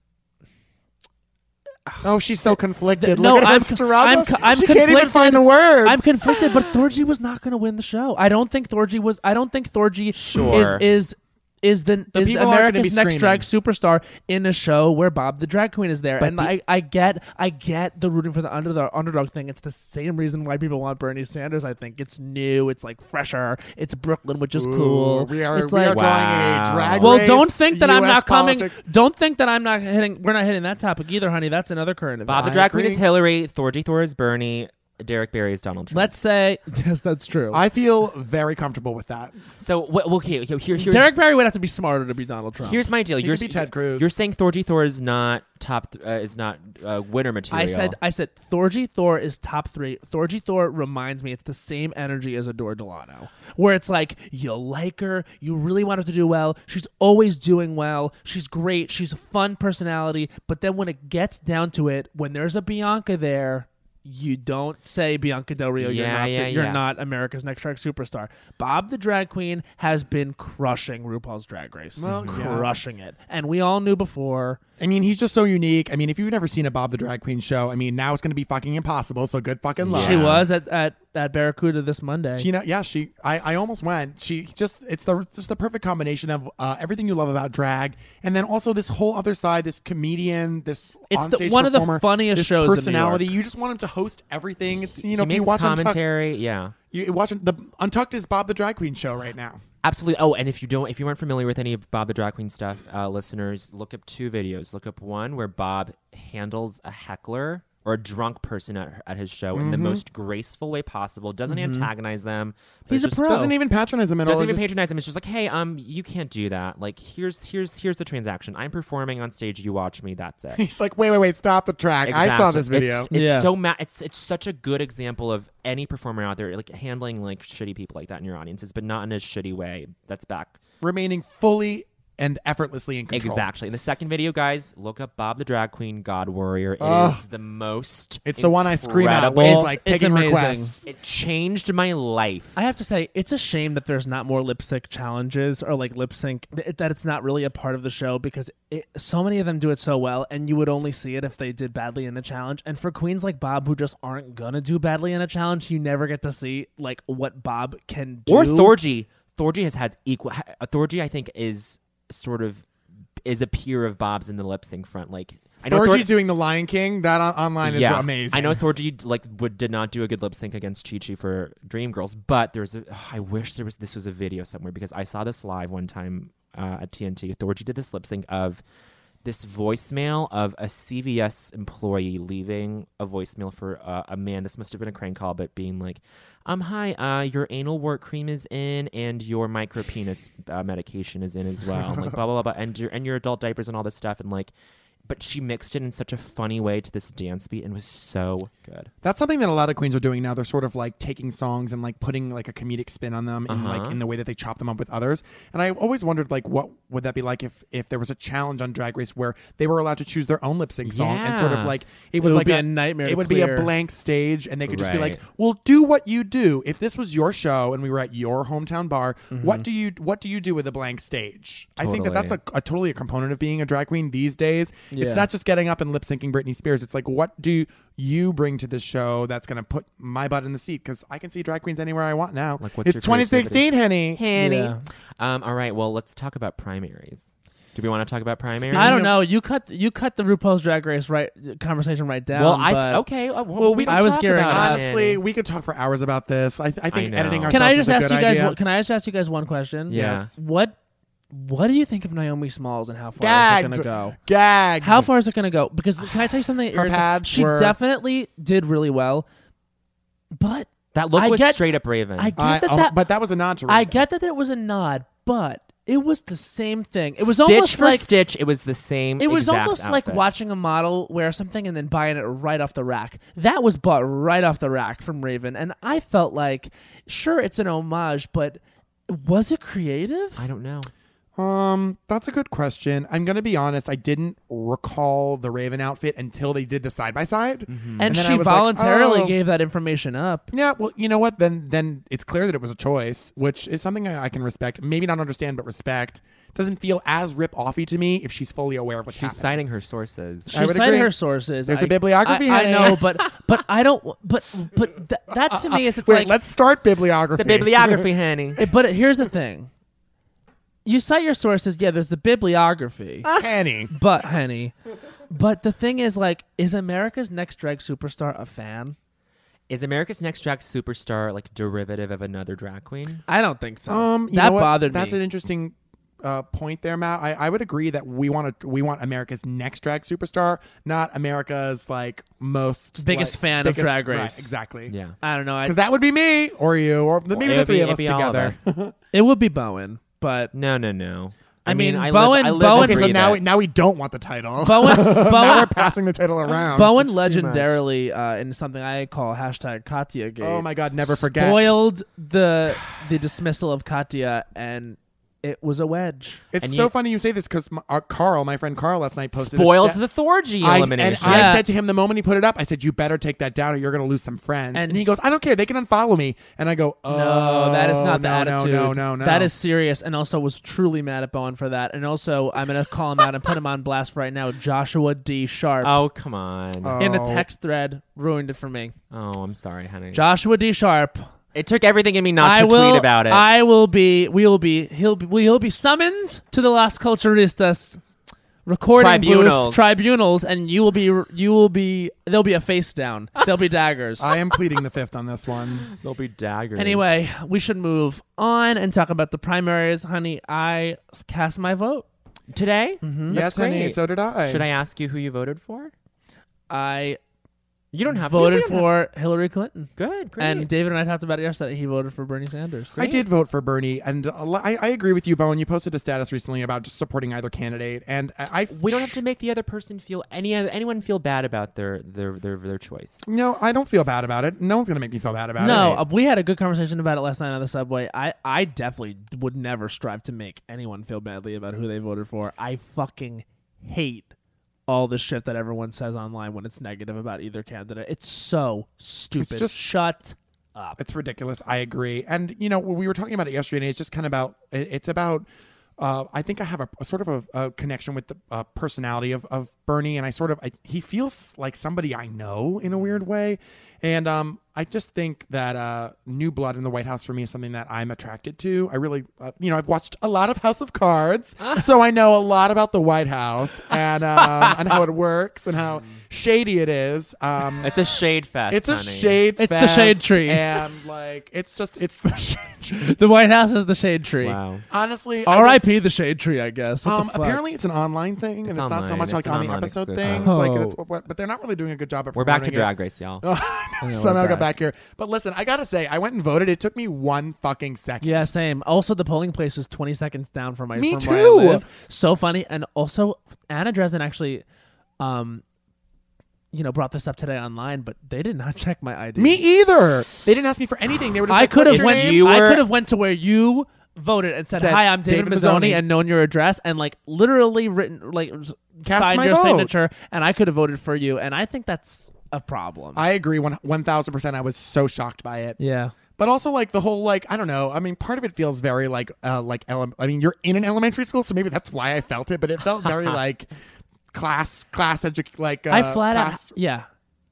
Speaker 5: oh, she's so conflicted.
Speaker 8: Th-
Speaker 5: Look
Speaker 8: no,
Speaker 5: at her
Speaker 8: I'm co-
Speaker 5: struggle.
Speaker 8: I'm co- I'm
Speaker 5: she can't even
Speaker 8: conflicted.
Speaker 5: find the word.
Speaker 8: I'm conflicted, but Thorgy was not going to win the show. I don't think Thorgy was. I don't think Thorgy
Speaker 4: Sure.
Speaker 8: is is is the,
Speaker 5: The
Speaker 8: is
Speaker 5: people aren't gonna
Speaker 8: America's
Speaker 5: be
Speaker 8: Next
Speaker 5: screaming.
Speaker 8: Drag Superstar in a show where Bob the drag queen is there. and I, I get I get the rooting for the underdog underdog thing. It's the same reason why people want Bernie Sanders. I think it's new. It's like fresher. It's Brooklyn, which is
Speaker 5: Ooh,
Speaker 8: cool.
Speaker 5: We are,
Speaker 8: It's
Speaker 5: we
Speaker 8: like,
Speaker 5: are drawing a
Speaker 4: Wow.
Speaker 5: drag
Speaker 8: well,
Speaker 5: race,
Speaker 8: don't think that I'm
Speaker 5: US
Speaker 8: not
Speaker 5: politics.
Speaker 8: coming. Don't think that I'm not hitting. We're not hitting that topic either, honey. That's another current event.
Speaker 4: Bob the
Speaker 5: I
Speaker 4: drag queen is
Speaker 5: agree.
Speaker 4: Hillary. Thorgy Thor is Bernie. Derek Barry is Donald Trump.
Speaker 8: Let's say yes, that's true.
Speaker 5: I feel very comfortable with that.
Speaker 4: so what? well, Okay, okay, here, here's,
Speaker 8: Derek Barry would have to be smarter to be Donald Trump.
Speaker 4: here's my deal.
Speaker 5: He
Speaker 4: you're
Speaker 5: could be Ted Cruz.
Speaker 4: You're saying Thorgy Thor is not top. Th- uh, is not uh, winner material.
Speaker 8: I said I said Thorgy Thor is top three. Thorgy Thor reminds me it's the same energy as Adore Delano, where it's like you like her, you really want her to do well. She's always doing well. She's great. She's a fun personality. But then when it gets down to it, when there's a Bianca there. You don't say Bianca Del Rio. you're
Speaker 4: Yeah,
Speaker 8: not.
Speaker 4: yeah,
Speaker 8: you're
Speaker 4: yeah.
Speaker 8: not America's Next Drag Superstar. Bob the drag queen has been crushing RuPaul's Drag Race,
Speaker 5: Well, yeah.
Speaker 8: crushing it, and we all knew before.
Speaker 5: I mean, he's just so unique. I mean, if you've never seen a Bob the Drag Queen show, I mean, now it's going to be fucking impossible. So good fucking luck.
Speaker 8: She was at, at, at Barracuda this Monday.
Speaker 5: Gina, yeah, she. I, I almost went. She just. It's the just the perfect combination of uh, everything you love about drag, and then also this whole other side, this comedian, this
Speaker 8: It's the-
Speaker 5: onstage
Speaker 8: one of the
Speaker 5: performer,
Speaker 8: funniest
Speaker 5: this
Speaker 8: shows in New
Speaker 5: Personality. You just want him to host everything. It's you know
Speaker 4: he
Speaker 5: if you
Speaker 4: makes
Speaker 5: watch Untucked,
Speaker 4: commentary. Yeah.
Speaker 5: you watch the Untucked is Bob the Drag Queen show right now.
Speaker 4: Absolutely. Oh, and if you don't, if you aren't familiar with any of Bob the drag queen stuff, uh, listeners, look up two videos. Look up one where Bob handles a heckler or a drunk person at, at his show in the most graceful way possible. Doesn't antagonize them. but
Speaker 8: He's
Speaker 4: it's
Speaker 8: a
Speaker 4: just-
Speaker 8: pro.
Speaker 5: Doesn't even patronize him at all.
Speaker 4: Doesn't even
Speaker 5: It's just-
Speaker 4: patronize him. It's just like, hey, um, you can't do that. Like, here's here's here's the transaction. I'm performing on stage. You watch me. That's it.
Speaker 5: He's like, wait, wait, wait, stop the track. I saw
Speaker 4: Exactly.
Speaker 5: this video.
Speaker 4: It's, it's
Speaker 8: Yeah.
Speaker 4: so ma- it's it's such a good example of any performer out there like handling like shitty people like that in your audiences, but not in a shitty way. That's back
Speaker 5: remaining fully and effortlessly in control.
Speaker 4: exactly. And the second video, guys, look up Bob the drag queen, God Warrior. It is
Speaker 5: Ugh.
Speaker 4: the most.
Speaker 5: It's the one I scream out when
Speaker 4: incredible-
Speaker 5: he's like
Speaker 8: It's
Speaker 5: taking
Speaker 8: amazing.
Speaker 5: requests.
Speaker 4: It changed my life.
Speaker 8: I have to say, it's a shame that there's not more lip sync challenges or like lip sync, th- that it's not really a part of the show because it, so many of them do it so well, and you would only see it if they did badly in a challenge. And for queens like Bob, who just aren't gonna do badly in a challenge, you never get to see like what Bob can do.
Speaker 4: or Thorgy. Thorgy has had equal. ha- Thorgy, I think, is sort of is a peer of Bob's in the lip sync front. Like, I know Thor-
Speaker 5: Thorgy doing the Lion King, that on- online is amazing.
Speaker 4: I know Thorgy like would, did not do a good lip sync against Chi Chi for Dreamgirls, but there's a I wish there was this was a video somewhere because I saw this live one time uh, at TNT. Thorgy did this lip sync of this voicemail of a CVS employee leaving a voicemail for uh, a man. This must have been a crank call, but being like, "Um, hi, uh, your anal wart cream is in, and your micro penis uh, medication is in as well, and like blah blah blah, blah, and your and your adult diapers and all this stuff, and like." but she mixed it in such a funny way to this dance beat and was so good.
Speaker 5: That's something that a lot of queens are doing now. They're sort of like taking songs and like putting like a comedic spin on them, in like in the way that they chop them up with others. And I always wondered like, what would that be like if if there was a challenge on Drag Race where they were allowed to choose their own lip sync song and sort of
Speaker 4: Yeah.
Speaker 5: like it was
Speaker 8: would
Speaker 5: like
Speaker 8: be a nightmare
Speaker 5: It
Speaker 8: to
Speaker 5: would be a
Speaker 8: clear.
Speaker 5: blank stage, and they could just be like,
Speaker 4: Right.
Speaker 5: "Well, do what you do. If this was your show and we were at your hometown bar, what do you what do you do with a blank stage?" I think that that's
Speaker 4: Mm-hmm. Totally.
Speaker 5: a a totally a component of being a drag queen these days. It's
Speaker 8: Yeah.
Speaker 5: not just getting up and lip syncing Britney Spears. It's like, what do you bring to this show that's going to put my butt in the seat? Because I can see drag queens anywhere I want now.
Speaker 4: Like, what's
Speaker 5: it's
Speaker 4: your
Speaker 5: 2016,
Speaker 4: creativity?
Speaker 5: Henny.
Speaker 4: Hanny.
Speaker 8: Yeah.
Speaker 4: Um, all right, well, let's talk about primaries. Do we want to talk about primary?
Speaker 8: I don't know. You cut you cut the RuPaul's Drag Race right conversation right down.
Speaker 4: Well, I
Speaker 8: Um, but-
Speaker 4: okay. uh, Well,
Speaker 5: Well, we
Speaker 8: I
Speaker 5: don't
Speaker 8: was
Speaker 5: talk
Speaker 8: gearing
Speaker 5: about
Speaker 8: up.
Speaker 5: it. honestly. We could talk for hours about this. I, th- I think
Speaker 4: know.
Speaker 5: editing ourselves
Speaker 4: Can
Speaker 8: Can I
Speaker 5: is
Speaker 8: just
Speaker 5: a
Speaker 8: ask
Speaker 5: good
Speaker 8: you guys?
Speaker 5: idea.
Speaker 8: One, can I just ask you guys one question?
Speaker 4: Yeah.
Speaker 5: Yes.
Speaker 8: What What do you think of Naomi Smalls and how far is it
Speaker 5: Gagged.
Speaker 8: going to go?
Speaker 5: Gagged.
Speaker 8: How far is it going to go? Because can I tell you something? that
Speaker 5: Her
Speaker 8: irritates-
Speaker 5: pads
Speaker 8: she
Speaker 5: were-
Speaker 8: definitely did really well, but
Speaker 4: that look
Speaker 8: I
Speaker 4: was
Speaker 8: get-
Speaker 4: straight up Raven.
Speaker 8: I get
Speaker 5: I-
Speaker 8: that,
Speaker 5: oh,
Speaker 8: that
Speaker 5: but that was a nod to.
Speaker 8: I
Speaker 5: Raven.
Speaker 8: get that it was a nod, but it was the same thing. It was
Speaker 4: stitch
Speaker 8: almost
Speaker 4: for
Speaker 8: like
Speaker 4: stitch. It was the same.
Speaker 8: it was
Speaker 4: exact
Speaker 8: almost like
Speaker 4: outfit.
Speaker 8: watching a model wear something and then buying it right off the rack. That was bought right off the rack from Raven, and I felt like, sure, it's an homage, but was it creative?
Speaker 4: I don't know.
Speaker 5: Um, that's a good question. I'm gonna be honest. I didn't recall the Raven outfit until they did the side by side.
Speaker 8: and
Speaker 5: then I
Speaker 8: she
Speaker 5: was like,
Speaker 8: voluntarily
Speaker 5: oh.
Speaker 8: gave that information up.
Speaker 5: Yeah, well, you know what? Then then it's clear that it was a choice, which is something I, I can respect. Maybe not understand, but respect. Doesn't feel as rip offy to me if she's fully aware of what's
Speaker 4: She's
Speaker 5: happening.
Speaker 4: citing her sources.
Speaker 8: She
Speaker 5: I would
Speaker 8: cited
Speaker 5: agree.
Speaker 8: her sources.
Speaker 5: There's
Speaker 8: I-
Speaker 5: a bibliography,
Speaker 8: I,
Speaker 5: honey.
Speaker 8: I know, but but I don't. But but th- that to me is it's
Speaker 5: Wait,
Speaker 8: like.
Speaker 5: let's start bibliography.
Speaker 4: the bibliography, honey.
Speaker 8: eh, But here's the thing. You cite your sources. Yeah, there's the bibliography.
Speaker 5: Penny.
Speaker 8: but honey, but the thing is, like, is America's Next Drag Superstar a fan?
Speaker 4: Is America's Next Drag Superstar like derivative of another drag queen?
Speaker 8: I don't think so.
Speaker 5: Um, you
Speaker 8: that
Speaker 5: know what?
Speaker 8: bothered
Speaker 5: That's
Speaker 8: me.
Speaker 5: an interesting uh, point there, Matt. I, I would agree that we want to we want America's next drag superstar, not America's like most
Speaker 8: Biggest
Speaker 5: like,
Speaker 8: fan of Drag
Speaker 5: right,
Speaker 8: Race.
Speaker 5: exactly.
Speaker 4: Yeah.
Speaker 8: I don't know. I,
Speaker 5: because that would be me or you or maybe
Speaker 4: It
Speaker 5: the
Speaker 4: would
Speaker 5: three
Speaker 4: be-
Speaker 5: of us
Speaker 4: it'd be all of
Speaker 5: together.
Speaker 4: us.
Speaker 8: it would be Bowen, but
Speaker 4: No, no, no.
Speaker 8: I mean,
Speaker 4: I
Speaker 8: Bowen-
Speaker 4: live, I live
Speaker 8: Bowen-
Speaker 4: and
Speaker 8: Okay,
Speaker 5: so
Speaker 4: breathe
Speaker 5: now
Speaker 4: it.
Speaker 5: we, now we don't want the title.
Speaker 8: Bowen,
Speaker 5: now
Speaker 8: Bowen,
Speaker 5: we're passing the title around.
Speaker 8: Bowen
Speaker 4: much.
Speaker 8: legendarily uh, in something I call hashtag Katya Gate.
Speaker 5: Oh my God! Never forget.
Speaker 8: Spoiled the the dismissal of Katya, and it was a wedge.
Speaker 5: It's
Speaker 4: And
Speaker 5: so
Speaker 4: you-
Speaker 5: funny you say this because our Carl, my friend Carl, last night posted a
Speaker 4: spoiled
Speaker 5: sta-
Speaker 4: the Thorgy
Speaker 5: I, and
Speaker 4: elimination.
Speaker 5: I
Speaker 8: Yeah.
Speaker 5: said to him the moment he put it up, I said, "You better take that down, or you're going to lose some friends." And,
Speaker 8: And-
Speaker 5: he goes, "I don't care. They can unfollow me." And I go, "Oh,
Speaker 8: No, that is not the
Speaker 5: no,
Speaker 8: attitude.
Speaker 5: No, no, no, no.
Speaker 8: That is serious. And also, was truly mad at Bowen for that. And also, I'm gonna call him out and put him on blast right now. Joshua D. Sharp
Speaker 4: oh, come on.
Speaker 5: Oh.
Speaker 8: in the text thread ruined it for me.
Speaker 4: oh, I'm sorry, honey.
Speaker 8: Joshua D. Sharp.
Speaker 4: it took everything in me not
Speaker 8: I
Speaker 4: to
Speaker 8: will,
Speaker 4: tweet about it.
Speaker 8: I will be. We will be. He'll be. We'll be summoned to the Las Culturistas recording booth,
Speaker 4: Tribunals.
Speaker 8: tribunals, and you will be. You will be. There'll be a face down. There'll be daggers.
Speaker 5: I am pleading the fifth on this one.
Speaker 4: There'll be daggers.
Speaker 8: Anyway, we should move on and talk about the primaries, honey. I cast my vote.
Speaker 4: today,
Speaker 5: yes,
Speaker 8: Mm-hmm.
Speaker 4: That's
Speaker 5: honey.
Speaker 4: great.
Speaker 5: So did I.
Speaker 4: should I ask you who you voted for?
Speaker 8: I
Speaker 4: You don't have to.
Speaker 8: voted
Speaker 4: We don't
Speaker 8: for Hillary Clinton.
Speaker 4: have- good. Great.
Speaker 8: And David and I talked about it yesterday. He voted for Bernie Sanders.
Speaker 5: I did vote for Bernie, and a lo- I, I agree with you, Bowen. You posted a status recently about just supporting either candidate, and I, I
Speaker 4: we don't have to make the other person feel any anyone feel bad about their their their, their choice.
Speaker 5: No, I don't feel bad about it. No one's going to make me feel bad about
Speaker 8: no,
Speaker 5: it.
Speaker 8: uh, we had a good conversation about it last night on the subway. I, I definitely would never strive to make anyone feel badly about who they voted for. I fucking hate all the shit that everyone says online when it's negative about either candidate. It's so stupid.
Speaker 5: just-
Speaker 8: Shut.
Speaker 5: It's ridiculous. I agree. And you know, we were talking about it yesterday, and it's just kind of about it- it's about. Uh, I think I have a, a sort of a, a connection with the uh, personality of, of Bernie, and I sort of I, he feels like somebody I know in a weird way, and um, I just think that uh, new blood in the White House for me is something that I'm attracted to. I really, uh, you know, I've watched a lot of House of Cards,
Speaker 4: Ah.
Speaker 5: so I know a lot about the White House and um, and how it works and how shady it is. Um,
Speaker 4: It's a shade fest.
Speaker 5: it's a
Speaker 4: honey.
Speaker 5: shade.
Speaker 8: It's the shade
Speaker 5: fest,
Speaker 8: tree.
Speaker 5: and like it's just it's the shade tree.
Speaker 8: The White House is the shade tree.
Speaker 4: Wow.
Speaker 5: Honestly, I was-
Speaker 8: R.I.P. the shade tree, I guess. What
Speaker 5: Um,
Speaker 8: the fuck?
Speaker 5: apparently, it's an online thing, and it's,
Speaker 4: It's
Speaker 5: not so
Speaker 4: online.
Speaker 5: much
Speaker 4: It's
Speaker 5: like
Speaker 4: an
Speaker 5: on the
Speaker 4: online
Speaker 5: episode
Speaker 4: exclusive.
Speaker 5: things. Like
Speaker 8: Oh.
Speaker 5: that's what, what, but they're not really doing a good job. At
Speaker 4: We're back to
Speaker 5: promoting it.
Speaker 4: drag race, y'all.
Speaker 5: Oh. We somehow
Speaker 8: we're
Speaker 5: got
Speaker 8: back.
Speaker 5: back here. But listen, I gotta say, I went and voted. It took me one fucking second.
Speaker 8: Yeah, same. Also, the polling place was 20 seconds down from my
Speaker 5: Me
Speaker 8: from Where I
Speaker 5: too.
Speaker 8: live. So funny. And also, Anna Dresden actually, um, you know, brought this up today online, but they did not check my ID.
Speaker 5: Me either. They didn't ask me for anything. They were just
Speaker 8: I
Speaker 5: like,
Speaker 8: could
Speaker 5: "What's your
Speaker 8: have went.
Speaker 5: name?"
Speaker 4: You
Speaker 8: I
Speaker 4: were-
Speaker 8: could have went to where you voted and said,
Speaker 5: Said,
Speaker 8: "Hi, I'm David,
Speaker 5: "David
Speaker 8: Mazzoni,"
Speaker 5: Mazzoni."
Speaker 8: and known your address and like literally written like s-
Speaker 5: Cast
Speaker 8: signed
Speaker 5: my
Speaker 8: your
Speaker 5: vote.
Speaker 8: signature, and I could have voted for you. And I think that's a problem.
Speaker 5: I agree one one thousand percent. I was so shocked by it.
Speaker 8: yeah.
Speaker 5: But also like the whole like I don't know. I mean, part of it feels very like uh like ele- I mean, you're in an elementary school, so maybe that's why I felt it. But it felt very like class class edu- like uh,
Speaker 8: I flat out
Speaker 5: class
Speaker 8: yeah.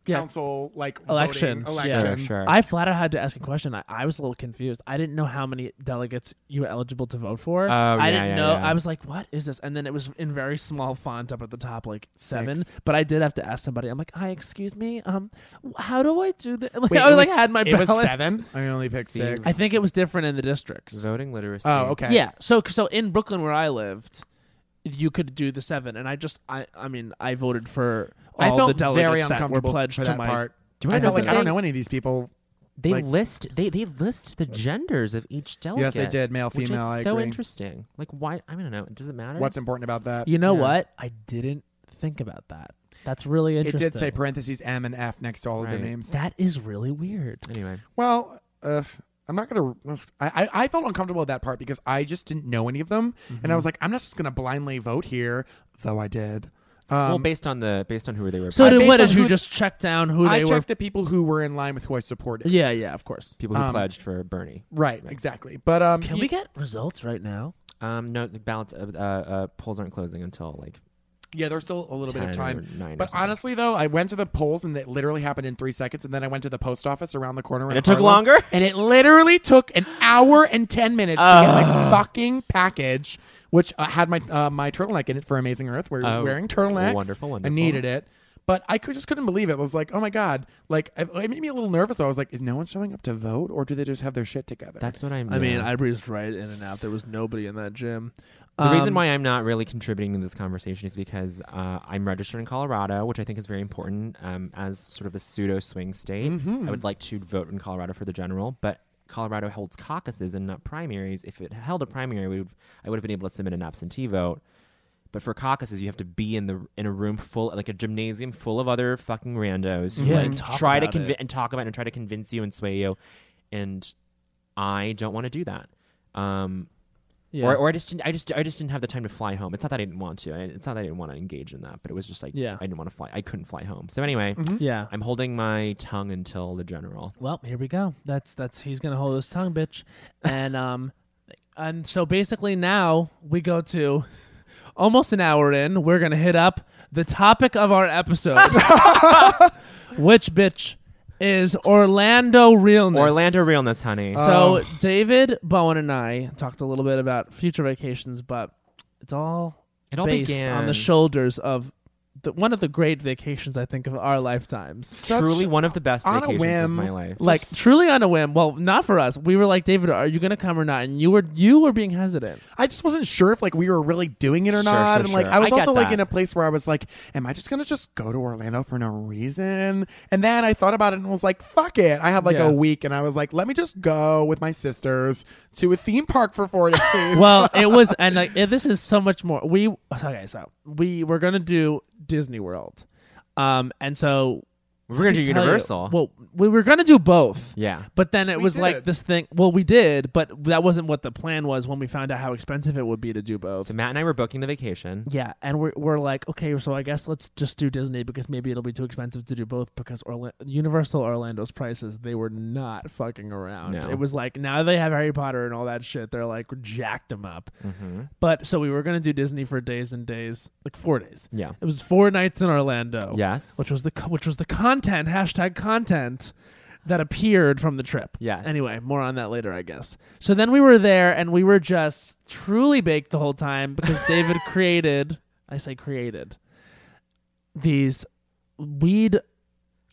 Speaker 8: Yeah.
Speaker 5: council like
Speaker 8: Election.
Speaker 5: voting,
Speaker 8: Yeah.
Speaker 5: election.
Speaker 4: Sure, sure.
Speaker 8: I flat out had to ask a question. I, I was a little confused. I didn't know how many delegates you were eligible to vote for.
Speaker 4: Oh,
Speaker 8: I
Speaker 4: yeah,
Speaker 8: didn't
Speaker 4: yeah,
Speaker 8: know.
Speaker 4: yeah.
Speaker 8: I was like, what is this? And then it was in very small font up at the top, like seven.
Speaker 5: Six.
Speaker 8: But I did have to ask somebody. I'm like, hi, excuse me. Um, wh- how do I do this? Like,
Speaker 5: Wait,
Speaker 8: I
Speaker 5: it
Speaker 8: like
Speaker 5: was-
Speaker 8: had my
Speaker 5: It was
Speaker 8: ballot.
Speaker 5: seven. I only picked
Speaker 4: Seems-
Speaker 5: six.
Speaker 8: I think it was different in the districts.
Speaker 4: Voting literacy.
Speaker 5: Oh, okay.
Speaker 8: Yeah. So so in Brooklyn where I lived, you could do the seven, and I just I I mean I voted for
Speaker 5: I
Speaker 8: all
Speaker 5: felt
Speaker 8: the delegates
Speaker 5: very
Speaker 8: that
Speaker 5: uncomfortable
Speaker 8: were pledged
Speaker 5: for
Speaker 8: to
Speaker 5: that
Speaker 8: my
Speaker 5: part.
Speaker 4: Do you
Speaker 5: I
Speaker 4: wanna know
Speaker 5: felt like I
Speaker 4: something?
Speaker 5: don't know any of these people.
Speaker 4: They
Speaker 5: Like-
Speaker 4: list they they list the genders of each delegate.
Speaker 5: Yes, they did. Male,
Speaker 4: Which is
Speaker 5: female. I
Speaker 4: so
Speaker 5: agree.
Speaker 4: interesting. Like why? I don't know. Does it matter?
Speaker 5: What's important about that?
Speaker 8: You know
Speaker 4: Yeah.
Speaker 8: what? I didn't think about that. That's really
Speaker 5: It
Speaker 8: interesting.
Speaker 5: did say parentheses M and F next to all of
Speaker 4: Right.
Speaker 5: their names.
Speaker 8: That is really weird.
Speaker 4: anyway?
Speaker 5: Well, uh, I'm not gonna. I, I I felt uncomfortable with that part because I just didn't know any of them,
Speaker 8: Mm-hmm.
Speaker 5: and I was like, I'm not just gonna blindly vote here, though I did. Um,
Speaker 4: well, based on the based on who they were,
Speaker 8: So
Speaker 5: did-
Speaker 8: then
Speaker 5: based
Speaker 8: what
Speaker 5: on
Speaker 8: did you
Speaker 5: who-
Speaker 8: just check down who
Speaker 5: I
Speaker 8: they
Speaker 5: checked
Speaker 8: were?
Speaker 5: the people who were in line with who I supported.
Speaker 8: Yeah, yeah, of course.
Speaker 4: people who
Speaker 5: um,
Speaker 4: pledged for Bernie.
Speaker 5: Right, exactly. But um,
Speaker 8: Can
Speaker 5: you-
Speaker 8: we get results right now?
Speaker 4: Um, no, the ballots uh, uh, uh, polls aren't closing until like
Speaker 5: yeah, there's still a little bit of
Speaker 4: 10
Speaker 5: time.
Speaker 4: or nine. or
Speaker 5: But
Speaker 4: something.
Speaker 5: honestly, though, I went to the polls and it literally happened in three seconds, and then I went to the post office around the corner.
Speaker 4: and
Speaker 5: in
Speaker 4: it took
Speaker 5: Harlem,
Speaker 4: longer.
Speaker 5: and it literally took an hour and ten minutes to get my fucking package, which uh, had my uh, my turtleneck in it for Amazing Earth. We're
Speaker 4: Oh,
Speaker 5: wearing turtlenecks.
Speaker 4: wonderful, wonderful.
Speaker 5: I needed it. But I could, just couldn't believe it. I was like, oh my God. Like, it it made me a little nervous, though. I was like, is no one showing up to vote or do they just have their shit together?
Speaker 4: That's what I'm.
Speaker 8: I mean,
Speaker 4: yeah.
Speaker 8: I breezed right in and out. There was nobody in that gym.
Speaker 4: The
Speaker 8: Um,
Speaker 4: reason why I'm not really contributing to this conversation is because uh, I'm registered in Colorado, which I think is very important um, as sort of the pseudo swing state.
Speaker 8: Mm-hmm.
Speaker 4: I would like to vote in Colorado for the general, but Colorado holds caucuses and not primaries. If it held a primary, we would, I would have been able to submit an absentee vote. But for caucuses, you have to be in the in a room full, like a gymnasium full of other fucking randos who
Speaker 8: Yeah,
Speaker 4: like
Speaker 8: and talk
Speaker 4: try to
Speaker 8: about it.
Speaker 4: convince and talk about it and try to convince you and sway you. And I don't want to do that. Um,
Speaker 8: Yeah.
Speaker 4: or, or I just didn't, I just I just didn't have the time to fly home. It's not that I didn't want to. I- It's not that I didn't want to engage in that, but it was just like
Speaker 8: Yeah. Mm-hmm.
Speaker 4: I didn't want to fly. I couldn't fly home. So anyway,
Speaker 8: yeah.
Speaker 4: I'm holding my tongue until the general.
Speaker 8: Well, here we go. That's that's he's gonna hold his tongue, bitch. And um, and so basically now we go to almost an hour in. We're gonna hit up the topic of our episode, which bitch is Orlando realness.
Speaker 4: Orlando realness, honey.
Speaker 8: So David Bowen and I talked a little bit about future vacations, but it's all
Speaker 4: it all
Speaker 8: based
Speaker 4: began
Speaker 8: on the shoulders of the, one of the great vacations I think of our lifetimes.
Speaker 5: Such-
Speaker 4: Truly one of the best
Speaker 5: on a
Speaker 4: vacations
Speaker 5: whim.
Speaker 4: of my life.
Speaker 8: like truly on a whim. Well, not for us. We were like, David, are you gonna come or not? And you were you were being hesitant.
Speaker 5: I just wasn't sure if like we were really doing it or
Speaker 4: Sure,
Speaker 5: not,
Speaker 4: sure,
Speaker 5: and like
Speaker 4: sure.
Speaker 5: I was
Speaker 4: I get
Speaker 5: also like
Speaker 4: that.
Speaker 5: in a place where I was like, "Am I just gonna just go to Orlando for no reason?" And then I thought about it and was like, "Fuck it!" I had like
Speaker 8: Yeah.
Speaker 5: a week, and I was like, "Let me just go with my sisters to a theme park for four days."
Speaker 8: Well, it was, and like it- this is so much more. We okay, so we were gonna do Disney World, um, and so
Speaker 4: we're gonna do
Speaker 8: let me tell you-
Speaker 4: Universal.
Speaker 8: well, we were gonna do both.
Speaker 4: yeah.
Speaker 8: But then it
Speaker 5: We
Speaker 8: was like
Speaker 5: did.
Speaker 8: this thing. Well, we did, but that wasn't what the plan was when we found out how expensive it would be to do both.
Speaker 4: So Matt and I were booking the vacation.
Speaker 8: Yeah, and we're, we're like, okay, so I guess let's just do Disney because maybe it'll be too expensive to do both because Orla- Universal Orlando's prices, they were not fucking around.
Speaker 4: No.
Speaker 8: It was like, now they have Harry Potter and all that shit, they're like jacked them up.
Speaker 4: hmm
Speaker 8: But so we were going to do Disney for days and days, like four days.
Speaker 4: Yeah.
Speaker 8: It was four nights in Orlando.
Speaker 4: Yes.
Speaker 8: Which was the co- which was the content hashtag content that appeared from the trip.
Speaker 4: Yes.
Speaker 8: Anyway, more on that later, I guess. So then we were there, and we were just truly baked the whole time because David created. I say created these weed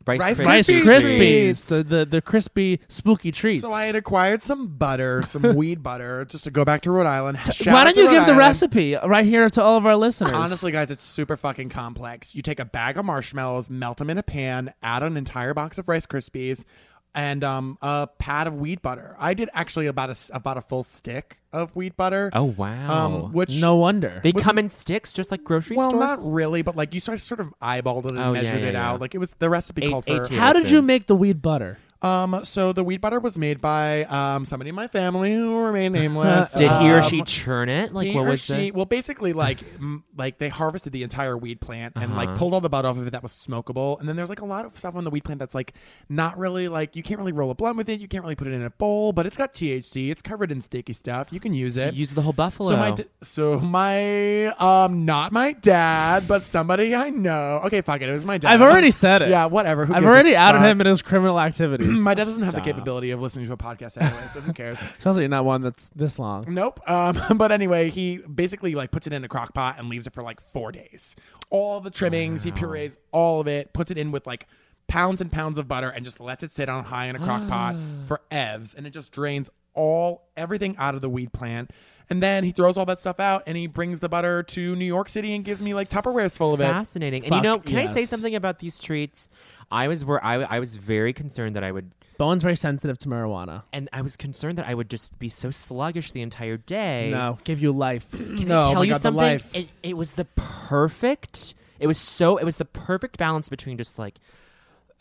Speaker 4: Rice,
Speaker 5: Rice
Speaker 8: rice
Speaker 4: Krispies.
Speaker 8: krispies, the, the the crispy spooky treats.
Speaker 5: so I had acquired some butter, some weed butter, just to go back to Rhode Island. Shout
Speaker 8: Why
Speaker 5: out
Speaker 8: don't
Speaker 5: to
Speaker 8: you
Speaker 5: Rhode
Speaker 8: give the
Speaker 5: Island.
Speaker 8: recipe right here to all of our listeners?
Speaker 5: Honestly, guys, it's super fucking complex. You take a bag of marshmallows, melt them in a pan, add an entire box of Rice Krispies, and um, a pat of wheat butter. I did actually about a s- about a full stick of wheat butter.
Speaker 4: Oh wow.
Speaker 5: um, which
Speaker 8: no wonder.
Speaker 4: they come in sticks, just like grocery
Speaker 5: well,
Speaker 4: stores.
Speaker 5: not really, but like you sort of, sort of eyeballed it and
Speaker 4: Oh, yeah,
Speaker 5: measured
Speaker 4: yeah,
Speaker 5: it
Speaker 4: yeah.
Speaker 5: out. Like it was the recipe
Speaker 4: Eight-
Speaker 5: called for.
Speaker 4: eighteen.
Speaker 8: How did you
Speaker 4: husbands.
Speaker 8: make the weed butter?
Speaker 5: Um, so the wheat butter was made by um, somebody in my family who remained nameless.
Speaker 4: Did he or she
Speaker 5: Um,
Speaker 4: churn it? Like
Speaker 5: he
Speaker 4: what
Speaker 5: or
Speaker 4: was
Speaker 5: she,
Speaker 4: the
Speaker 5: Well, basically, like m- like they harvested the entire weed plant and like
Speaker 4: Uh-huh.
Speaker 5: pulled all the bud off of it that was smokable. And then there's like a lot of stuff on the weed plant that's like not really like you can't really roll a blunt with it. You can't really put it in a bowl, but it's got THC. It's covered in sticky stuff. You can use
Speaker 4: He
Speaker 5: it.
Speaker 4: used the whole buffalo?
Speaker 5: So my, d- so my, um, not my dad, but somebody I know. Okay, fuck it. It was my dad.
Speaker 8: I've already said it.
Speaker 5: Yeah, whatever. Who
Speaker 8: I've
Speaker 5: gives a
Speaker 8: already outed
Speaker 5: fuck?
Speaker 8: him in his criminal activities.
Speaker 5: My dad doesn't have the
Speaker 4: Stop.
Speaker 5: capability of listening to a podcast anyway, so who cares?
Speaker 8: Sounds like you're not one that's this long.
Speaker 5: Nope. Um, but anyway, he basically like puts it in a crock pot and leaves it for like four days. All the trimmings, he purees all of it, puts it in with like pounds and pounds of butter, and just lets it sit on high in a crock pot
Speaker 8: Ah.
Speaker 5: for evs, and it just drains all everything out of the weed plant. And then he throws all that stuff out, and he brings the butter to New York City and gives me like Tupperwares full of it.
Speaker 4: Fascinating. and you know,
Speaker 8: Fuck,
Speaker 4: can I say
Speaker 8: yes.
Speaker 4: something about these treats? I was where I, I was very concerned that I would
Speaker 8: Bowen's very sensitive to marijuana.
Speaker 4: and I was concerned that I would just be so sluggish the entire day.
Speaker 8: No, give you life.
Speaker 4: Can
Speaker 5: No,
Speaker 4: I
Speaker 5: oh
Speaker 4: tell
Speaker 5: my
Speaker 4: you
Speaker 5: God, the
Speaker 4: something?
Speaker 5: life.
Speaker 4: It, it was the perfect. It was so. It was the perfect balance between just like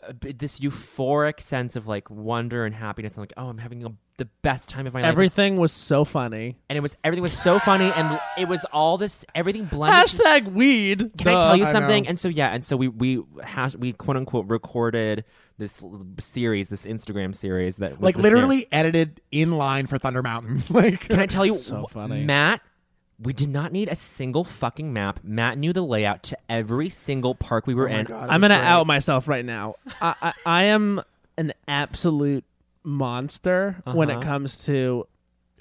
Speaker 4: a bit- this euphoric sense of like wonder and happiness, and like, oh, I'm having a, the best time of my life.
Speaker 8: Everything was so funny.
Speaker 4: And it was everything was so funny, and it was all this everything blended. to-
Speaker 8: Hashtag weed. uh,
Speaker 4: can I tell you
Speaker 5: I
Speaker 4: something?
Speaker 5: know.
Speaker 4: And so yeah, and so we we hash, we quote unquote recorded this l- series, this Instagram series that was
Speaker 5: Like
Speaker 4: the
Speaker 5: literally edited in line for Thunder Mountain. like
Speaker 4: Can I tell you,
Speaker 8: So
Speaker 4: wh-
Speaker 8: funny.
Speaker 4: Matt? We did not need a single fucking map. Matt knew the layout to every single park we were
Speaker 5: Oh
Speaker 4: in.
Speaker 8: I'm gonna out myself right now. I, I I am an absolute monster when it
Speaker 4: Uh-huh.
Speaker 8: comes to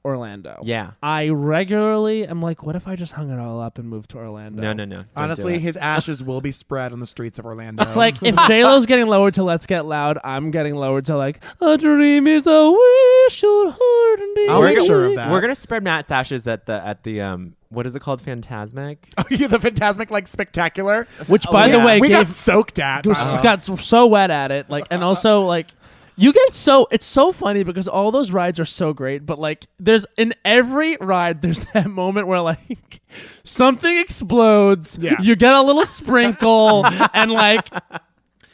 Speaker 8: Orlando.
Speaker 4: Yeah.
Speaker 8: I regularly am like, what if I just hung it all up and moved to Orlando?
Speaker 4: No, no, no. Don't do
Speaker 5: Honestly,
Speaker 4: it.
Speaker 5: his ashes will be spread on the streets of Orlando.
Speaker 8: It's like if J Lo's getting lower to "Let's Get Loud," I'm getting lower to like "A Dream Is a Wish Your Heart and Be."
Speaker 5: I'll
Speaker 4: We're
Speaker 5: make
Speaker 4: gonna-
Speaker 5: sure of that.
Speaker 4: we're gonna spread Matt's ashes at the at the um. What is it called? Phantasmic.
Speaker 5: You're the Fantasmic, like spectacular.
Speaker 8: Which,
Speaker 4: Oh,
Speaker 8: by the
Speaker 5: Yeah,
Speaker 8: way,
Speaker 5: we
Speaker 8: gave,
Speaker 5: got soaked at. by
Speaker 8: was-
Speaker 5: the way.
Speaker 8: got so- so wet at it. Like, and also like. You get so it's so funny because all those rides are so great, but like there's in every ride there's that moment where like something explodes,
Speaker 5: Yeah.
Speaker 8: you get a little sprinkle, and like,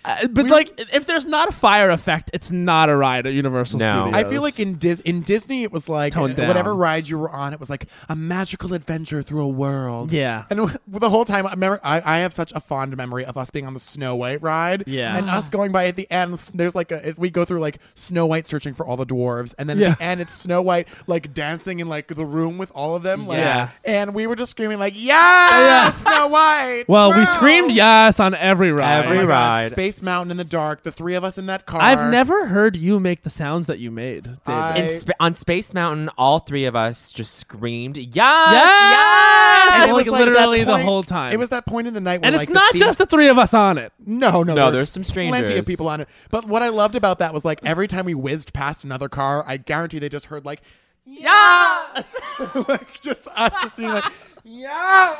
Speaker 8: uh, but like if there's not a fire effect, it's not a ride at Universal
Speaker 4: No.
Speaker 8: Studios.
Speaker 5: I feel like in Dis- in Disney, it was like
Speaker 8: Toned down.
Speaker 5: whatever ride you were on, it was like a magical adventure through a world.
Speaker 8: Yeah.
Speaker 5: and w- the whole time, I remember I, I have such a fond memory of us being on the Snow White ride.
Speaker 8: Yeah.
Speaker 5: and us going by at the end. s- There's like a it- we go through like Snow White searching for all the dwarves, and then
Speaker 8: Yeah.
Speaker 5: at the end, it's Snow White like dancing in like the room with all of them. Like,
Speaker 8: Yes. Oh,
Speaker 5: and we were just screaming like, "Yeah, Snow White!"
Speaker 8: Well, we
Speaker 5: twirl!"
Speaker 8: screamed yes on every
Speaker 5: Oh
Speaker 8: ride.
Speaker 5: my
Speaker 4: Every
Speaker 5: God,
Speaker 4: ride.
Speaker 5: Space Mountain in the dark. The three of us in that car.
Speaker 8: I've never heard you make the sounds that you made, David.
Speaker 5: I-
Speaker 4: In sp- on Space Mountain, all three of us just screamed, "Yes, yes!"
Speaker 8: yes,
Speaker 5: And it
Speaker 8: like
Speaker 5: was like that
Speaker 8: literally the
Speaker 5: point-
Speaker 8: whole time.
Speaker 5: It was that point in the night where
Speaker 8: and
Speaker 5: like,
Speaker 8: it's
Speaker 5: the
Speaker 8: not
Speaker 5: theme-
Speaker 8: just the three of us on it.
Speaker 5: no, no,
Speaker 4: No,
Speaker 5: there's
Speaker 4: there's some strangers.
Speaker 5: Plenty of people on it. But what I loved about that was like every time we whizzed past another car, I guarantee they just heard like,
Speaker 4: Yeah.
Speaker 5: like just us just being like, yeah.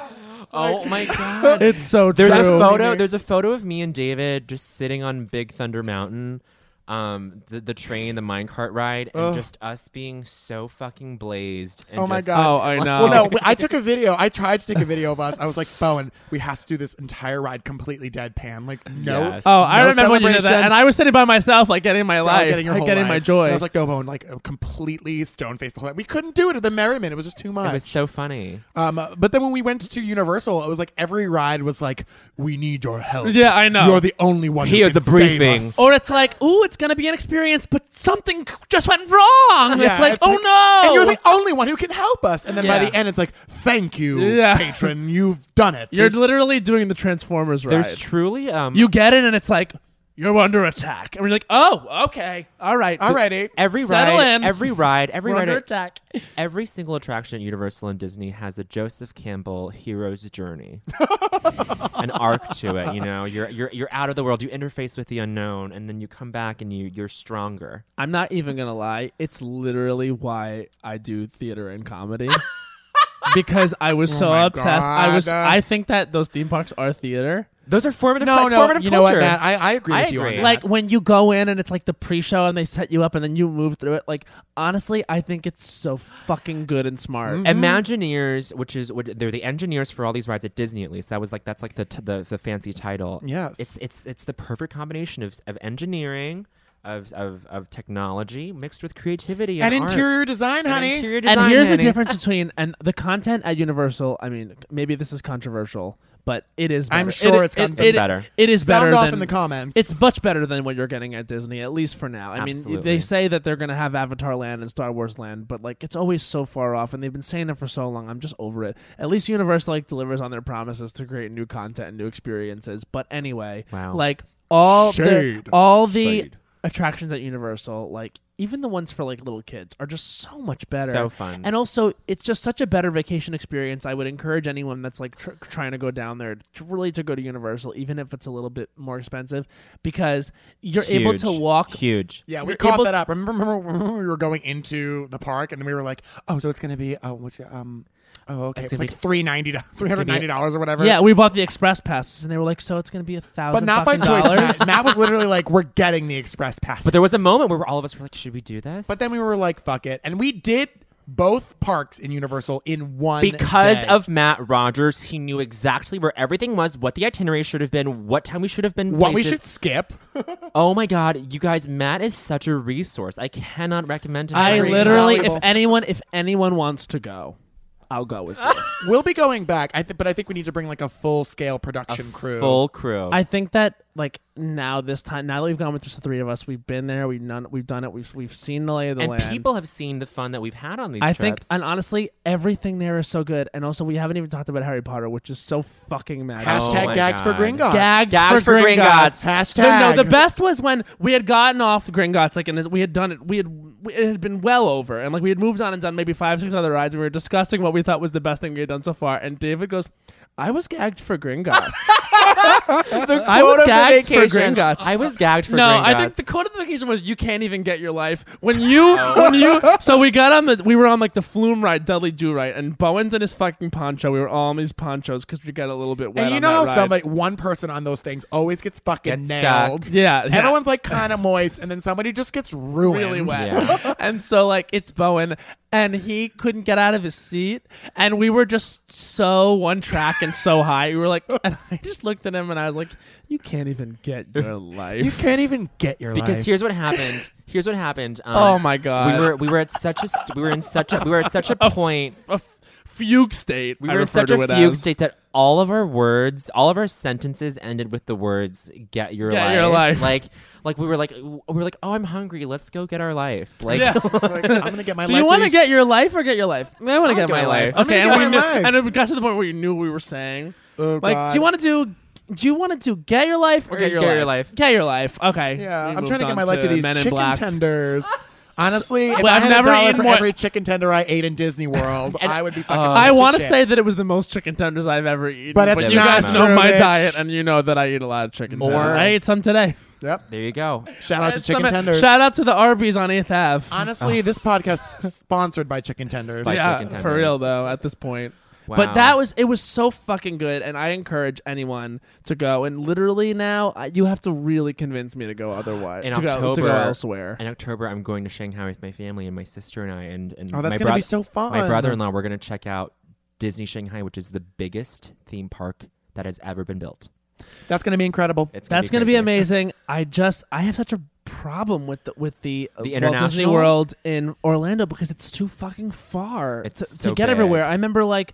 Speaker 4: Oh my god.
Speaker 8: It's so
Speaker 4: There's a
Speaker 8: true.
Speaker 4: photo. There's a photo of me and David just sitting on Big Thunder Mountain, um, the the train, the minecart ride, and just us being so fucking blazed. And
Speaker 5: Oh my
Speaker 4: just-
Speaker 5: God.
Speaker 8: Oh, I know.
Speaker 5: Well, no, we- I took a video. I tried to take a video of us. I was like, Bowen, we have to do this entire ride completely deadpan. Like, no.
Speaker 4: Yes.
Speaker 8: Oh, I
Speaker 5: no
Speaker 8: remember when you did that,
Speaker 5: celebration.
Speaker 8: and I was sitting by myself, like getting my
Speaker 5: Now I'm
Speaker 8: life,
Speaker 5: getting your
Speaker 8: like
Speaker 5: whole
Speaker 8: getting
Speaker 5: life.
Speaker 8: my joy.
Speaker 5: And I was like, no, Bowen, like completely stone faced the whole time. We couldn't do it at the merriment. It was just too much.
Speaker 4: It was so funny.
Speaker 5: Um, but then when we went to Universal, it was like every ride was like, "We need your help."
Speaker 8: Yeah, I know. Oh,
Speaker 5: You're the only one. who
Speaker 4: Here's
Speaker 5: can
Speaker 4: a briefing.
Speaker 5: save us."
Speaker 8: or it's like, ooh, it's gonna be an experience, but something just went wrong.
Speaker 5: Yeah,
Speaker 8: it's like, oh no!
Speaker 5: And you're the only one who can help us. And then by
Speaker 8: Yeah.
Speaker 5: the end, it's like, "Thank you,
Speaker 8: Yeah.
Speaker 5: patron. You've done it."
Speaker 8: You're literally doing the Transformers ride.
Speaker 4: There's truly um.
Speaker 8: you get it, and it's like you're under attack, and we're like, oh, okay, all right,
Speaker 5: Alrighty.
Speaker 4: Every
Speaker 8: Settle
Speaker 4: ride,
Speaker 8: in.
Speaker 4: every ride, every
Speaker 8: we're
Speaker 4: ride,
Speaker 8: under
Speaker 4: at-
Speaker 8: attack.
Speaker 4: every single attraction at Universal and Disney has a Joseph Campbell hero's journey, an arc to it. You know, you're you're you're out of the world. You interface with the unknown, and then you come back and you you're stronger.
Speaker 8: I'm not even gonna lie. It's literally why I do theater and comedy. because I was so
Speaker 5: Oh my
Speaker 8: obsessed. I was
Speaker 5: God.
Speaker 8: I think that those theme parks are theater.
Speaker 4: Those are formative.
Speaker 5: no,
Speaker 4: it's
Speaker 5: no.
Speaker 4: formative
Speaker 5: You know
Speaker 4: culture.
Speaker 5: what, Matt? I, I agree
Speaker 4: I
Speaker 5: with you on
Speaker 4: agree.
Speaker 5: that.
Speaker 8: Like when you go in and it's like the pre-show and they set you up and then you move through it. Like honestly, I think it's so fucking good and smart.
Speaker 5: Mm-hmm.
Speaker 4: Imagineers, which is which, they're the engineers for all these rides at Disney, at least that was like that's like the t- the, the fancy title.
Speaker 5: Yes.
Speaker 4: it's it's it's the perfect combination of of engineering, of, of, of technology mixed with creativity
Speaker 5: and
Speaker 4: and, art.
Speaker 5: interior design,
Speaker 4: And
Speaker 5: honey.
Speaker 4: interior
Speaker 8: and
Speaker 4: design,
Speaker 8: here's the
Speaker 4: honey.
Speaker 8: difference between and the content at Universal. I mean, maybe this is controversial, but it is. Better.
Speaker 5: I'm sure
Speaker 8: it,
Speaker 5: it's con-
Speaker 8: it,
Speaker 4: It's better.
Speaker 8: It is
Speaker 5: Sound
Speaker 8: better
Speaker 5: off
Speaker 8: than
Speaker 5: in the comments.
Speaker 8: It's much better than what you're getting at Disney, at least for now. I mean,
Speaker 4: Absolutely.
Speaker 8: they say that they're going to have Avatar Land and Star Wars Land, but like it's always so far off, and they've been saying it for so long. I'm just over it. At least Universal like delivers on their promises to create new content and new experiences. But anyway,
Speaker 4: Wow.
Speaker 8: like all
Speaker 5: Shade.
Speaker 8: the all the
Speaker 4: Shade.
Speaker 8: attractions at Universal, like even the ones for like little kids, are just so much better.
Speaker 4: So fun.
Speaker 8: And also, it's just such a better vacation experience. I would encourage anyone that's like tr- trying to go down there to really to go to Universal, even if it's a little bit more expensive, because you're able to
Speaker 4: Huge.
Speaker 8: walk.
Speaker 4: Huge.
Speaker 5: yeah, we
Speaker 8: you're
Speaker 5: caught
Speaker 8: able-
Speaker 5: that up. Remember, remember, remember when we were going into the park and we were like, oh, so it's gonna be oh, what's your, um, oh, okay,
Speaker 4: It's
Speaker 5: it's,
Speaker 4: gonna
Speaker 5: like
Speaker 4: be-
Speaker 5: three ninety, three hundred ninety dollars or whatever.
Speaker 8: Yeah, we bought the express passes, and they were like, "So it's going to be a thousand,
Speaker 5: but not by choice.
Speaker 8: dollars."
Speaker 5: Matt. Matt was literally like, we're getting the express pass.
Speaker 4: But there was a moment where all of us were like, should we do this?
Speaker 5: But then we were like, fuck it. And we did both parks in Universal in one
Speaker 4: because
Speaker 5: day.
Speaker 4: of Matt Rogers, he knew exactly where everything was, what the itinerary should have been, what time we should have been.
Speaker 5: what we
Speaker 4: places.
Speaker 5: should skip.
Speaker 4: Oh my God, you guys! Matt is such a resource. I cannot recommend him.
Speaker 8: I
Speaker 4: highly
Speaker 8: literally,
Speaker 5: Valuable.
Speaker 8: if anyone, if anyone wants to go, I'll go with you.
Speaker 5: we'll be going back. I th- but I think we need to bring like a full scale production crew.
Speaker 4: full crew.
Speaker 8: I think that like now this time, now that we've gone with just the three of us, we've been there, we've done, we've done it, we've we've seen the lay of the
Speaker 4: and
Speaker 8: land.
Speaker 4: people have seen the fun that we've had on these
Speaker 8: I think,
Speaker 4: trips.
Speaker 8: and honestly, everything there is so good. And also, we haven't even talked about Harry Potter, which is so fucking mad.
Speaker 5: Hashtag
Speaker 4: Oh my
Speaker 5: gags for
Speaker 4: God.
Speaker 5: Gringotts.
Speaker 8: Gagged,
Speaker 4: Gagged for
Speaker 8: for, Gringotts.
Speaker 4: Gringotts.
Speaker 5: Hashtag.
Speaker 8: The, no, the best was when we had gotten off Gringotts, like, and it- we had done it. We had we, it had been well over, and like we had moved on and done maybe five, six other rides, and we were discussing what we thought was the best thing we had done so far. And David goes, "I was gagged for Gringotts. I was gagged for Gringotts.
Speaker 4: I was gagged for
Speaker 8: no,
Speaker 4: Gringotts.
Speaker 8: I think the quote of the vacation was "You can't even get your life when you when you."
Speaker 4: Oh.
Speaker 8: So we got on the we were on like the flume ride, Dudley Do Right, and Bowen's in his fucking poncho. We were all in these ponchos because we got a little bit wet.
Speaker 5: And you
Speaker 8: on
Speaker 5: know
Speaker 8: that
Speaker 5: how
Speaker 8: ride.
Speaker 5: somebody, one person on those things always gets fucking
Speaker 4: Gets stuck.
Speaker 5: nailed.
Speaker 8: Yeah, yeah.
Speaker 5: Everyone's like kind of moist, and then somebody just gets ruined.
Speaker 8: really wet.
Speaker 4: Yeah.
Speaker 8: and so like it's Bowen and he couldn't get out of his seat and we were just so one track and so high. We were like and I just looked at him and I was like, You can't even get your
Speaker 5: You
Speaker 8: life.
Speaker 5: can't even get your
Speaker 4: because
Speaker 5: life.
Speaker 4: here's what happened. Here's what happened. Um,
Speaker 8: Oh my
Speaker 4: We
Speaker 8: god.
Speaker 4: were we were at such a st- we were in such a we were at such a point.
Speaker 8: a f- fugue state.
Speaker 4: We
Speaker 8: I
Speaker 4: were in
Speaker 8: refer
Speaker 4: such
Speaker 8: to
Speaker 4: a
Speaker 8: it
Speaker 4: fugue
Speaker 8: as.
Speaker 4: state that all of our words, all of our sentences ended with the words "get your
Speaker 8: Get
Speaker 4: life."
Speaker 8: your life.
Speaker 4: Like, like we were like we were like, "Oh, I'm hungry. Let's go get our life." Like,
Speaker 8: Yeah.
Speaker 5: It's like, I'm gonna get my
Speaker 8: Do
Speaker 5: life
Speaker 8: you want to
Speaker 5: these-
Speaker 8: get your life or get your life? I want to get
Speaker 4: get
Speaker 8: my
Speaker 4: my
Speaker 8: life.
Speaker 5: I'm
Speaker 8: Okay,
Speaker 5: gonna
Speaker 8: and
Speaker 5: get
Speaker 8: we
Speaker 5: my
Speaker 8: knew,
Speaker 5: life.
Speaker 8: and it got to the point where you knew what we were saying.
Speaker 5: Oh,
Speaker 8: like,
Speaker 5: God.
Speaker 8: do you want to do? Do you want to do get your life or,
Speaker 4: Or
Speaker 8: get, your,
Speaker 4: get
Speaker 8: life?
Speaker 4: your life.
Speaker 8: Get your life. Okay.
Speaker 5: Yeah,
Speaker 8: We
Speaker 5: I'm
Speaker 8: moved
Speaker 5: trying to get
Speaker 8: on
Speaker 5: my life to these
Speaker 8: Men in
Speaker 5: chicken
Speaker 8: Black.
Speaker 5: tenders. Honestly, if
Speaker 8: Well,
Speaker 5: I
Speaker 8: I've
Speaker 5: had
Speaker 8: never
Speaker 5: a dollar
Speaker 8: eaten
Speaker 5: for
Speaker 8: more-
Speaker 5: every chicken tender I ate in Disney World, I would be fucking.
Speaker 8: I
Speaker 5: want to
Speaker 8: say that it was the most chicken tenders I've ever eaten.
Speaker 5: But it's
Speaker 8: you
Speaker 4: not
Speaker 8: guys know
Speaker 5: true,
Speaker 8: my
Speaker 5: bitch.
Speaker 8: diet, and you know that I eat a lot of chicken
Speaker 5: More.
Speaker 8: tenders. I ate some today.
Speaker 5: Yep.
Speaker 4: there you go.
Speaker 5: Shout
Speaker 8: I
Speaker 5: out to
Speaker 8: had
Speaker 5: chicken
Speaker 8: some-
Speaker 5: tenders.
Speaker 8: Shout out to the Arby's on 8th Ave.
Speaker 5: Honestly, this podcast is sponsored by chicken tenders.
Speaker 4: By-
Speaker 8: yeah,
Speaker 4: chicken
Speaker 8: for real
Speaker 4: tenders.
Speaker 8: though. At this point.
Speaker 4: Wow.
Speaker 8: But that was it was so fucking good, and I encourage anyone to go. And literally now, I- you have to really convince me to go otherwise.
Speaker 4: In
Speaker 8: to, go, to
Speaker 4: October-
Speaker 8: go elsewhere.
Speaker 4: In October, I'm going to Shanghai with my family and my sister and I and and
Speaker 5: Oh, that's
Speaker 4: my
Speaker 5: gonna be
Speaker 4: broth-
Speaker 5: so fun.
Speaker 4: My brother-in-law. We're gonna check out Disney Shanghai, which is the biggest theme park that has ever been built.
Speaker 5: That's gonna be incredible.
Speaker 4: It's
Speaker 8: That's going to be
Speaker 4: crazy.
Speaker 8: amazing. I just I have such a problem with the with the, uh,
Speaker 4: The
Speaker 8: Walt Disney
Speaker 4: international?
Speaker 8: World in Orlando because it's too fucking far
Speaker 4: It's
Speaker 8: to,
Speaker 4: so
Speaker 8: to get
Speaker 4: big.
Speaker 8: everywhere. I remember like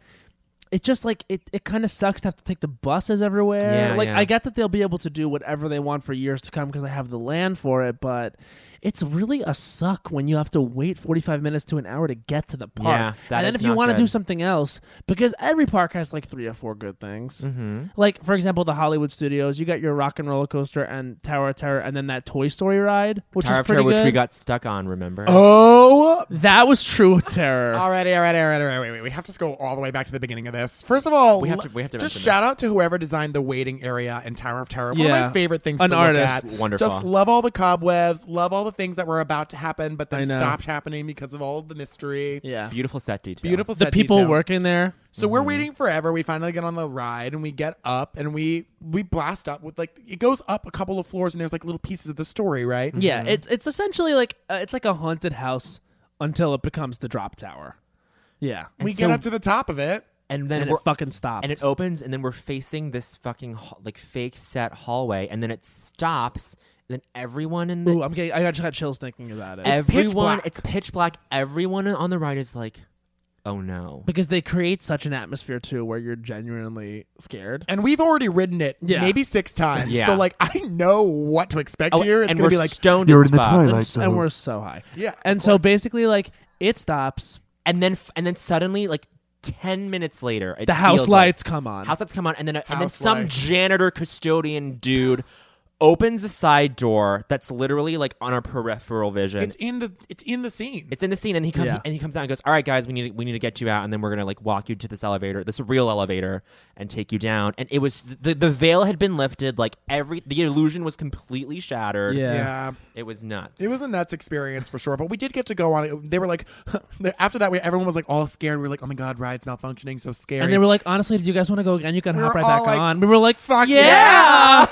Speaker 8: it just like it, it kind of sucks to have to take the buses everywhere.
Speaker 4: Yeah,
Speaker 8: like
Speaker 4: yeah.
Speaker 8: I get that they'll be able to do whatever they want for years to come because they have the land for it, but it's really a suck when you have to wait 45 minutes to an hour to get to the park.
Speaker 4: Yeah, that
Speaker 8: and then
Speaker 4: is
Speaker 8: if you
Speaker 4: not
Speaker 8: want to do
Speaker 4: good.
Speaker 8: something else because every park has like 3 or 4 good things.
Speaker 4: Mhm.
Speaker 8: Like for example, the Hollywood Studios. You got your Rock and Roller Coaster and Tower of Terror, and then that Toy Story ride, which
Speaker 4: Tower
Speaker 8: is
Speaker 4: of
Speaker 8: pretty
Speaker 4: Terror, which
Speaker 8: good.
Speaker 4: we got stuck on. Remember?
Speaker 5: Oh.
Speaker 8: that was true with Terror.
Speaker 5: Alrighty, alrighty, alrighty, alrighty. Wait, wait, we have to go all the way back to the beginning of this. First of all,
Speaker 4: We have
Speaker 5: l-
Speaker 4: to- we have to
Speaker 5: just
Speaker 4: mention
Speaker 5: shout out to whoever designed the waiting area in Tower of Terror. One
Speaker 8: Yeah.
Speaker 5: of my favorite things
Speaker 8: An
Speaker 5: to
Speaker 8: artist.
Speaker 5: look at.
Speaker 4: Wonderful.
Speaker 5: Just love all the cobwebs, love all the things that were about to happen, but
Speaker 8: I
Speaker 5: then
Speaker 8: know.
Speaker 5: stopped happening because of all the mystery.
Speaker 8: yeah,
Speaker 4: Beautiful set detail.
Speaker 5: Beautiful.
Speaker 8: the
Speaker 5: set
Speaker 8: people Mm-hmm.
Speaker 5: detail.
Speaker 8: working there.
Speaker 5: So we're waiting forever. We finally get on the ride and we get up and we we blast up with like it goes up a couple of floors and there's like little pieces of the story, right?
Speaker 8: Yeah, it's it's essentially like uh, it's like a haunted house until it becomes the drop tower. Yeah,
Speaker 5: We
Speaker 4: And
Speaker 5: get
Speaker 4: so-
Speaker 5: up to the top of it.
Speaker 4: And then
Speaker 8: and,
Speaker 4: we're
Speaker 8: it fucking stopped.
Speaker 4: and it opens and then we're facing this fucking h- like fake set hallway and then it stops then everyone in the
Speaker 8: Ooh, I'm getting. I just got chills thinking about it
Speaker 5: It's pitch
Speaker 4: everyone
Speaker 5: black.
Speaker 4: it's pitch black. Everyone on the right is like, oh no.
Speaker 8: because they create such an atmosphere too, where you're genuinely scared.
Speaker 5: And we've already ridden it
Speaker 8: Yeah.
Speaker 5: maybe six times.
Speaker 4: Yeah.
Speaker 5: So like I know what to expect
Speaker 4: Oh,
Speaker 5: here. It's
Speaker 4: and
Speaker 5: gonna
Speaker 4: we're
Speaker 5: be like
Speaker 4: stoned
Speaker 10: You're
Speaker 4: as
Speaker 10: in the
Speaker 4: fuck.
Speaker 10: twilight.
Speaker 8: And,
Speaker 10: like
Speaker 8: s- and
Speaker 10: those.
Speaker 8: we're so high.
Speaker 5: Yeah. of
Speaker 8: And so
Speaker 5: course.
Speaker 8: basically, like it stops.
Speaker 4: And then f- and then suddenly like ten minutes later, it
Speaker 8: The house
Speaker 4: feels like-
Speaker 8: lights come on.
Speaker 4: House lights come on, and then and then
Speaker 5: House
Speaker 4: some
Speaker 5: lights.
Speaker 4: janitor custodian dude opens a side door that's literally like on our peripheral vision.
Speaker 5: it's
Speaker 4: It's,
Speaker 5: in the it's in the scene.
Speaker 4: in the scene, and he comes
Speaker 8: Yeah.
Speaker 4: and he comes out and goes, "All right, guys, we need to, we need to get you out, and then we're gonna like walk you to this elevator, this real elevator, and take you down." And it was the the veil had been lifted, like every the illusion was completely shattered.
Speaker 8: Yeah.
Speaker 5: yeah.
Speaker 4: it was nuts.
Speaker 5: It was a nuts experience for sure, but we did get to go on it. They were like, after that, we, everyone was like all scared. We were like, oh my god, ride's malfunctioning, so scary.
Speaker 8: And they were like, honestly, do you guys want to go again? You can
Speaker 5: We
Speaker 8: hop
Speaker 5: were
Speaker 8: right
Speaker 5: all
Speaker 8: back
Speaker 5: like,
Speaker 8: on. We were like,
Speaker 5: "Fuck
Speaker 8: yeah.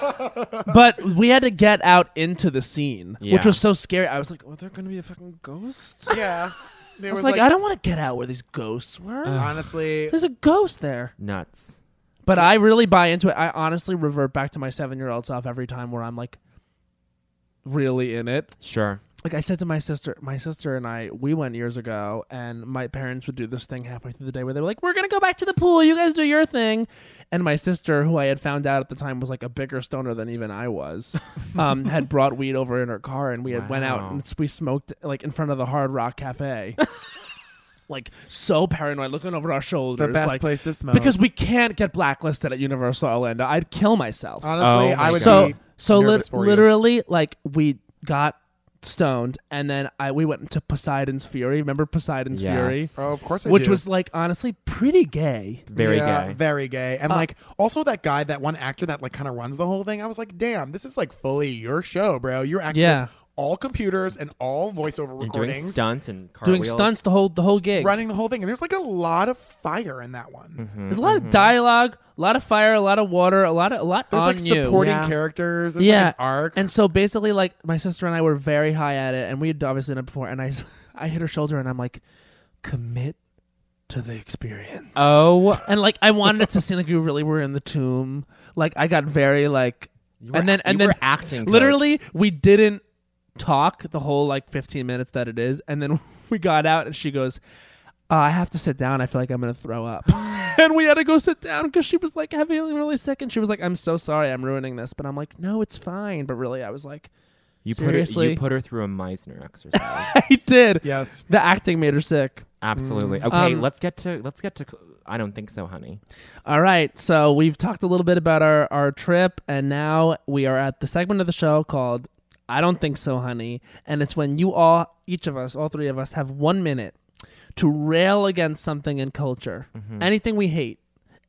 Speaker 8: but we had to get out into the scene,
Speaker 4: Yeah.
Speaker 8: which was so scary. I was like, well, there going to be a fucking ghost?
Speaker 5: yeah. They
Speaker 8: I was
Speaker 5: were
Speaker 8: like, I don't want to get out where these ghosts were.
Speaker 5: honestly.
Speaker 8: There's a ghost there.
Speaker 4: nuts.
Speaker 8: But I really buy into it. I honestly revert back to my seven year old self every time where I'm like, really in it.
Speaker 4: Sure.
Speaker 8: Like I said to my sister, my sister and I, we went years ago, and my parents would do this thing halfway through the day where they were like, "We're gonna go back to the pool. You guys do your thing." And my sister, who I had found out at the time was like a bigger stoner than even I was, um, had brought weed over in her car, and we had went out
Speaker 4: Wow.
Speaker 8: and s- we smoked like in front of the Hard Rock Cafe. like so paranoid, looking over our shoulders.
Speaker 5: The best
Speaker 8: like,
Speaker 5: place to smoke.
Speaker 8: because we can't get blacklisted at Universal Orlando. I'd kill myself.
Speaker 5: honestly,
Speaker 4: Oh my
Speaker 5: I would
Speaker 8: so
Speaker 5: be
Speaker 8: so
Speaker 5: nervous
Speaker 8: lit-
Speaker 5: for you.
Speaker 8: literally like we got stoned and then I we went to Poseidon's Fury. Remember Poseidon's Fury?
Speaker 4: Yes.
Speaker 5: Oh, of course, I
Speaker 8: Which
Speaker 5: do.
Speaker 8: was like honestly pretty gay.
Speaker 4: Very
Speaker 5: yeah,
Speaker 4: gay.
Speaker 5: very gay, and
Speaker 8: Uh,
Speaker 5: like also that guy, that one actor that like kind of runs the whole thing. I was like, damn, this is like fully your show, bro. You're acting
Speaker 8: Yeah.
Speaker 5: with all computers and all voiceover
Speaker 4: and doing
Speaker 5: recordings,
Speaker 4: stunts and
Speaker 8: Doing
Speaker 4: cartwheels.
Speaker 8: stunts the whole the whole gig.
Speaker 5: running the whole thing, and there's like a lot of fire in that one.
Speaker 4: Mm-hmm.
Speaker 8: There's a lot of dialogue, a lot of fire, a lot of water, a lot of a lot
Speaker 5: There's
Speaker 8: on
Speaker 5: like
Speaker 8: you.
Speaker 5: supporting
Speaker 4: Yeah.
Speaker 5: characters. There's
Speaker 8: yeah
Speaker 5: like an arc.
Speaker 8: and so basically like my sister and i were very high at it and we had obviously done it before and i s- i hit her shoulder and i'm like commit to the experience
Speaker 4: Oh,
Speaker 8: and like i wanted it to seem like we really were in the tomb like i got very like
Speaker 4: you
Speaker 8: and
Speaker 4: were-
Speaker 8: then and
Speaker 4: you
Speaker 8: then
Speaker 4: were acting. coach.
Speaker 8: literally we didn't talk the whole like 15 minutes that it is and then we got out and she goes uh, i have to sit down i feel like i'm gonna throw up and we had to go sit down because she was like having feeling really sick and she was like i'm so sorry i'm ruining this but i'm like no it's fine but really i was like
Speaker 4: You put her,
Speaker 8: Seriously?
Speaker 4: you put her through a Meisner exercise.
Speaker 8: i did
Speaker 5: yes,
Speaker 8: the acting made her sick
Speaker 4: Absolutely. Okay,
Speaker 8: Um,
Speaker 4: let's get to let's get to. I don't think so, honey.
Speaker 8: all right so we've talked a little bit about our our trip and now we are at the segment of the show called i don't think so honey and it's when you all each of us all three of us have one minute to rail against something in culture,
Speaker 4: Mm-hmm.
Speaker 8: anything we hate,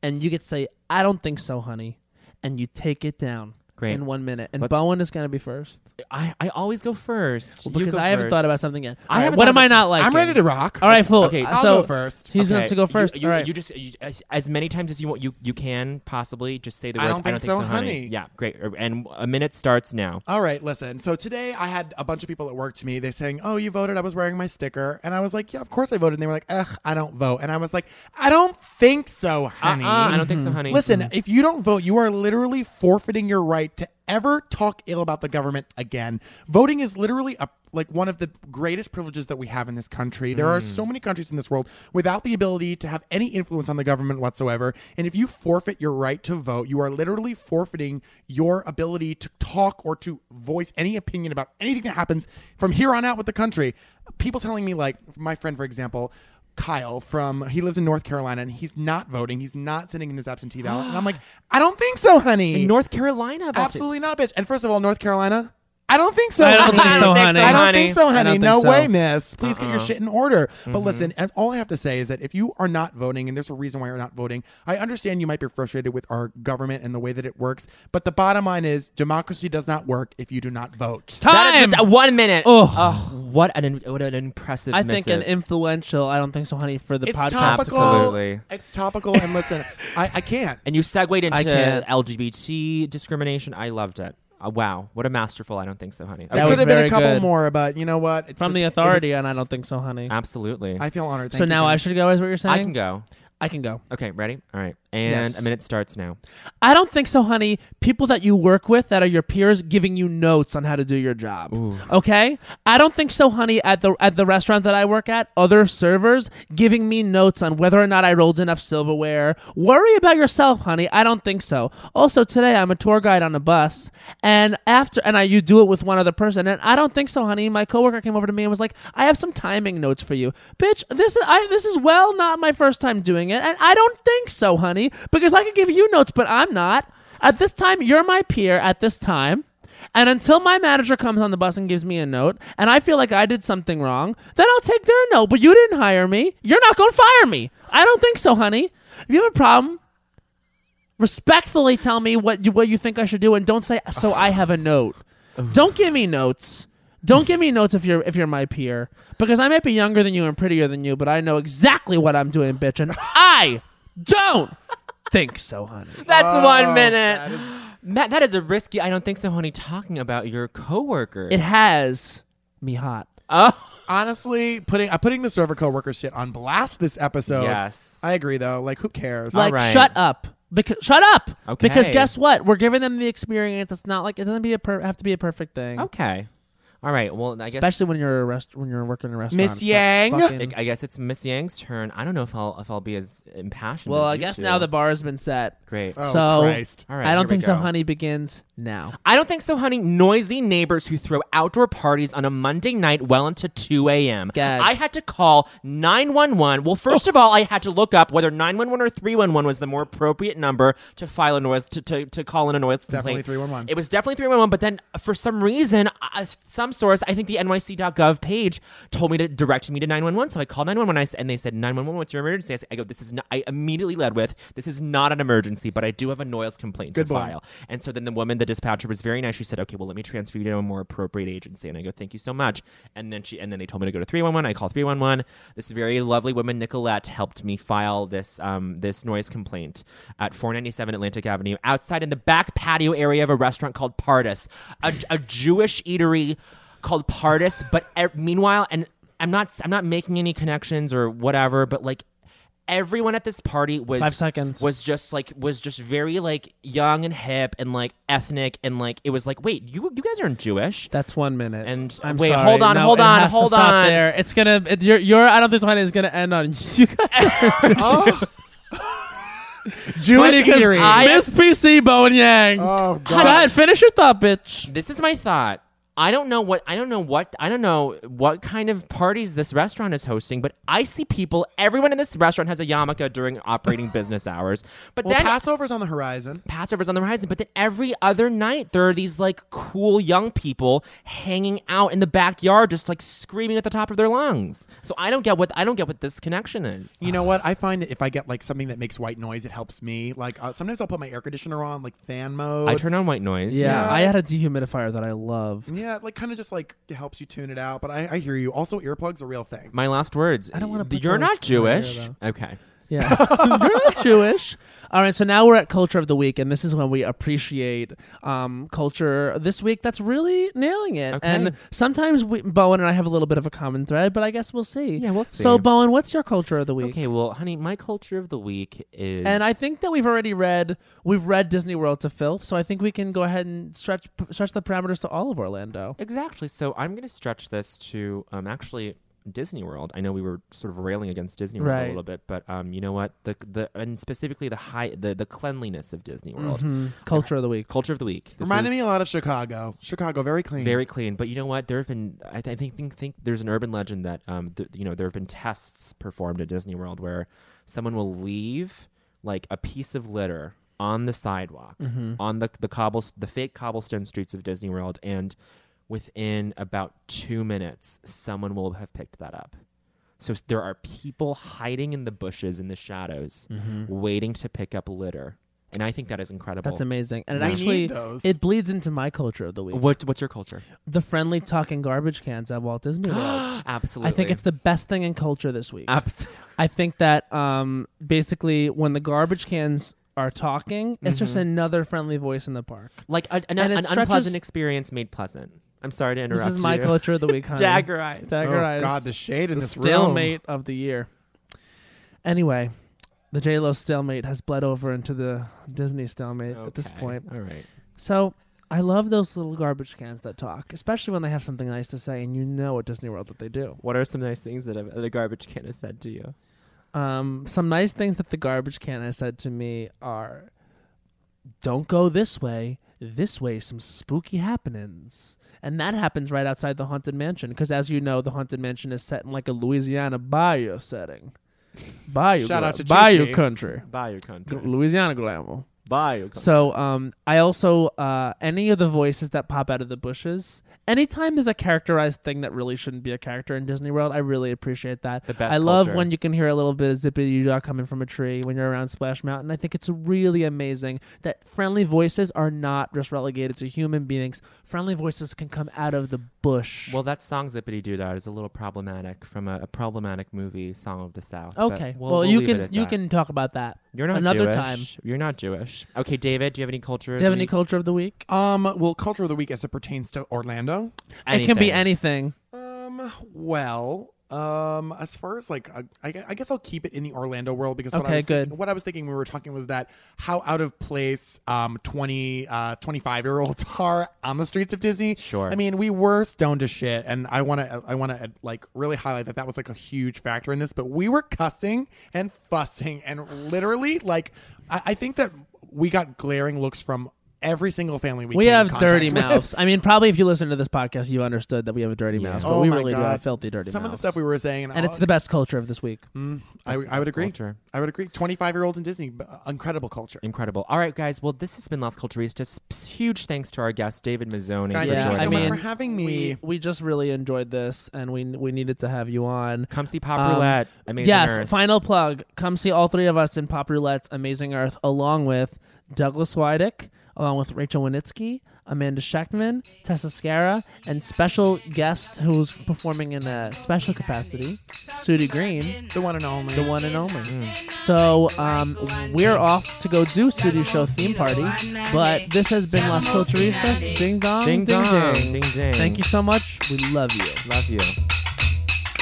Speaker 8: and you could say, "I don't think so, honey," and you take it down
Speaker 4: Great.
Speaker 8: in one minute. And
Speaker 4: Let's-
Speaker 8: Bowen is going to be first
Speaker 4: I, I always go first You
Speaker 8: because
Speaker 4: go
Speaker 8: I haven't
Speaker 4: first.
Speaker 8: thought about something yet.
Speaker 4: I
Speaker 8: All right,
Speaker 4: haven't
Speaker 8: what
Speaker 4: thought
Speaker 8: am I
Speaker 4: about
Speaker 8: not like?
Speaker 5: I'm ready to rock.
Speaker 8: All right, full.
Speaker 4: Okay,
Speaker 5: I'll
Speaker 8: so
Speaker 5: go first.
Speaker 8: He's going
Speaker 4: Okay,
Speaker 8: to go
Speaker 4: you-
Speaker 8: first.
Speaker 4: You,
Speaker 8: All right.
Speaker 4: you just you, as, as many times as you want. You you can possibly just say the
Speaker 5: I
Speaker 4: words.
Speaker 5: don't think so, honey."
Speaker 4: Yeah, great. Er, And a minute starts now.
Speaker 5: All right, listen. So today I had a bunch of people at work to me. They're saying, "Oh, you voted." I was wearing my sticker, and I was like, "Yeah, of course I voted." And they were like, "Ugh, I don't vote." And I was like, "I don't think so, honey."
Speaker 4: Uh-uh, I don't
Speaker 8: Mm-hmm.
Speaker 4: think so, honey.
Speaker 5: Listen, if you don't vote, you are literally forfeiting your right to ever talk ill about the government again. Voting is literally a like one of the greatest privileges that we have in this country. There are so many countries in this world without the ability to have any influence on the government whatsoever. And if you forfeit your right to vote, you are literally forfeiting your ability to talk or to voice any opinion about anything that happens from here on out with the country. People telling me like my friend for example, Kyle from he lives in North Carolina and he's not voting. He's not sending in his absentee ballot. and I'm like, I don't think so, honey.
Speaker 4: In North Carolina, bitches.
Speaker 5: Absolutely not, bitch. And first of all, North Carolina, I don't think so.
Speaker 8: I
Speaker 5: honey.
Speaker 8: don't think so, honey.
Speaker 5: I don't
Speaker 4: honey.
Speaker 5: think so,
Speaker 8: I don't
Speaker 5: honey.
Speaker 8: think
Speaker 5: No
Speaker 8: so. Uh-uh. Mm-hmm.
Speaker 5: way, miss. Please get your shit in order. But listen, and all I have to say is that if you are not voting, and there's a reason why you're not voting, I understand you might be frustrated with our government and the way that it works. But the bottom line is democracy does not work if you do not vote.
Speaker 4: That
Speaker 8: Time.
Speaker 4: is one minute.
Speaker 8: Oh.
Speaker 4: Oh, what an what an impressive.
Speaker 8: I think an
Speaker 4: missive.
Speaker 8: influential. I don't think so, honey, for the
Speaker 5: It's
Speaker 8: podcast.
Speaker 5: topical.
Speaker 4: Absolutely.
Speaker 5: It's topical. And listen, I, I can't.
Speaker 4: And you segued into
Speaker 8: can't.
Speaker 4: LGBT discrimination. I loved it. Uh, wow, what a masterful. I don't think so, honey.
Speaker 8: That
Speaker 5: There
Speaker 8: was
Speaker 5: could have been
Speaker 8: very
Speaker 5: a couple
Speaker 8: good.
Speaker 5: more, but you know what? It's just-
Speaker 8: From the
Speaker 5: it was-
Speaker 8: authority, and I don't think so, honey.
Speaker 4: Absolutely.
Speaker 5: I feel honored. Thank
Speaker 8: so
Speaker 5: you
Speaker 8: now
Speaker 5: very
Speaker 8: I
Speaker 5: much.
Speaker 8: should go, is what you're saying?
Speaker 4: I can go.
Speaker 8: I can go.
Speaker 4: Okay, ready? All right.
Speaker 9: And
Speaker 11: Yes.
Speaker 9: a minute starts now.
Speaker 8: I don't think so, honey. People that you work with that are your peers giving you notes on how to do your job. Okay? I don't think so, honey, at the at the restaurant that I work at, other servers giving me notes on whether or not I rolled enough silverware. Worry about yourself, honey. I don't think so. Also, today I'm a tour guide on a bus and after and I you do it with one other person and I don't think so, honey. My coworker came over to me and was like, "I have some timing notes for you." Bitch, this is I this is well not my first time doing it and I don't think so, honey, because I could give you notes, but I'm not. At this time, you're my peer at this time. And until my manager comes on the bus and gives me a note, and I feel like I did something wrong, then I'll take their note. But you didn't hire me. You're not going to fire me. I don't think so, honey. If you have a problem, respectfully tell me what you what you think I should do, and don't say so. I have a note. Don't give me notes. Don't give me notes if you're if you're my peer because I might be younger than you and prettier than you, but I know exactly what I'm doing, bitch, and I don't think so, honey.
Speaker 9: That's one minute. Matt, that is a risky. I don't think so, honey. Talking about your coworker.
Speaker 8: It has me hot.
Speaker 9: oh,
Speaker 5: Honestly, putting I'm putting the server coworker shit on blast this episode.
Speaker 9: yes.
Speaker 5: I agree though. Like, who cares?
Speaker 8: Like,
Speaker 9: Alright.
Speaker 8: shut up. Because shut up. Because
Speaker 9: Okay.
Speaker 8: guess what? We're giving them the experience. It's not like it doesn't be a per- have to be a perfect thing.
Speaker 9: okay. All right. Well, I guess
Speaker 8: Especially when you're a rest- when you're working in a restaurant.
Speaker 5: Miss
Speaker 8: It's not
Speaker 5: Yang?
Speaker 8: fucking-
Speaker 9: I guess it's Miss Yang's turn. I don't know if I'll if I'll be as impassioned.
Speaker 8: well,
Speaker 9: as
Speaker 8: I
Speaker 9: you
Speaker 8: guess
Speaker 9: two.
Speaker 8: now the bar has been set.
Speaker 9: great.
Speaker 5: oh
Speaker 8: so-
Speaker 5: Christ.
Speaker 9: All right.
Speaker 8: I
Speaker 9: here
Speaker 8: don't
Speaker 9: we
Speaker 8: think so.
Speaker 9: go.
Speaker 8: Honey begins now.
Speaker 9: I don't think so, honey. Noisy neighbors who throw outdoor parties on a Monday night well into 2 a.m.
Speaker 8: Gag.
Speaker 9: I had to call 911. Well, first of all, I had to look up whether 911 or 311 was the more appropriate number to file a noise to, to, to call in a noise
Speaker 5: Definitely
Speaker 9: complaint.
Speaker 5: 311.
Speaker 9: It was definitely 311, but then for some reason, uh, some source, I think the nyc.gov page, told me to direct me to 911. So I called 911 I s- and they said, 911, what's your emergency? I, said, I go, this is not, I immediately led with, this is not an emergency, but I do have a noise complaint
Speaker 5: Good
Speaker 9: to
Speaker 5: boy.
Speaker 9: file. And so then the woman, the dispatcher, was very nice. She said, okay, well, let me transfer you to a more appropriate agency. And I go, thank you so much. And then she, and then they told me to go to 311. I called 311. This very lovely woman, Nicolette, helped me file this, um, this noise complaint at 497 Atlantic Avenue outside in the back patio area of a restaurant called Pardis, a, a Jewish eatery called Pardis. But e- meanwhile, and I'm not, I'm not making any connections or whatever, but like, Everyone at this party was
Speaker 8: Five seconds.
Speaker 9: was just like was just very like young and hip and like ethnic and like it was like wait you you guys aren't Jewish
Speaker 8: That's one minute.
Speaker 9: And-
Speaker 8: I'm
Speaker 9: wait,
Speaker 8: sorry.
Speaker 9: hold on,
Speaker 8: No,
Speaker 9: hold
Speaker 8: it
Speaker 9: on,
Speaker 8: has to
Speaker 9: hold
Speaker 8: stop
Speaker 9: on.
Speaker 8: There, it's gonna. It, your, your I don't think so, honey is gonna end on you. guys-
Speaker 5: Jewish
Speaker 8: Honey, 'cause
Speaker 5: eatery.
Speaker 9: I-
Speaker 8: Miss PC Bow and Yang.
Speaker 5: oh
Speaker 8: Go
Speaker 5: God.
Speaker 8: ahead, finish your thought, bitch.
Speaker 9: this is my thought I don't know what I don't know what I don't know what kind of parties this restaurant is hosting but I see people everyone in this restaurant has a yarmulke during operating business hours but
Speaker 5: Well,
Speaker 9: then
Speaker 5: Passover's on the horizon.
Speaker 9: Passover's on the horizon, but then every other night there are these like cool young people hanging out in the backyard, just like screaming at the top of their lungs. So I don't get what I don't get what this connection is.
Speaker 5: You know what? I find that if I get like something that makes white noise, it helps me. Like uh, sometimes I'll put my air conditioner on, like fan mode.
Speaker 9: I turn on white noise.
Speaker 8: Yeah,
Speaker 5: Yeah.
Speaker 8: I had a dehumidifier that I loved.
Speaker 5: yeah, like kind of just like it helps you tune it out. But I, I hear you. Also, earplugs a real thing.
Speaker 9: My last words.
Speaker 8: I don't wanna put
Speaker 9: You're
Speaker 8: those
Speaker 9: not
Speaker 8: in my
Speaker 9: Jewish.
Speaker 8: ear,
Speaker 9: okay.
Speaker 8: Yeah. You're not Jewish. All right, so now we're at culture of the week, and this is when we appreciate um, culture this week that's really nailing it.
Speaker 9: Okay.
Speaker 8: And sometimes we, Bowen and I have a little bit of a common thread, but I guess we'll see.
Speaker 9: Yeah, we'll
Speaker 8: So,
Speaker 9: see.
Speaker 8: Bowen, what's your culture of the week?
Speaker 9: Okay. Well, honey, my culture of the week is
Speaker 8: And I think that we've already read we've read Disney World to filth, so I think we can go ahead and stretch stretch the parameters to all of Orlando.
Speaker 9: exactly. So I'm going to stretch this to um actually Disney World. I know we were sort of railing against Disney World
Speaker 8: Right.
Speaker 9: a little bit, but um you know what the the and specifically the high the the cleanliness of Disney World.
Speaker 8: Mhm. Culture of the week.
Speaker 9: Culture of the week. This
Speaker 5: Mm-hmm. Reminded
Speaker 9: is-
Speaker 5: me a lot of Chicago. Chicago, very clean.
Speaker 9: Very clean, but you know what? There have been I, th- I think, think think there's an urban legend that um th- you know there have been tests performed at Disney World where someone will leave like a piece of litter on the sidewalk
Speaker 8: Mm-hmm.
Speaker 9: on the the cobble the fake cobblestone streets of Disney World, and within about two minutes, someone will have picked that up. So s- there are people hiding in the bushes in the shadows, waiting to pick up litter, and I think that is incredible.
Speaker 8: Mm-hmm. That's amazing. And it
Speaker 5: We need
Speaker 8: actually
Speaker 5: those.
Speaker 8: it bleeds into my culture of the week.
Speaker 9: What what's your culture?
Speaker 8: The friendly talking garbage cans at Walt Disney World.
Speaker 9: Absolutely,
Speaker 8: I think it's the best thing in culture this week.
Speaker 9: absolutely.
Speaker 8: I think that um, basically when the garbage cans are talking, it's just
Speaker 9: Mm-hmm.
Speaker 8: another friendly voice in the park.
Speaker 9: like a, an,
Speaker 8: And it
Speaker 9: an
Speaker 8: stretches-
Speaker 9: unpleasant experience made pleasant. I'm sorry to interrupt.
Speaker 8: This is my
Speaker 9: you.
Speaker 8: culture of the week, honey.
Speaker 9: Dagger eyes.
Speaker 8: Dagger
Speaker 5: Oh
Speaker 8: eyes.
Speaker 5: God, the shade in
Speaker 8: the
Speaker 5: this room.
Speaker 8: stalemate of the year. Anyway, The J Lo stalemate has bled over into the Disney stalemate at this
Speaker 9: Okay.
Speaker 8: point.
Speaker 9: All right.
Speaker 8: So I love those little garbage cans that talk, especially when they have something nice to say, and you know at Disney World that they do.
Speaker 9: What are some nice things that a, that a garbage can has said to you?
Speaker 8: Um, some nice things that the garbage can has said to me are, "Don't go this way. This way, some spooky happenings." And that happens right outside the haunted mansion, because as you know, the haunted mansion is set in like a Louisiana bayou setting, bayou,
Speaker 5: Shout
Speaker 8: gla-
Speaker 5: out to
Speaker 8: bayou
Speaker 5: Chi-Chi.
Speaker 8: country,
Speaker 9: Buy your
Speaker 8: G-
Speaker 9: country.
Speaker 8: Louisiana glamour.
Speaker 9: Buy your country.
Speaker 8: So um, I also uh, any of the voices that pop out of the bushes. Anytime there's a characterized thing that really shouldn't be a character in Disney World, I really appreciate that.
Speaker 9: The best
Speaker 8: I love
Speaker 9: culture.
Speaker 8: when you can hear a little bit of zippity doo coming from a tree when you're around Splash Mountain. I think it's really amazing that friendly voices are not just relegated to human beings. Friendly voices can come out of the bush.
Speaker 9: Well, that song "Zippity Doo Dah" is a little problematic from a, a problematic movie, "Song of the South." but
Speaker 8: okay.
Speaker 9: we'll-
Speaker 8: well,
Speaker 9: we'll
Speaker 8: you
Speaker 9: leave it
Speaker 8: can
Speaker 9: at
Speaker 8: you
Speaker 9: that.
Speaker 8: can talk about that.
Speaker 9: You're not
Speaker 8: another
Speaker 9: Jewish.
Speaker 8: time.
Speaker 9: You're not Jewish. Okay, David, do you have any culture?
Speaker 8: Do you have any culture of the week?
Speaker 5: Um, well, culture of the week as it pertains to Orlando.
Speaker 8: It can be anything.
Speaker 5: Um, well, um, as far as like, I, I I guess I'll keep it in the Orlando world because what
Speaker 8: Okay,
Speaker 5: I was
Speaker 8: good.
Speaker 5: Thinking, what I was thinking when we were talking was that how out of place um 20 uh 25 year olds are on the streets of Disney.
Speaker 9: Sure.
Speaker 5: I mean, we were stoned to shit, and I want to I want to like really highlight that that was like a huge factor in this. But we were cussing and fussing and literally like I, I think that we got glaring looks from every single family we
Speaker 8: We
Speaker 5: came in
Speaker 8: have
Speaker 5: contact
Speaker 8: dirty
Speaker 5: with.
Speaker 8: mouths. I mean, probably if you listen to this podcast, you understood that we have a dirty mouth, but
Speaker 5: Oh
Speaker 8: we
Speaker 5: my
Speaker 8: really do have
Speaker 5: God.
Speaker 8: filthy dirty
Speaker 5: Some of
Speaker 8: mouths.
Speaker 5: the stuff we were Mm, saying, oh,
Speaker 8: and it's
Speaker 5: all-
Speaker 8: the best culture of this week.
Speaker 5: I,
Speaker 9: That's
Speaker 5: I would agree.
Speaker 9: culture.
Speaker 5: I would agree. 25 year olds in Disney, b- uh, incredible culture.
Speaker 9: Incredible. All right, guys. Well, this has been Las Culturistas. P- Huge thanks to our guest, David Mazzoni.
Speaker 5: Guys,
Speaker 9: for
Speaker 5: thank
Speaker 9: joining
Speaker 5: you so much
Speaker 9: us.
Speaker 5: for having me.
Speaker 8: We, we just really enjoyed this, and we we needed to have you on.
Speaker 9: Come see Pop
Speaker 8: Um,
Speaker 9: Roulette. Amazing
Speaker 8: yes,
Speaker 9: Earth.
Speaker 8: final plug. Come see all three of us in Pop Roulette's Amazing Earth, along with Douglas Wydick, along with Rachel Winitsky, Amanda Scheckman, Tessa Scara, and special guest who's performing in a special capacity, Sudie Green.
Speaker 5: The one and only.
Speaker 8: the one and only. So um, we're off to go do Studio Show theme party, but this has been Las Culturistas. Ding dong,
Speaker 9: Ding
Speaker 8: Oh, ding,
Speaker 9: dong,
Speaker 8: ding.
Speaker 9: ding ding.
Speaker 8: Thank you so much. We love you.
Speaker 9: Love you.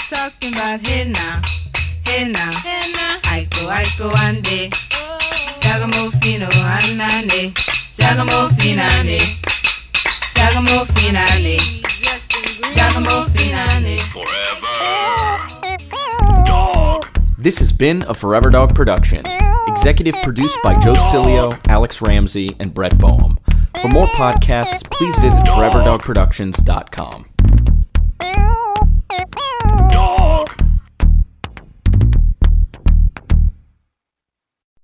Speaker 3: Talking about hey now, hey now, hey now. I go, I go one day. Shagamofino anane, Shagamofinane, Shagamofinane, Shagamofinane.
Speaker 10: This has been a Forever Dog production. Executive produced by Joe Cilio, Alex Ramsey, and Brett Boehm. For more podcasts, please visit foreverdogproductions.com.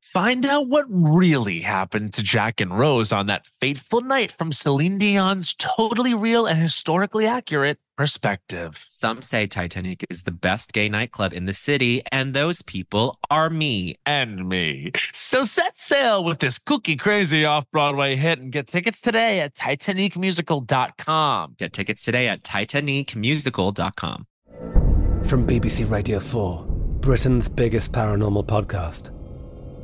Speaker 1: Find out what really happened to Jack and Rose on that fateful night from Celine Dion's totally real and historically accurate perspective.
Speaker 12: Some say Titanic is the best gay nightclub in the city, and those people are me.
Speaker 1: And me. So set sail with this cookie crazy off Broadway hit and get tickets today at TitanicMusical.com.
Speaker 12: Get tickets today at titanicmusical.com.
Speaker 13: From BBC Radio 4, Britain's biggest paranormal podcast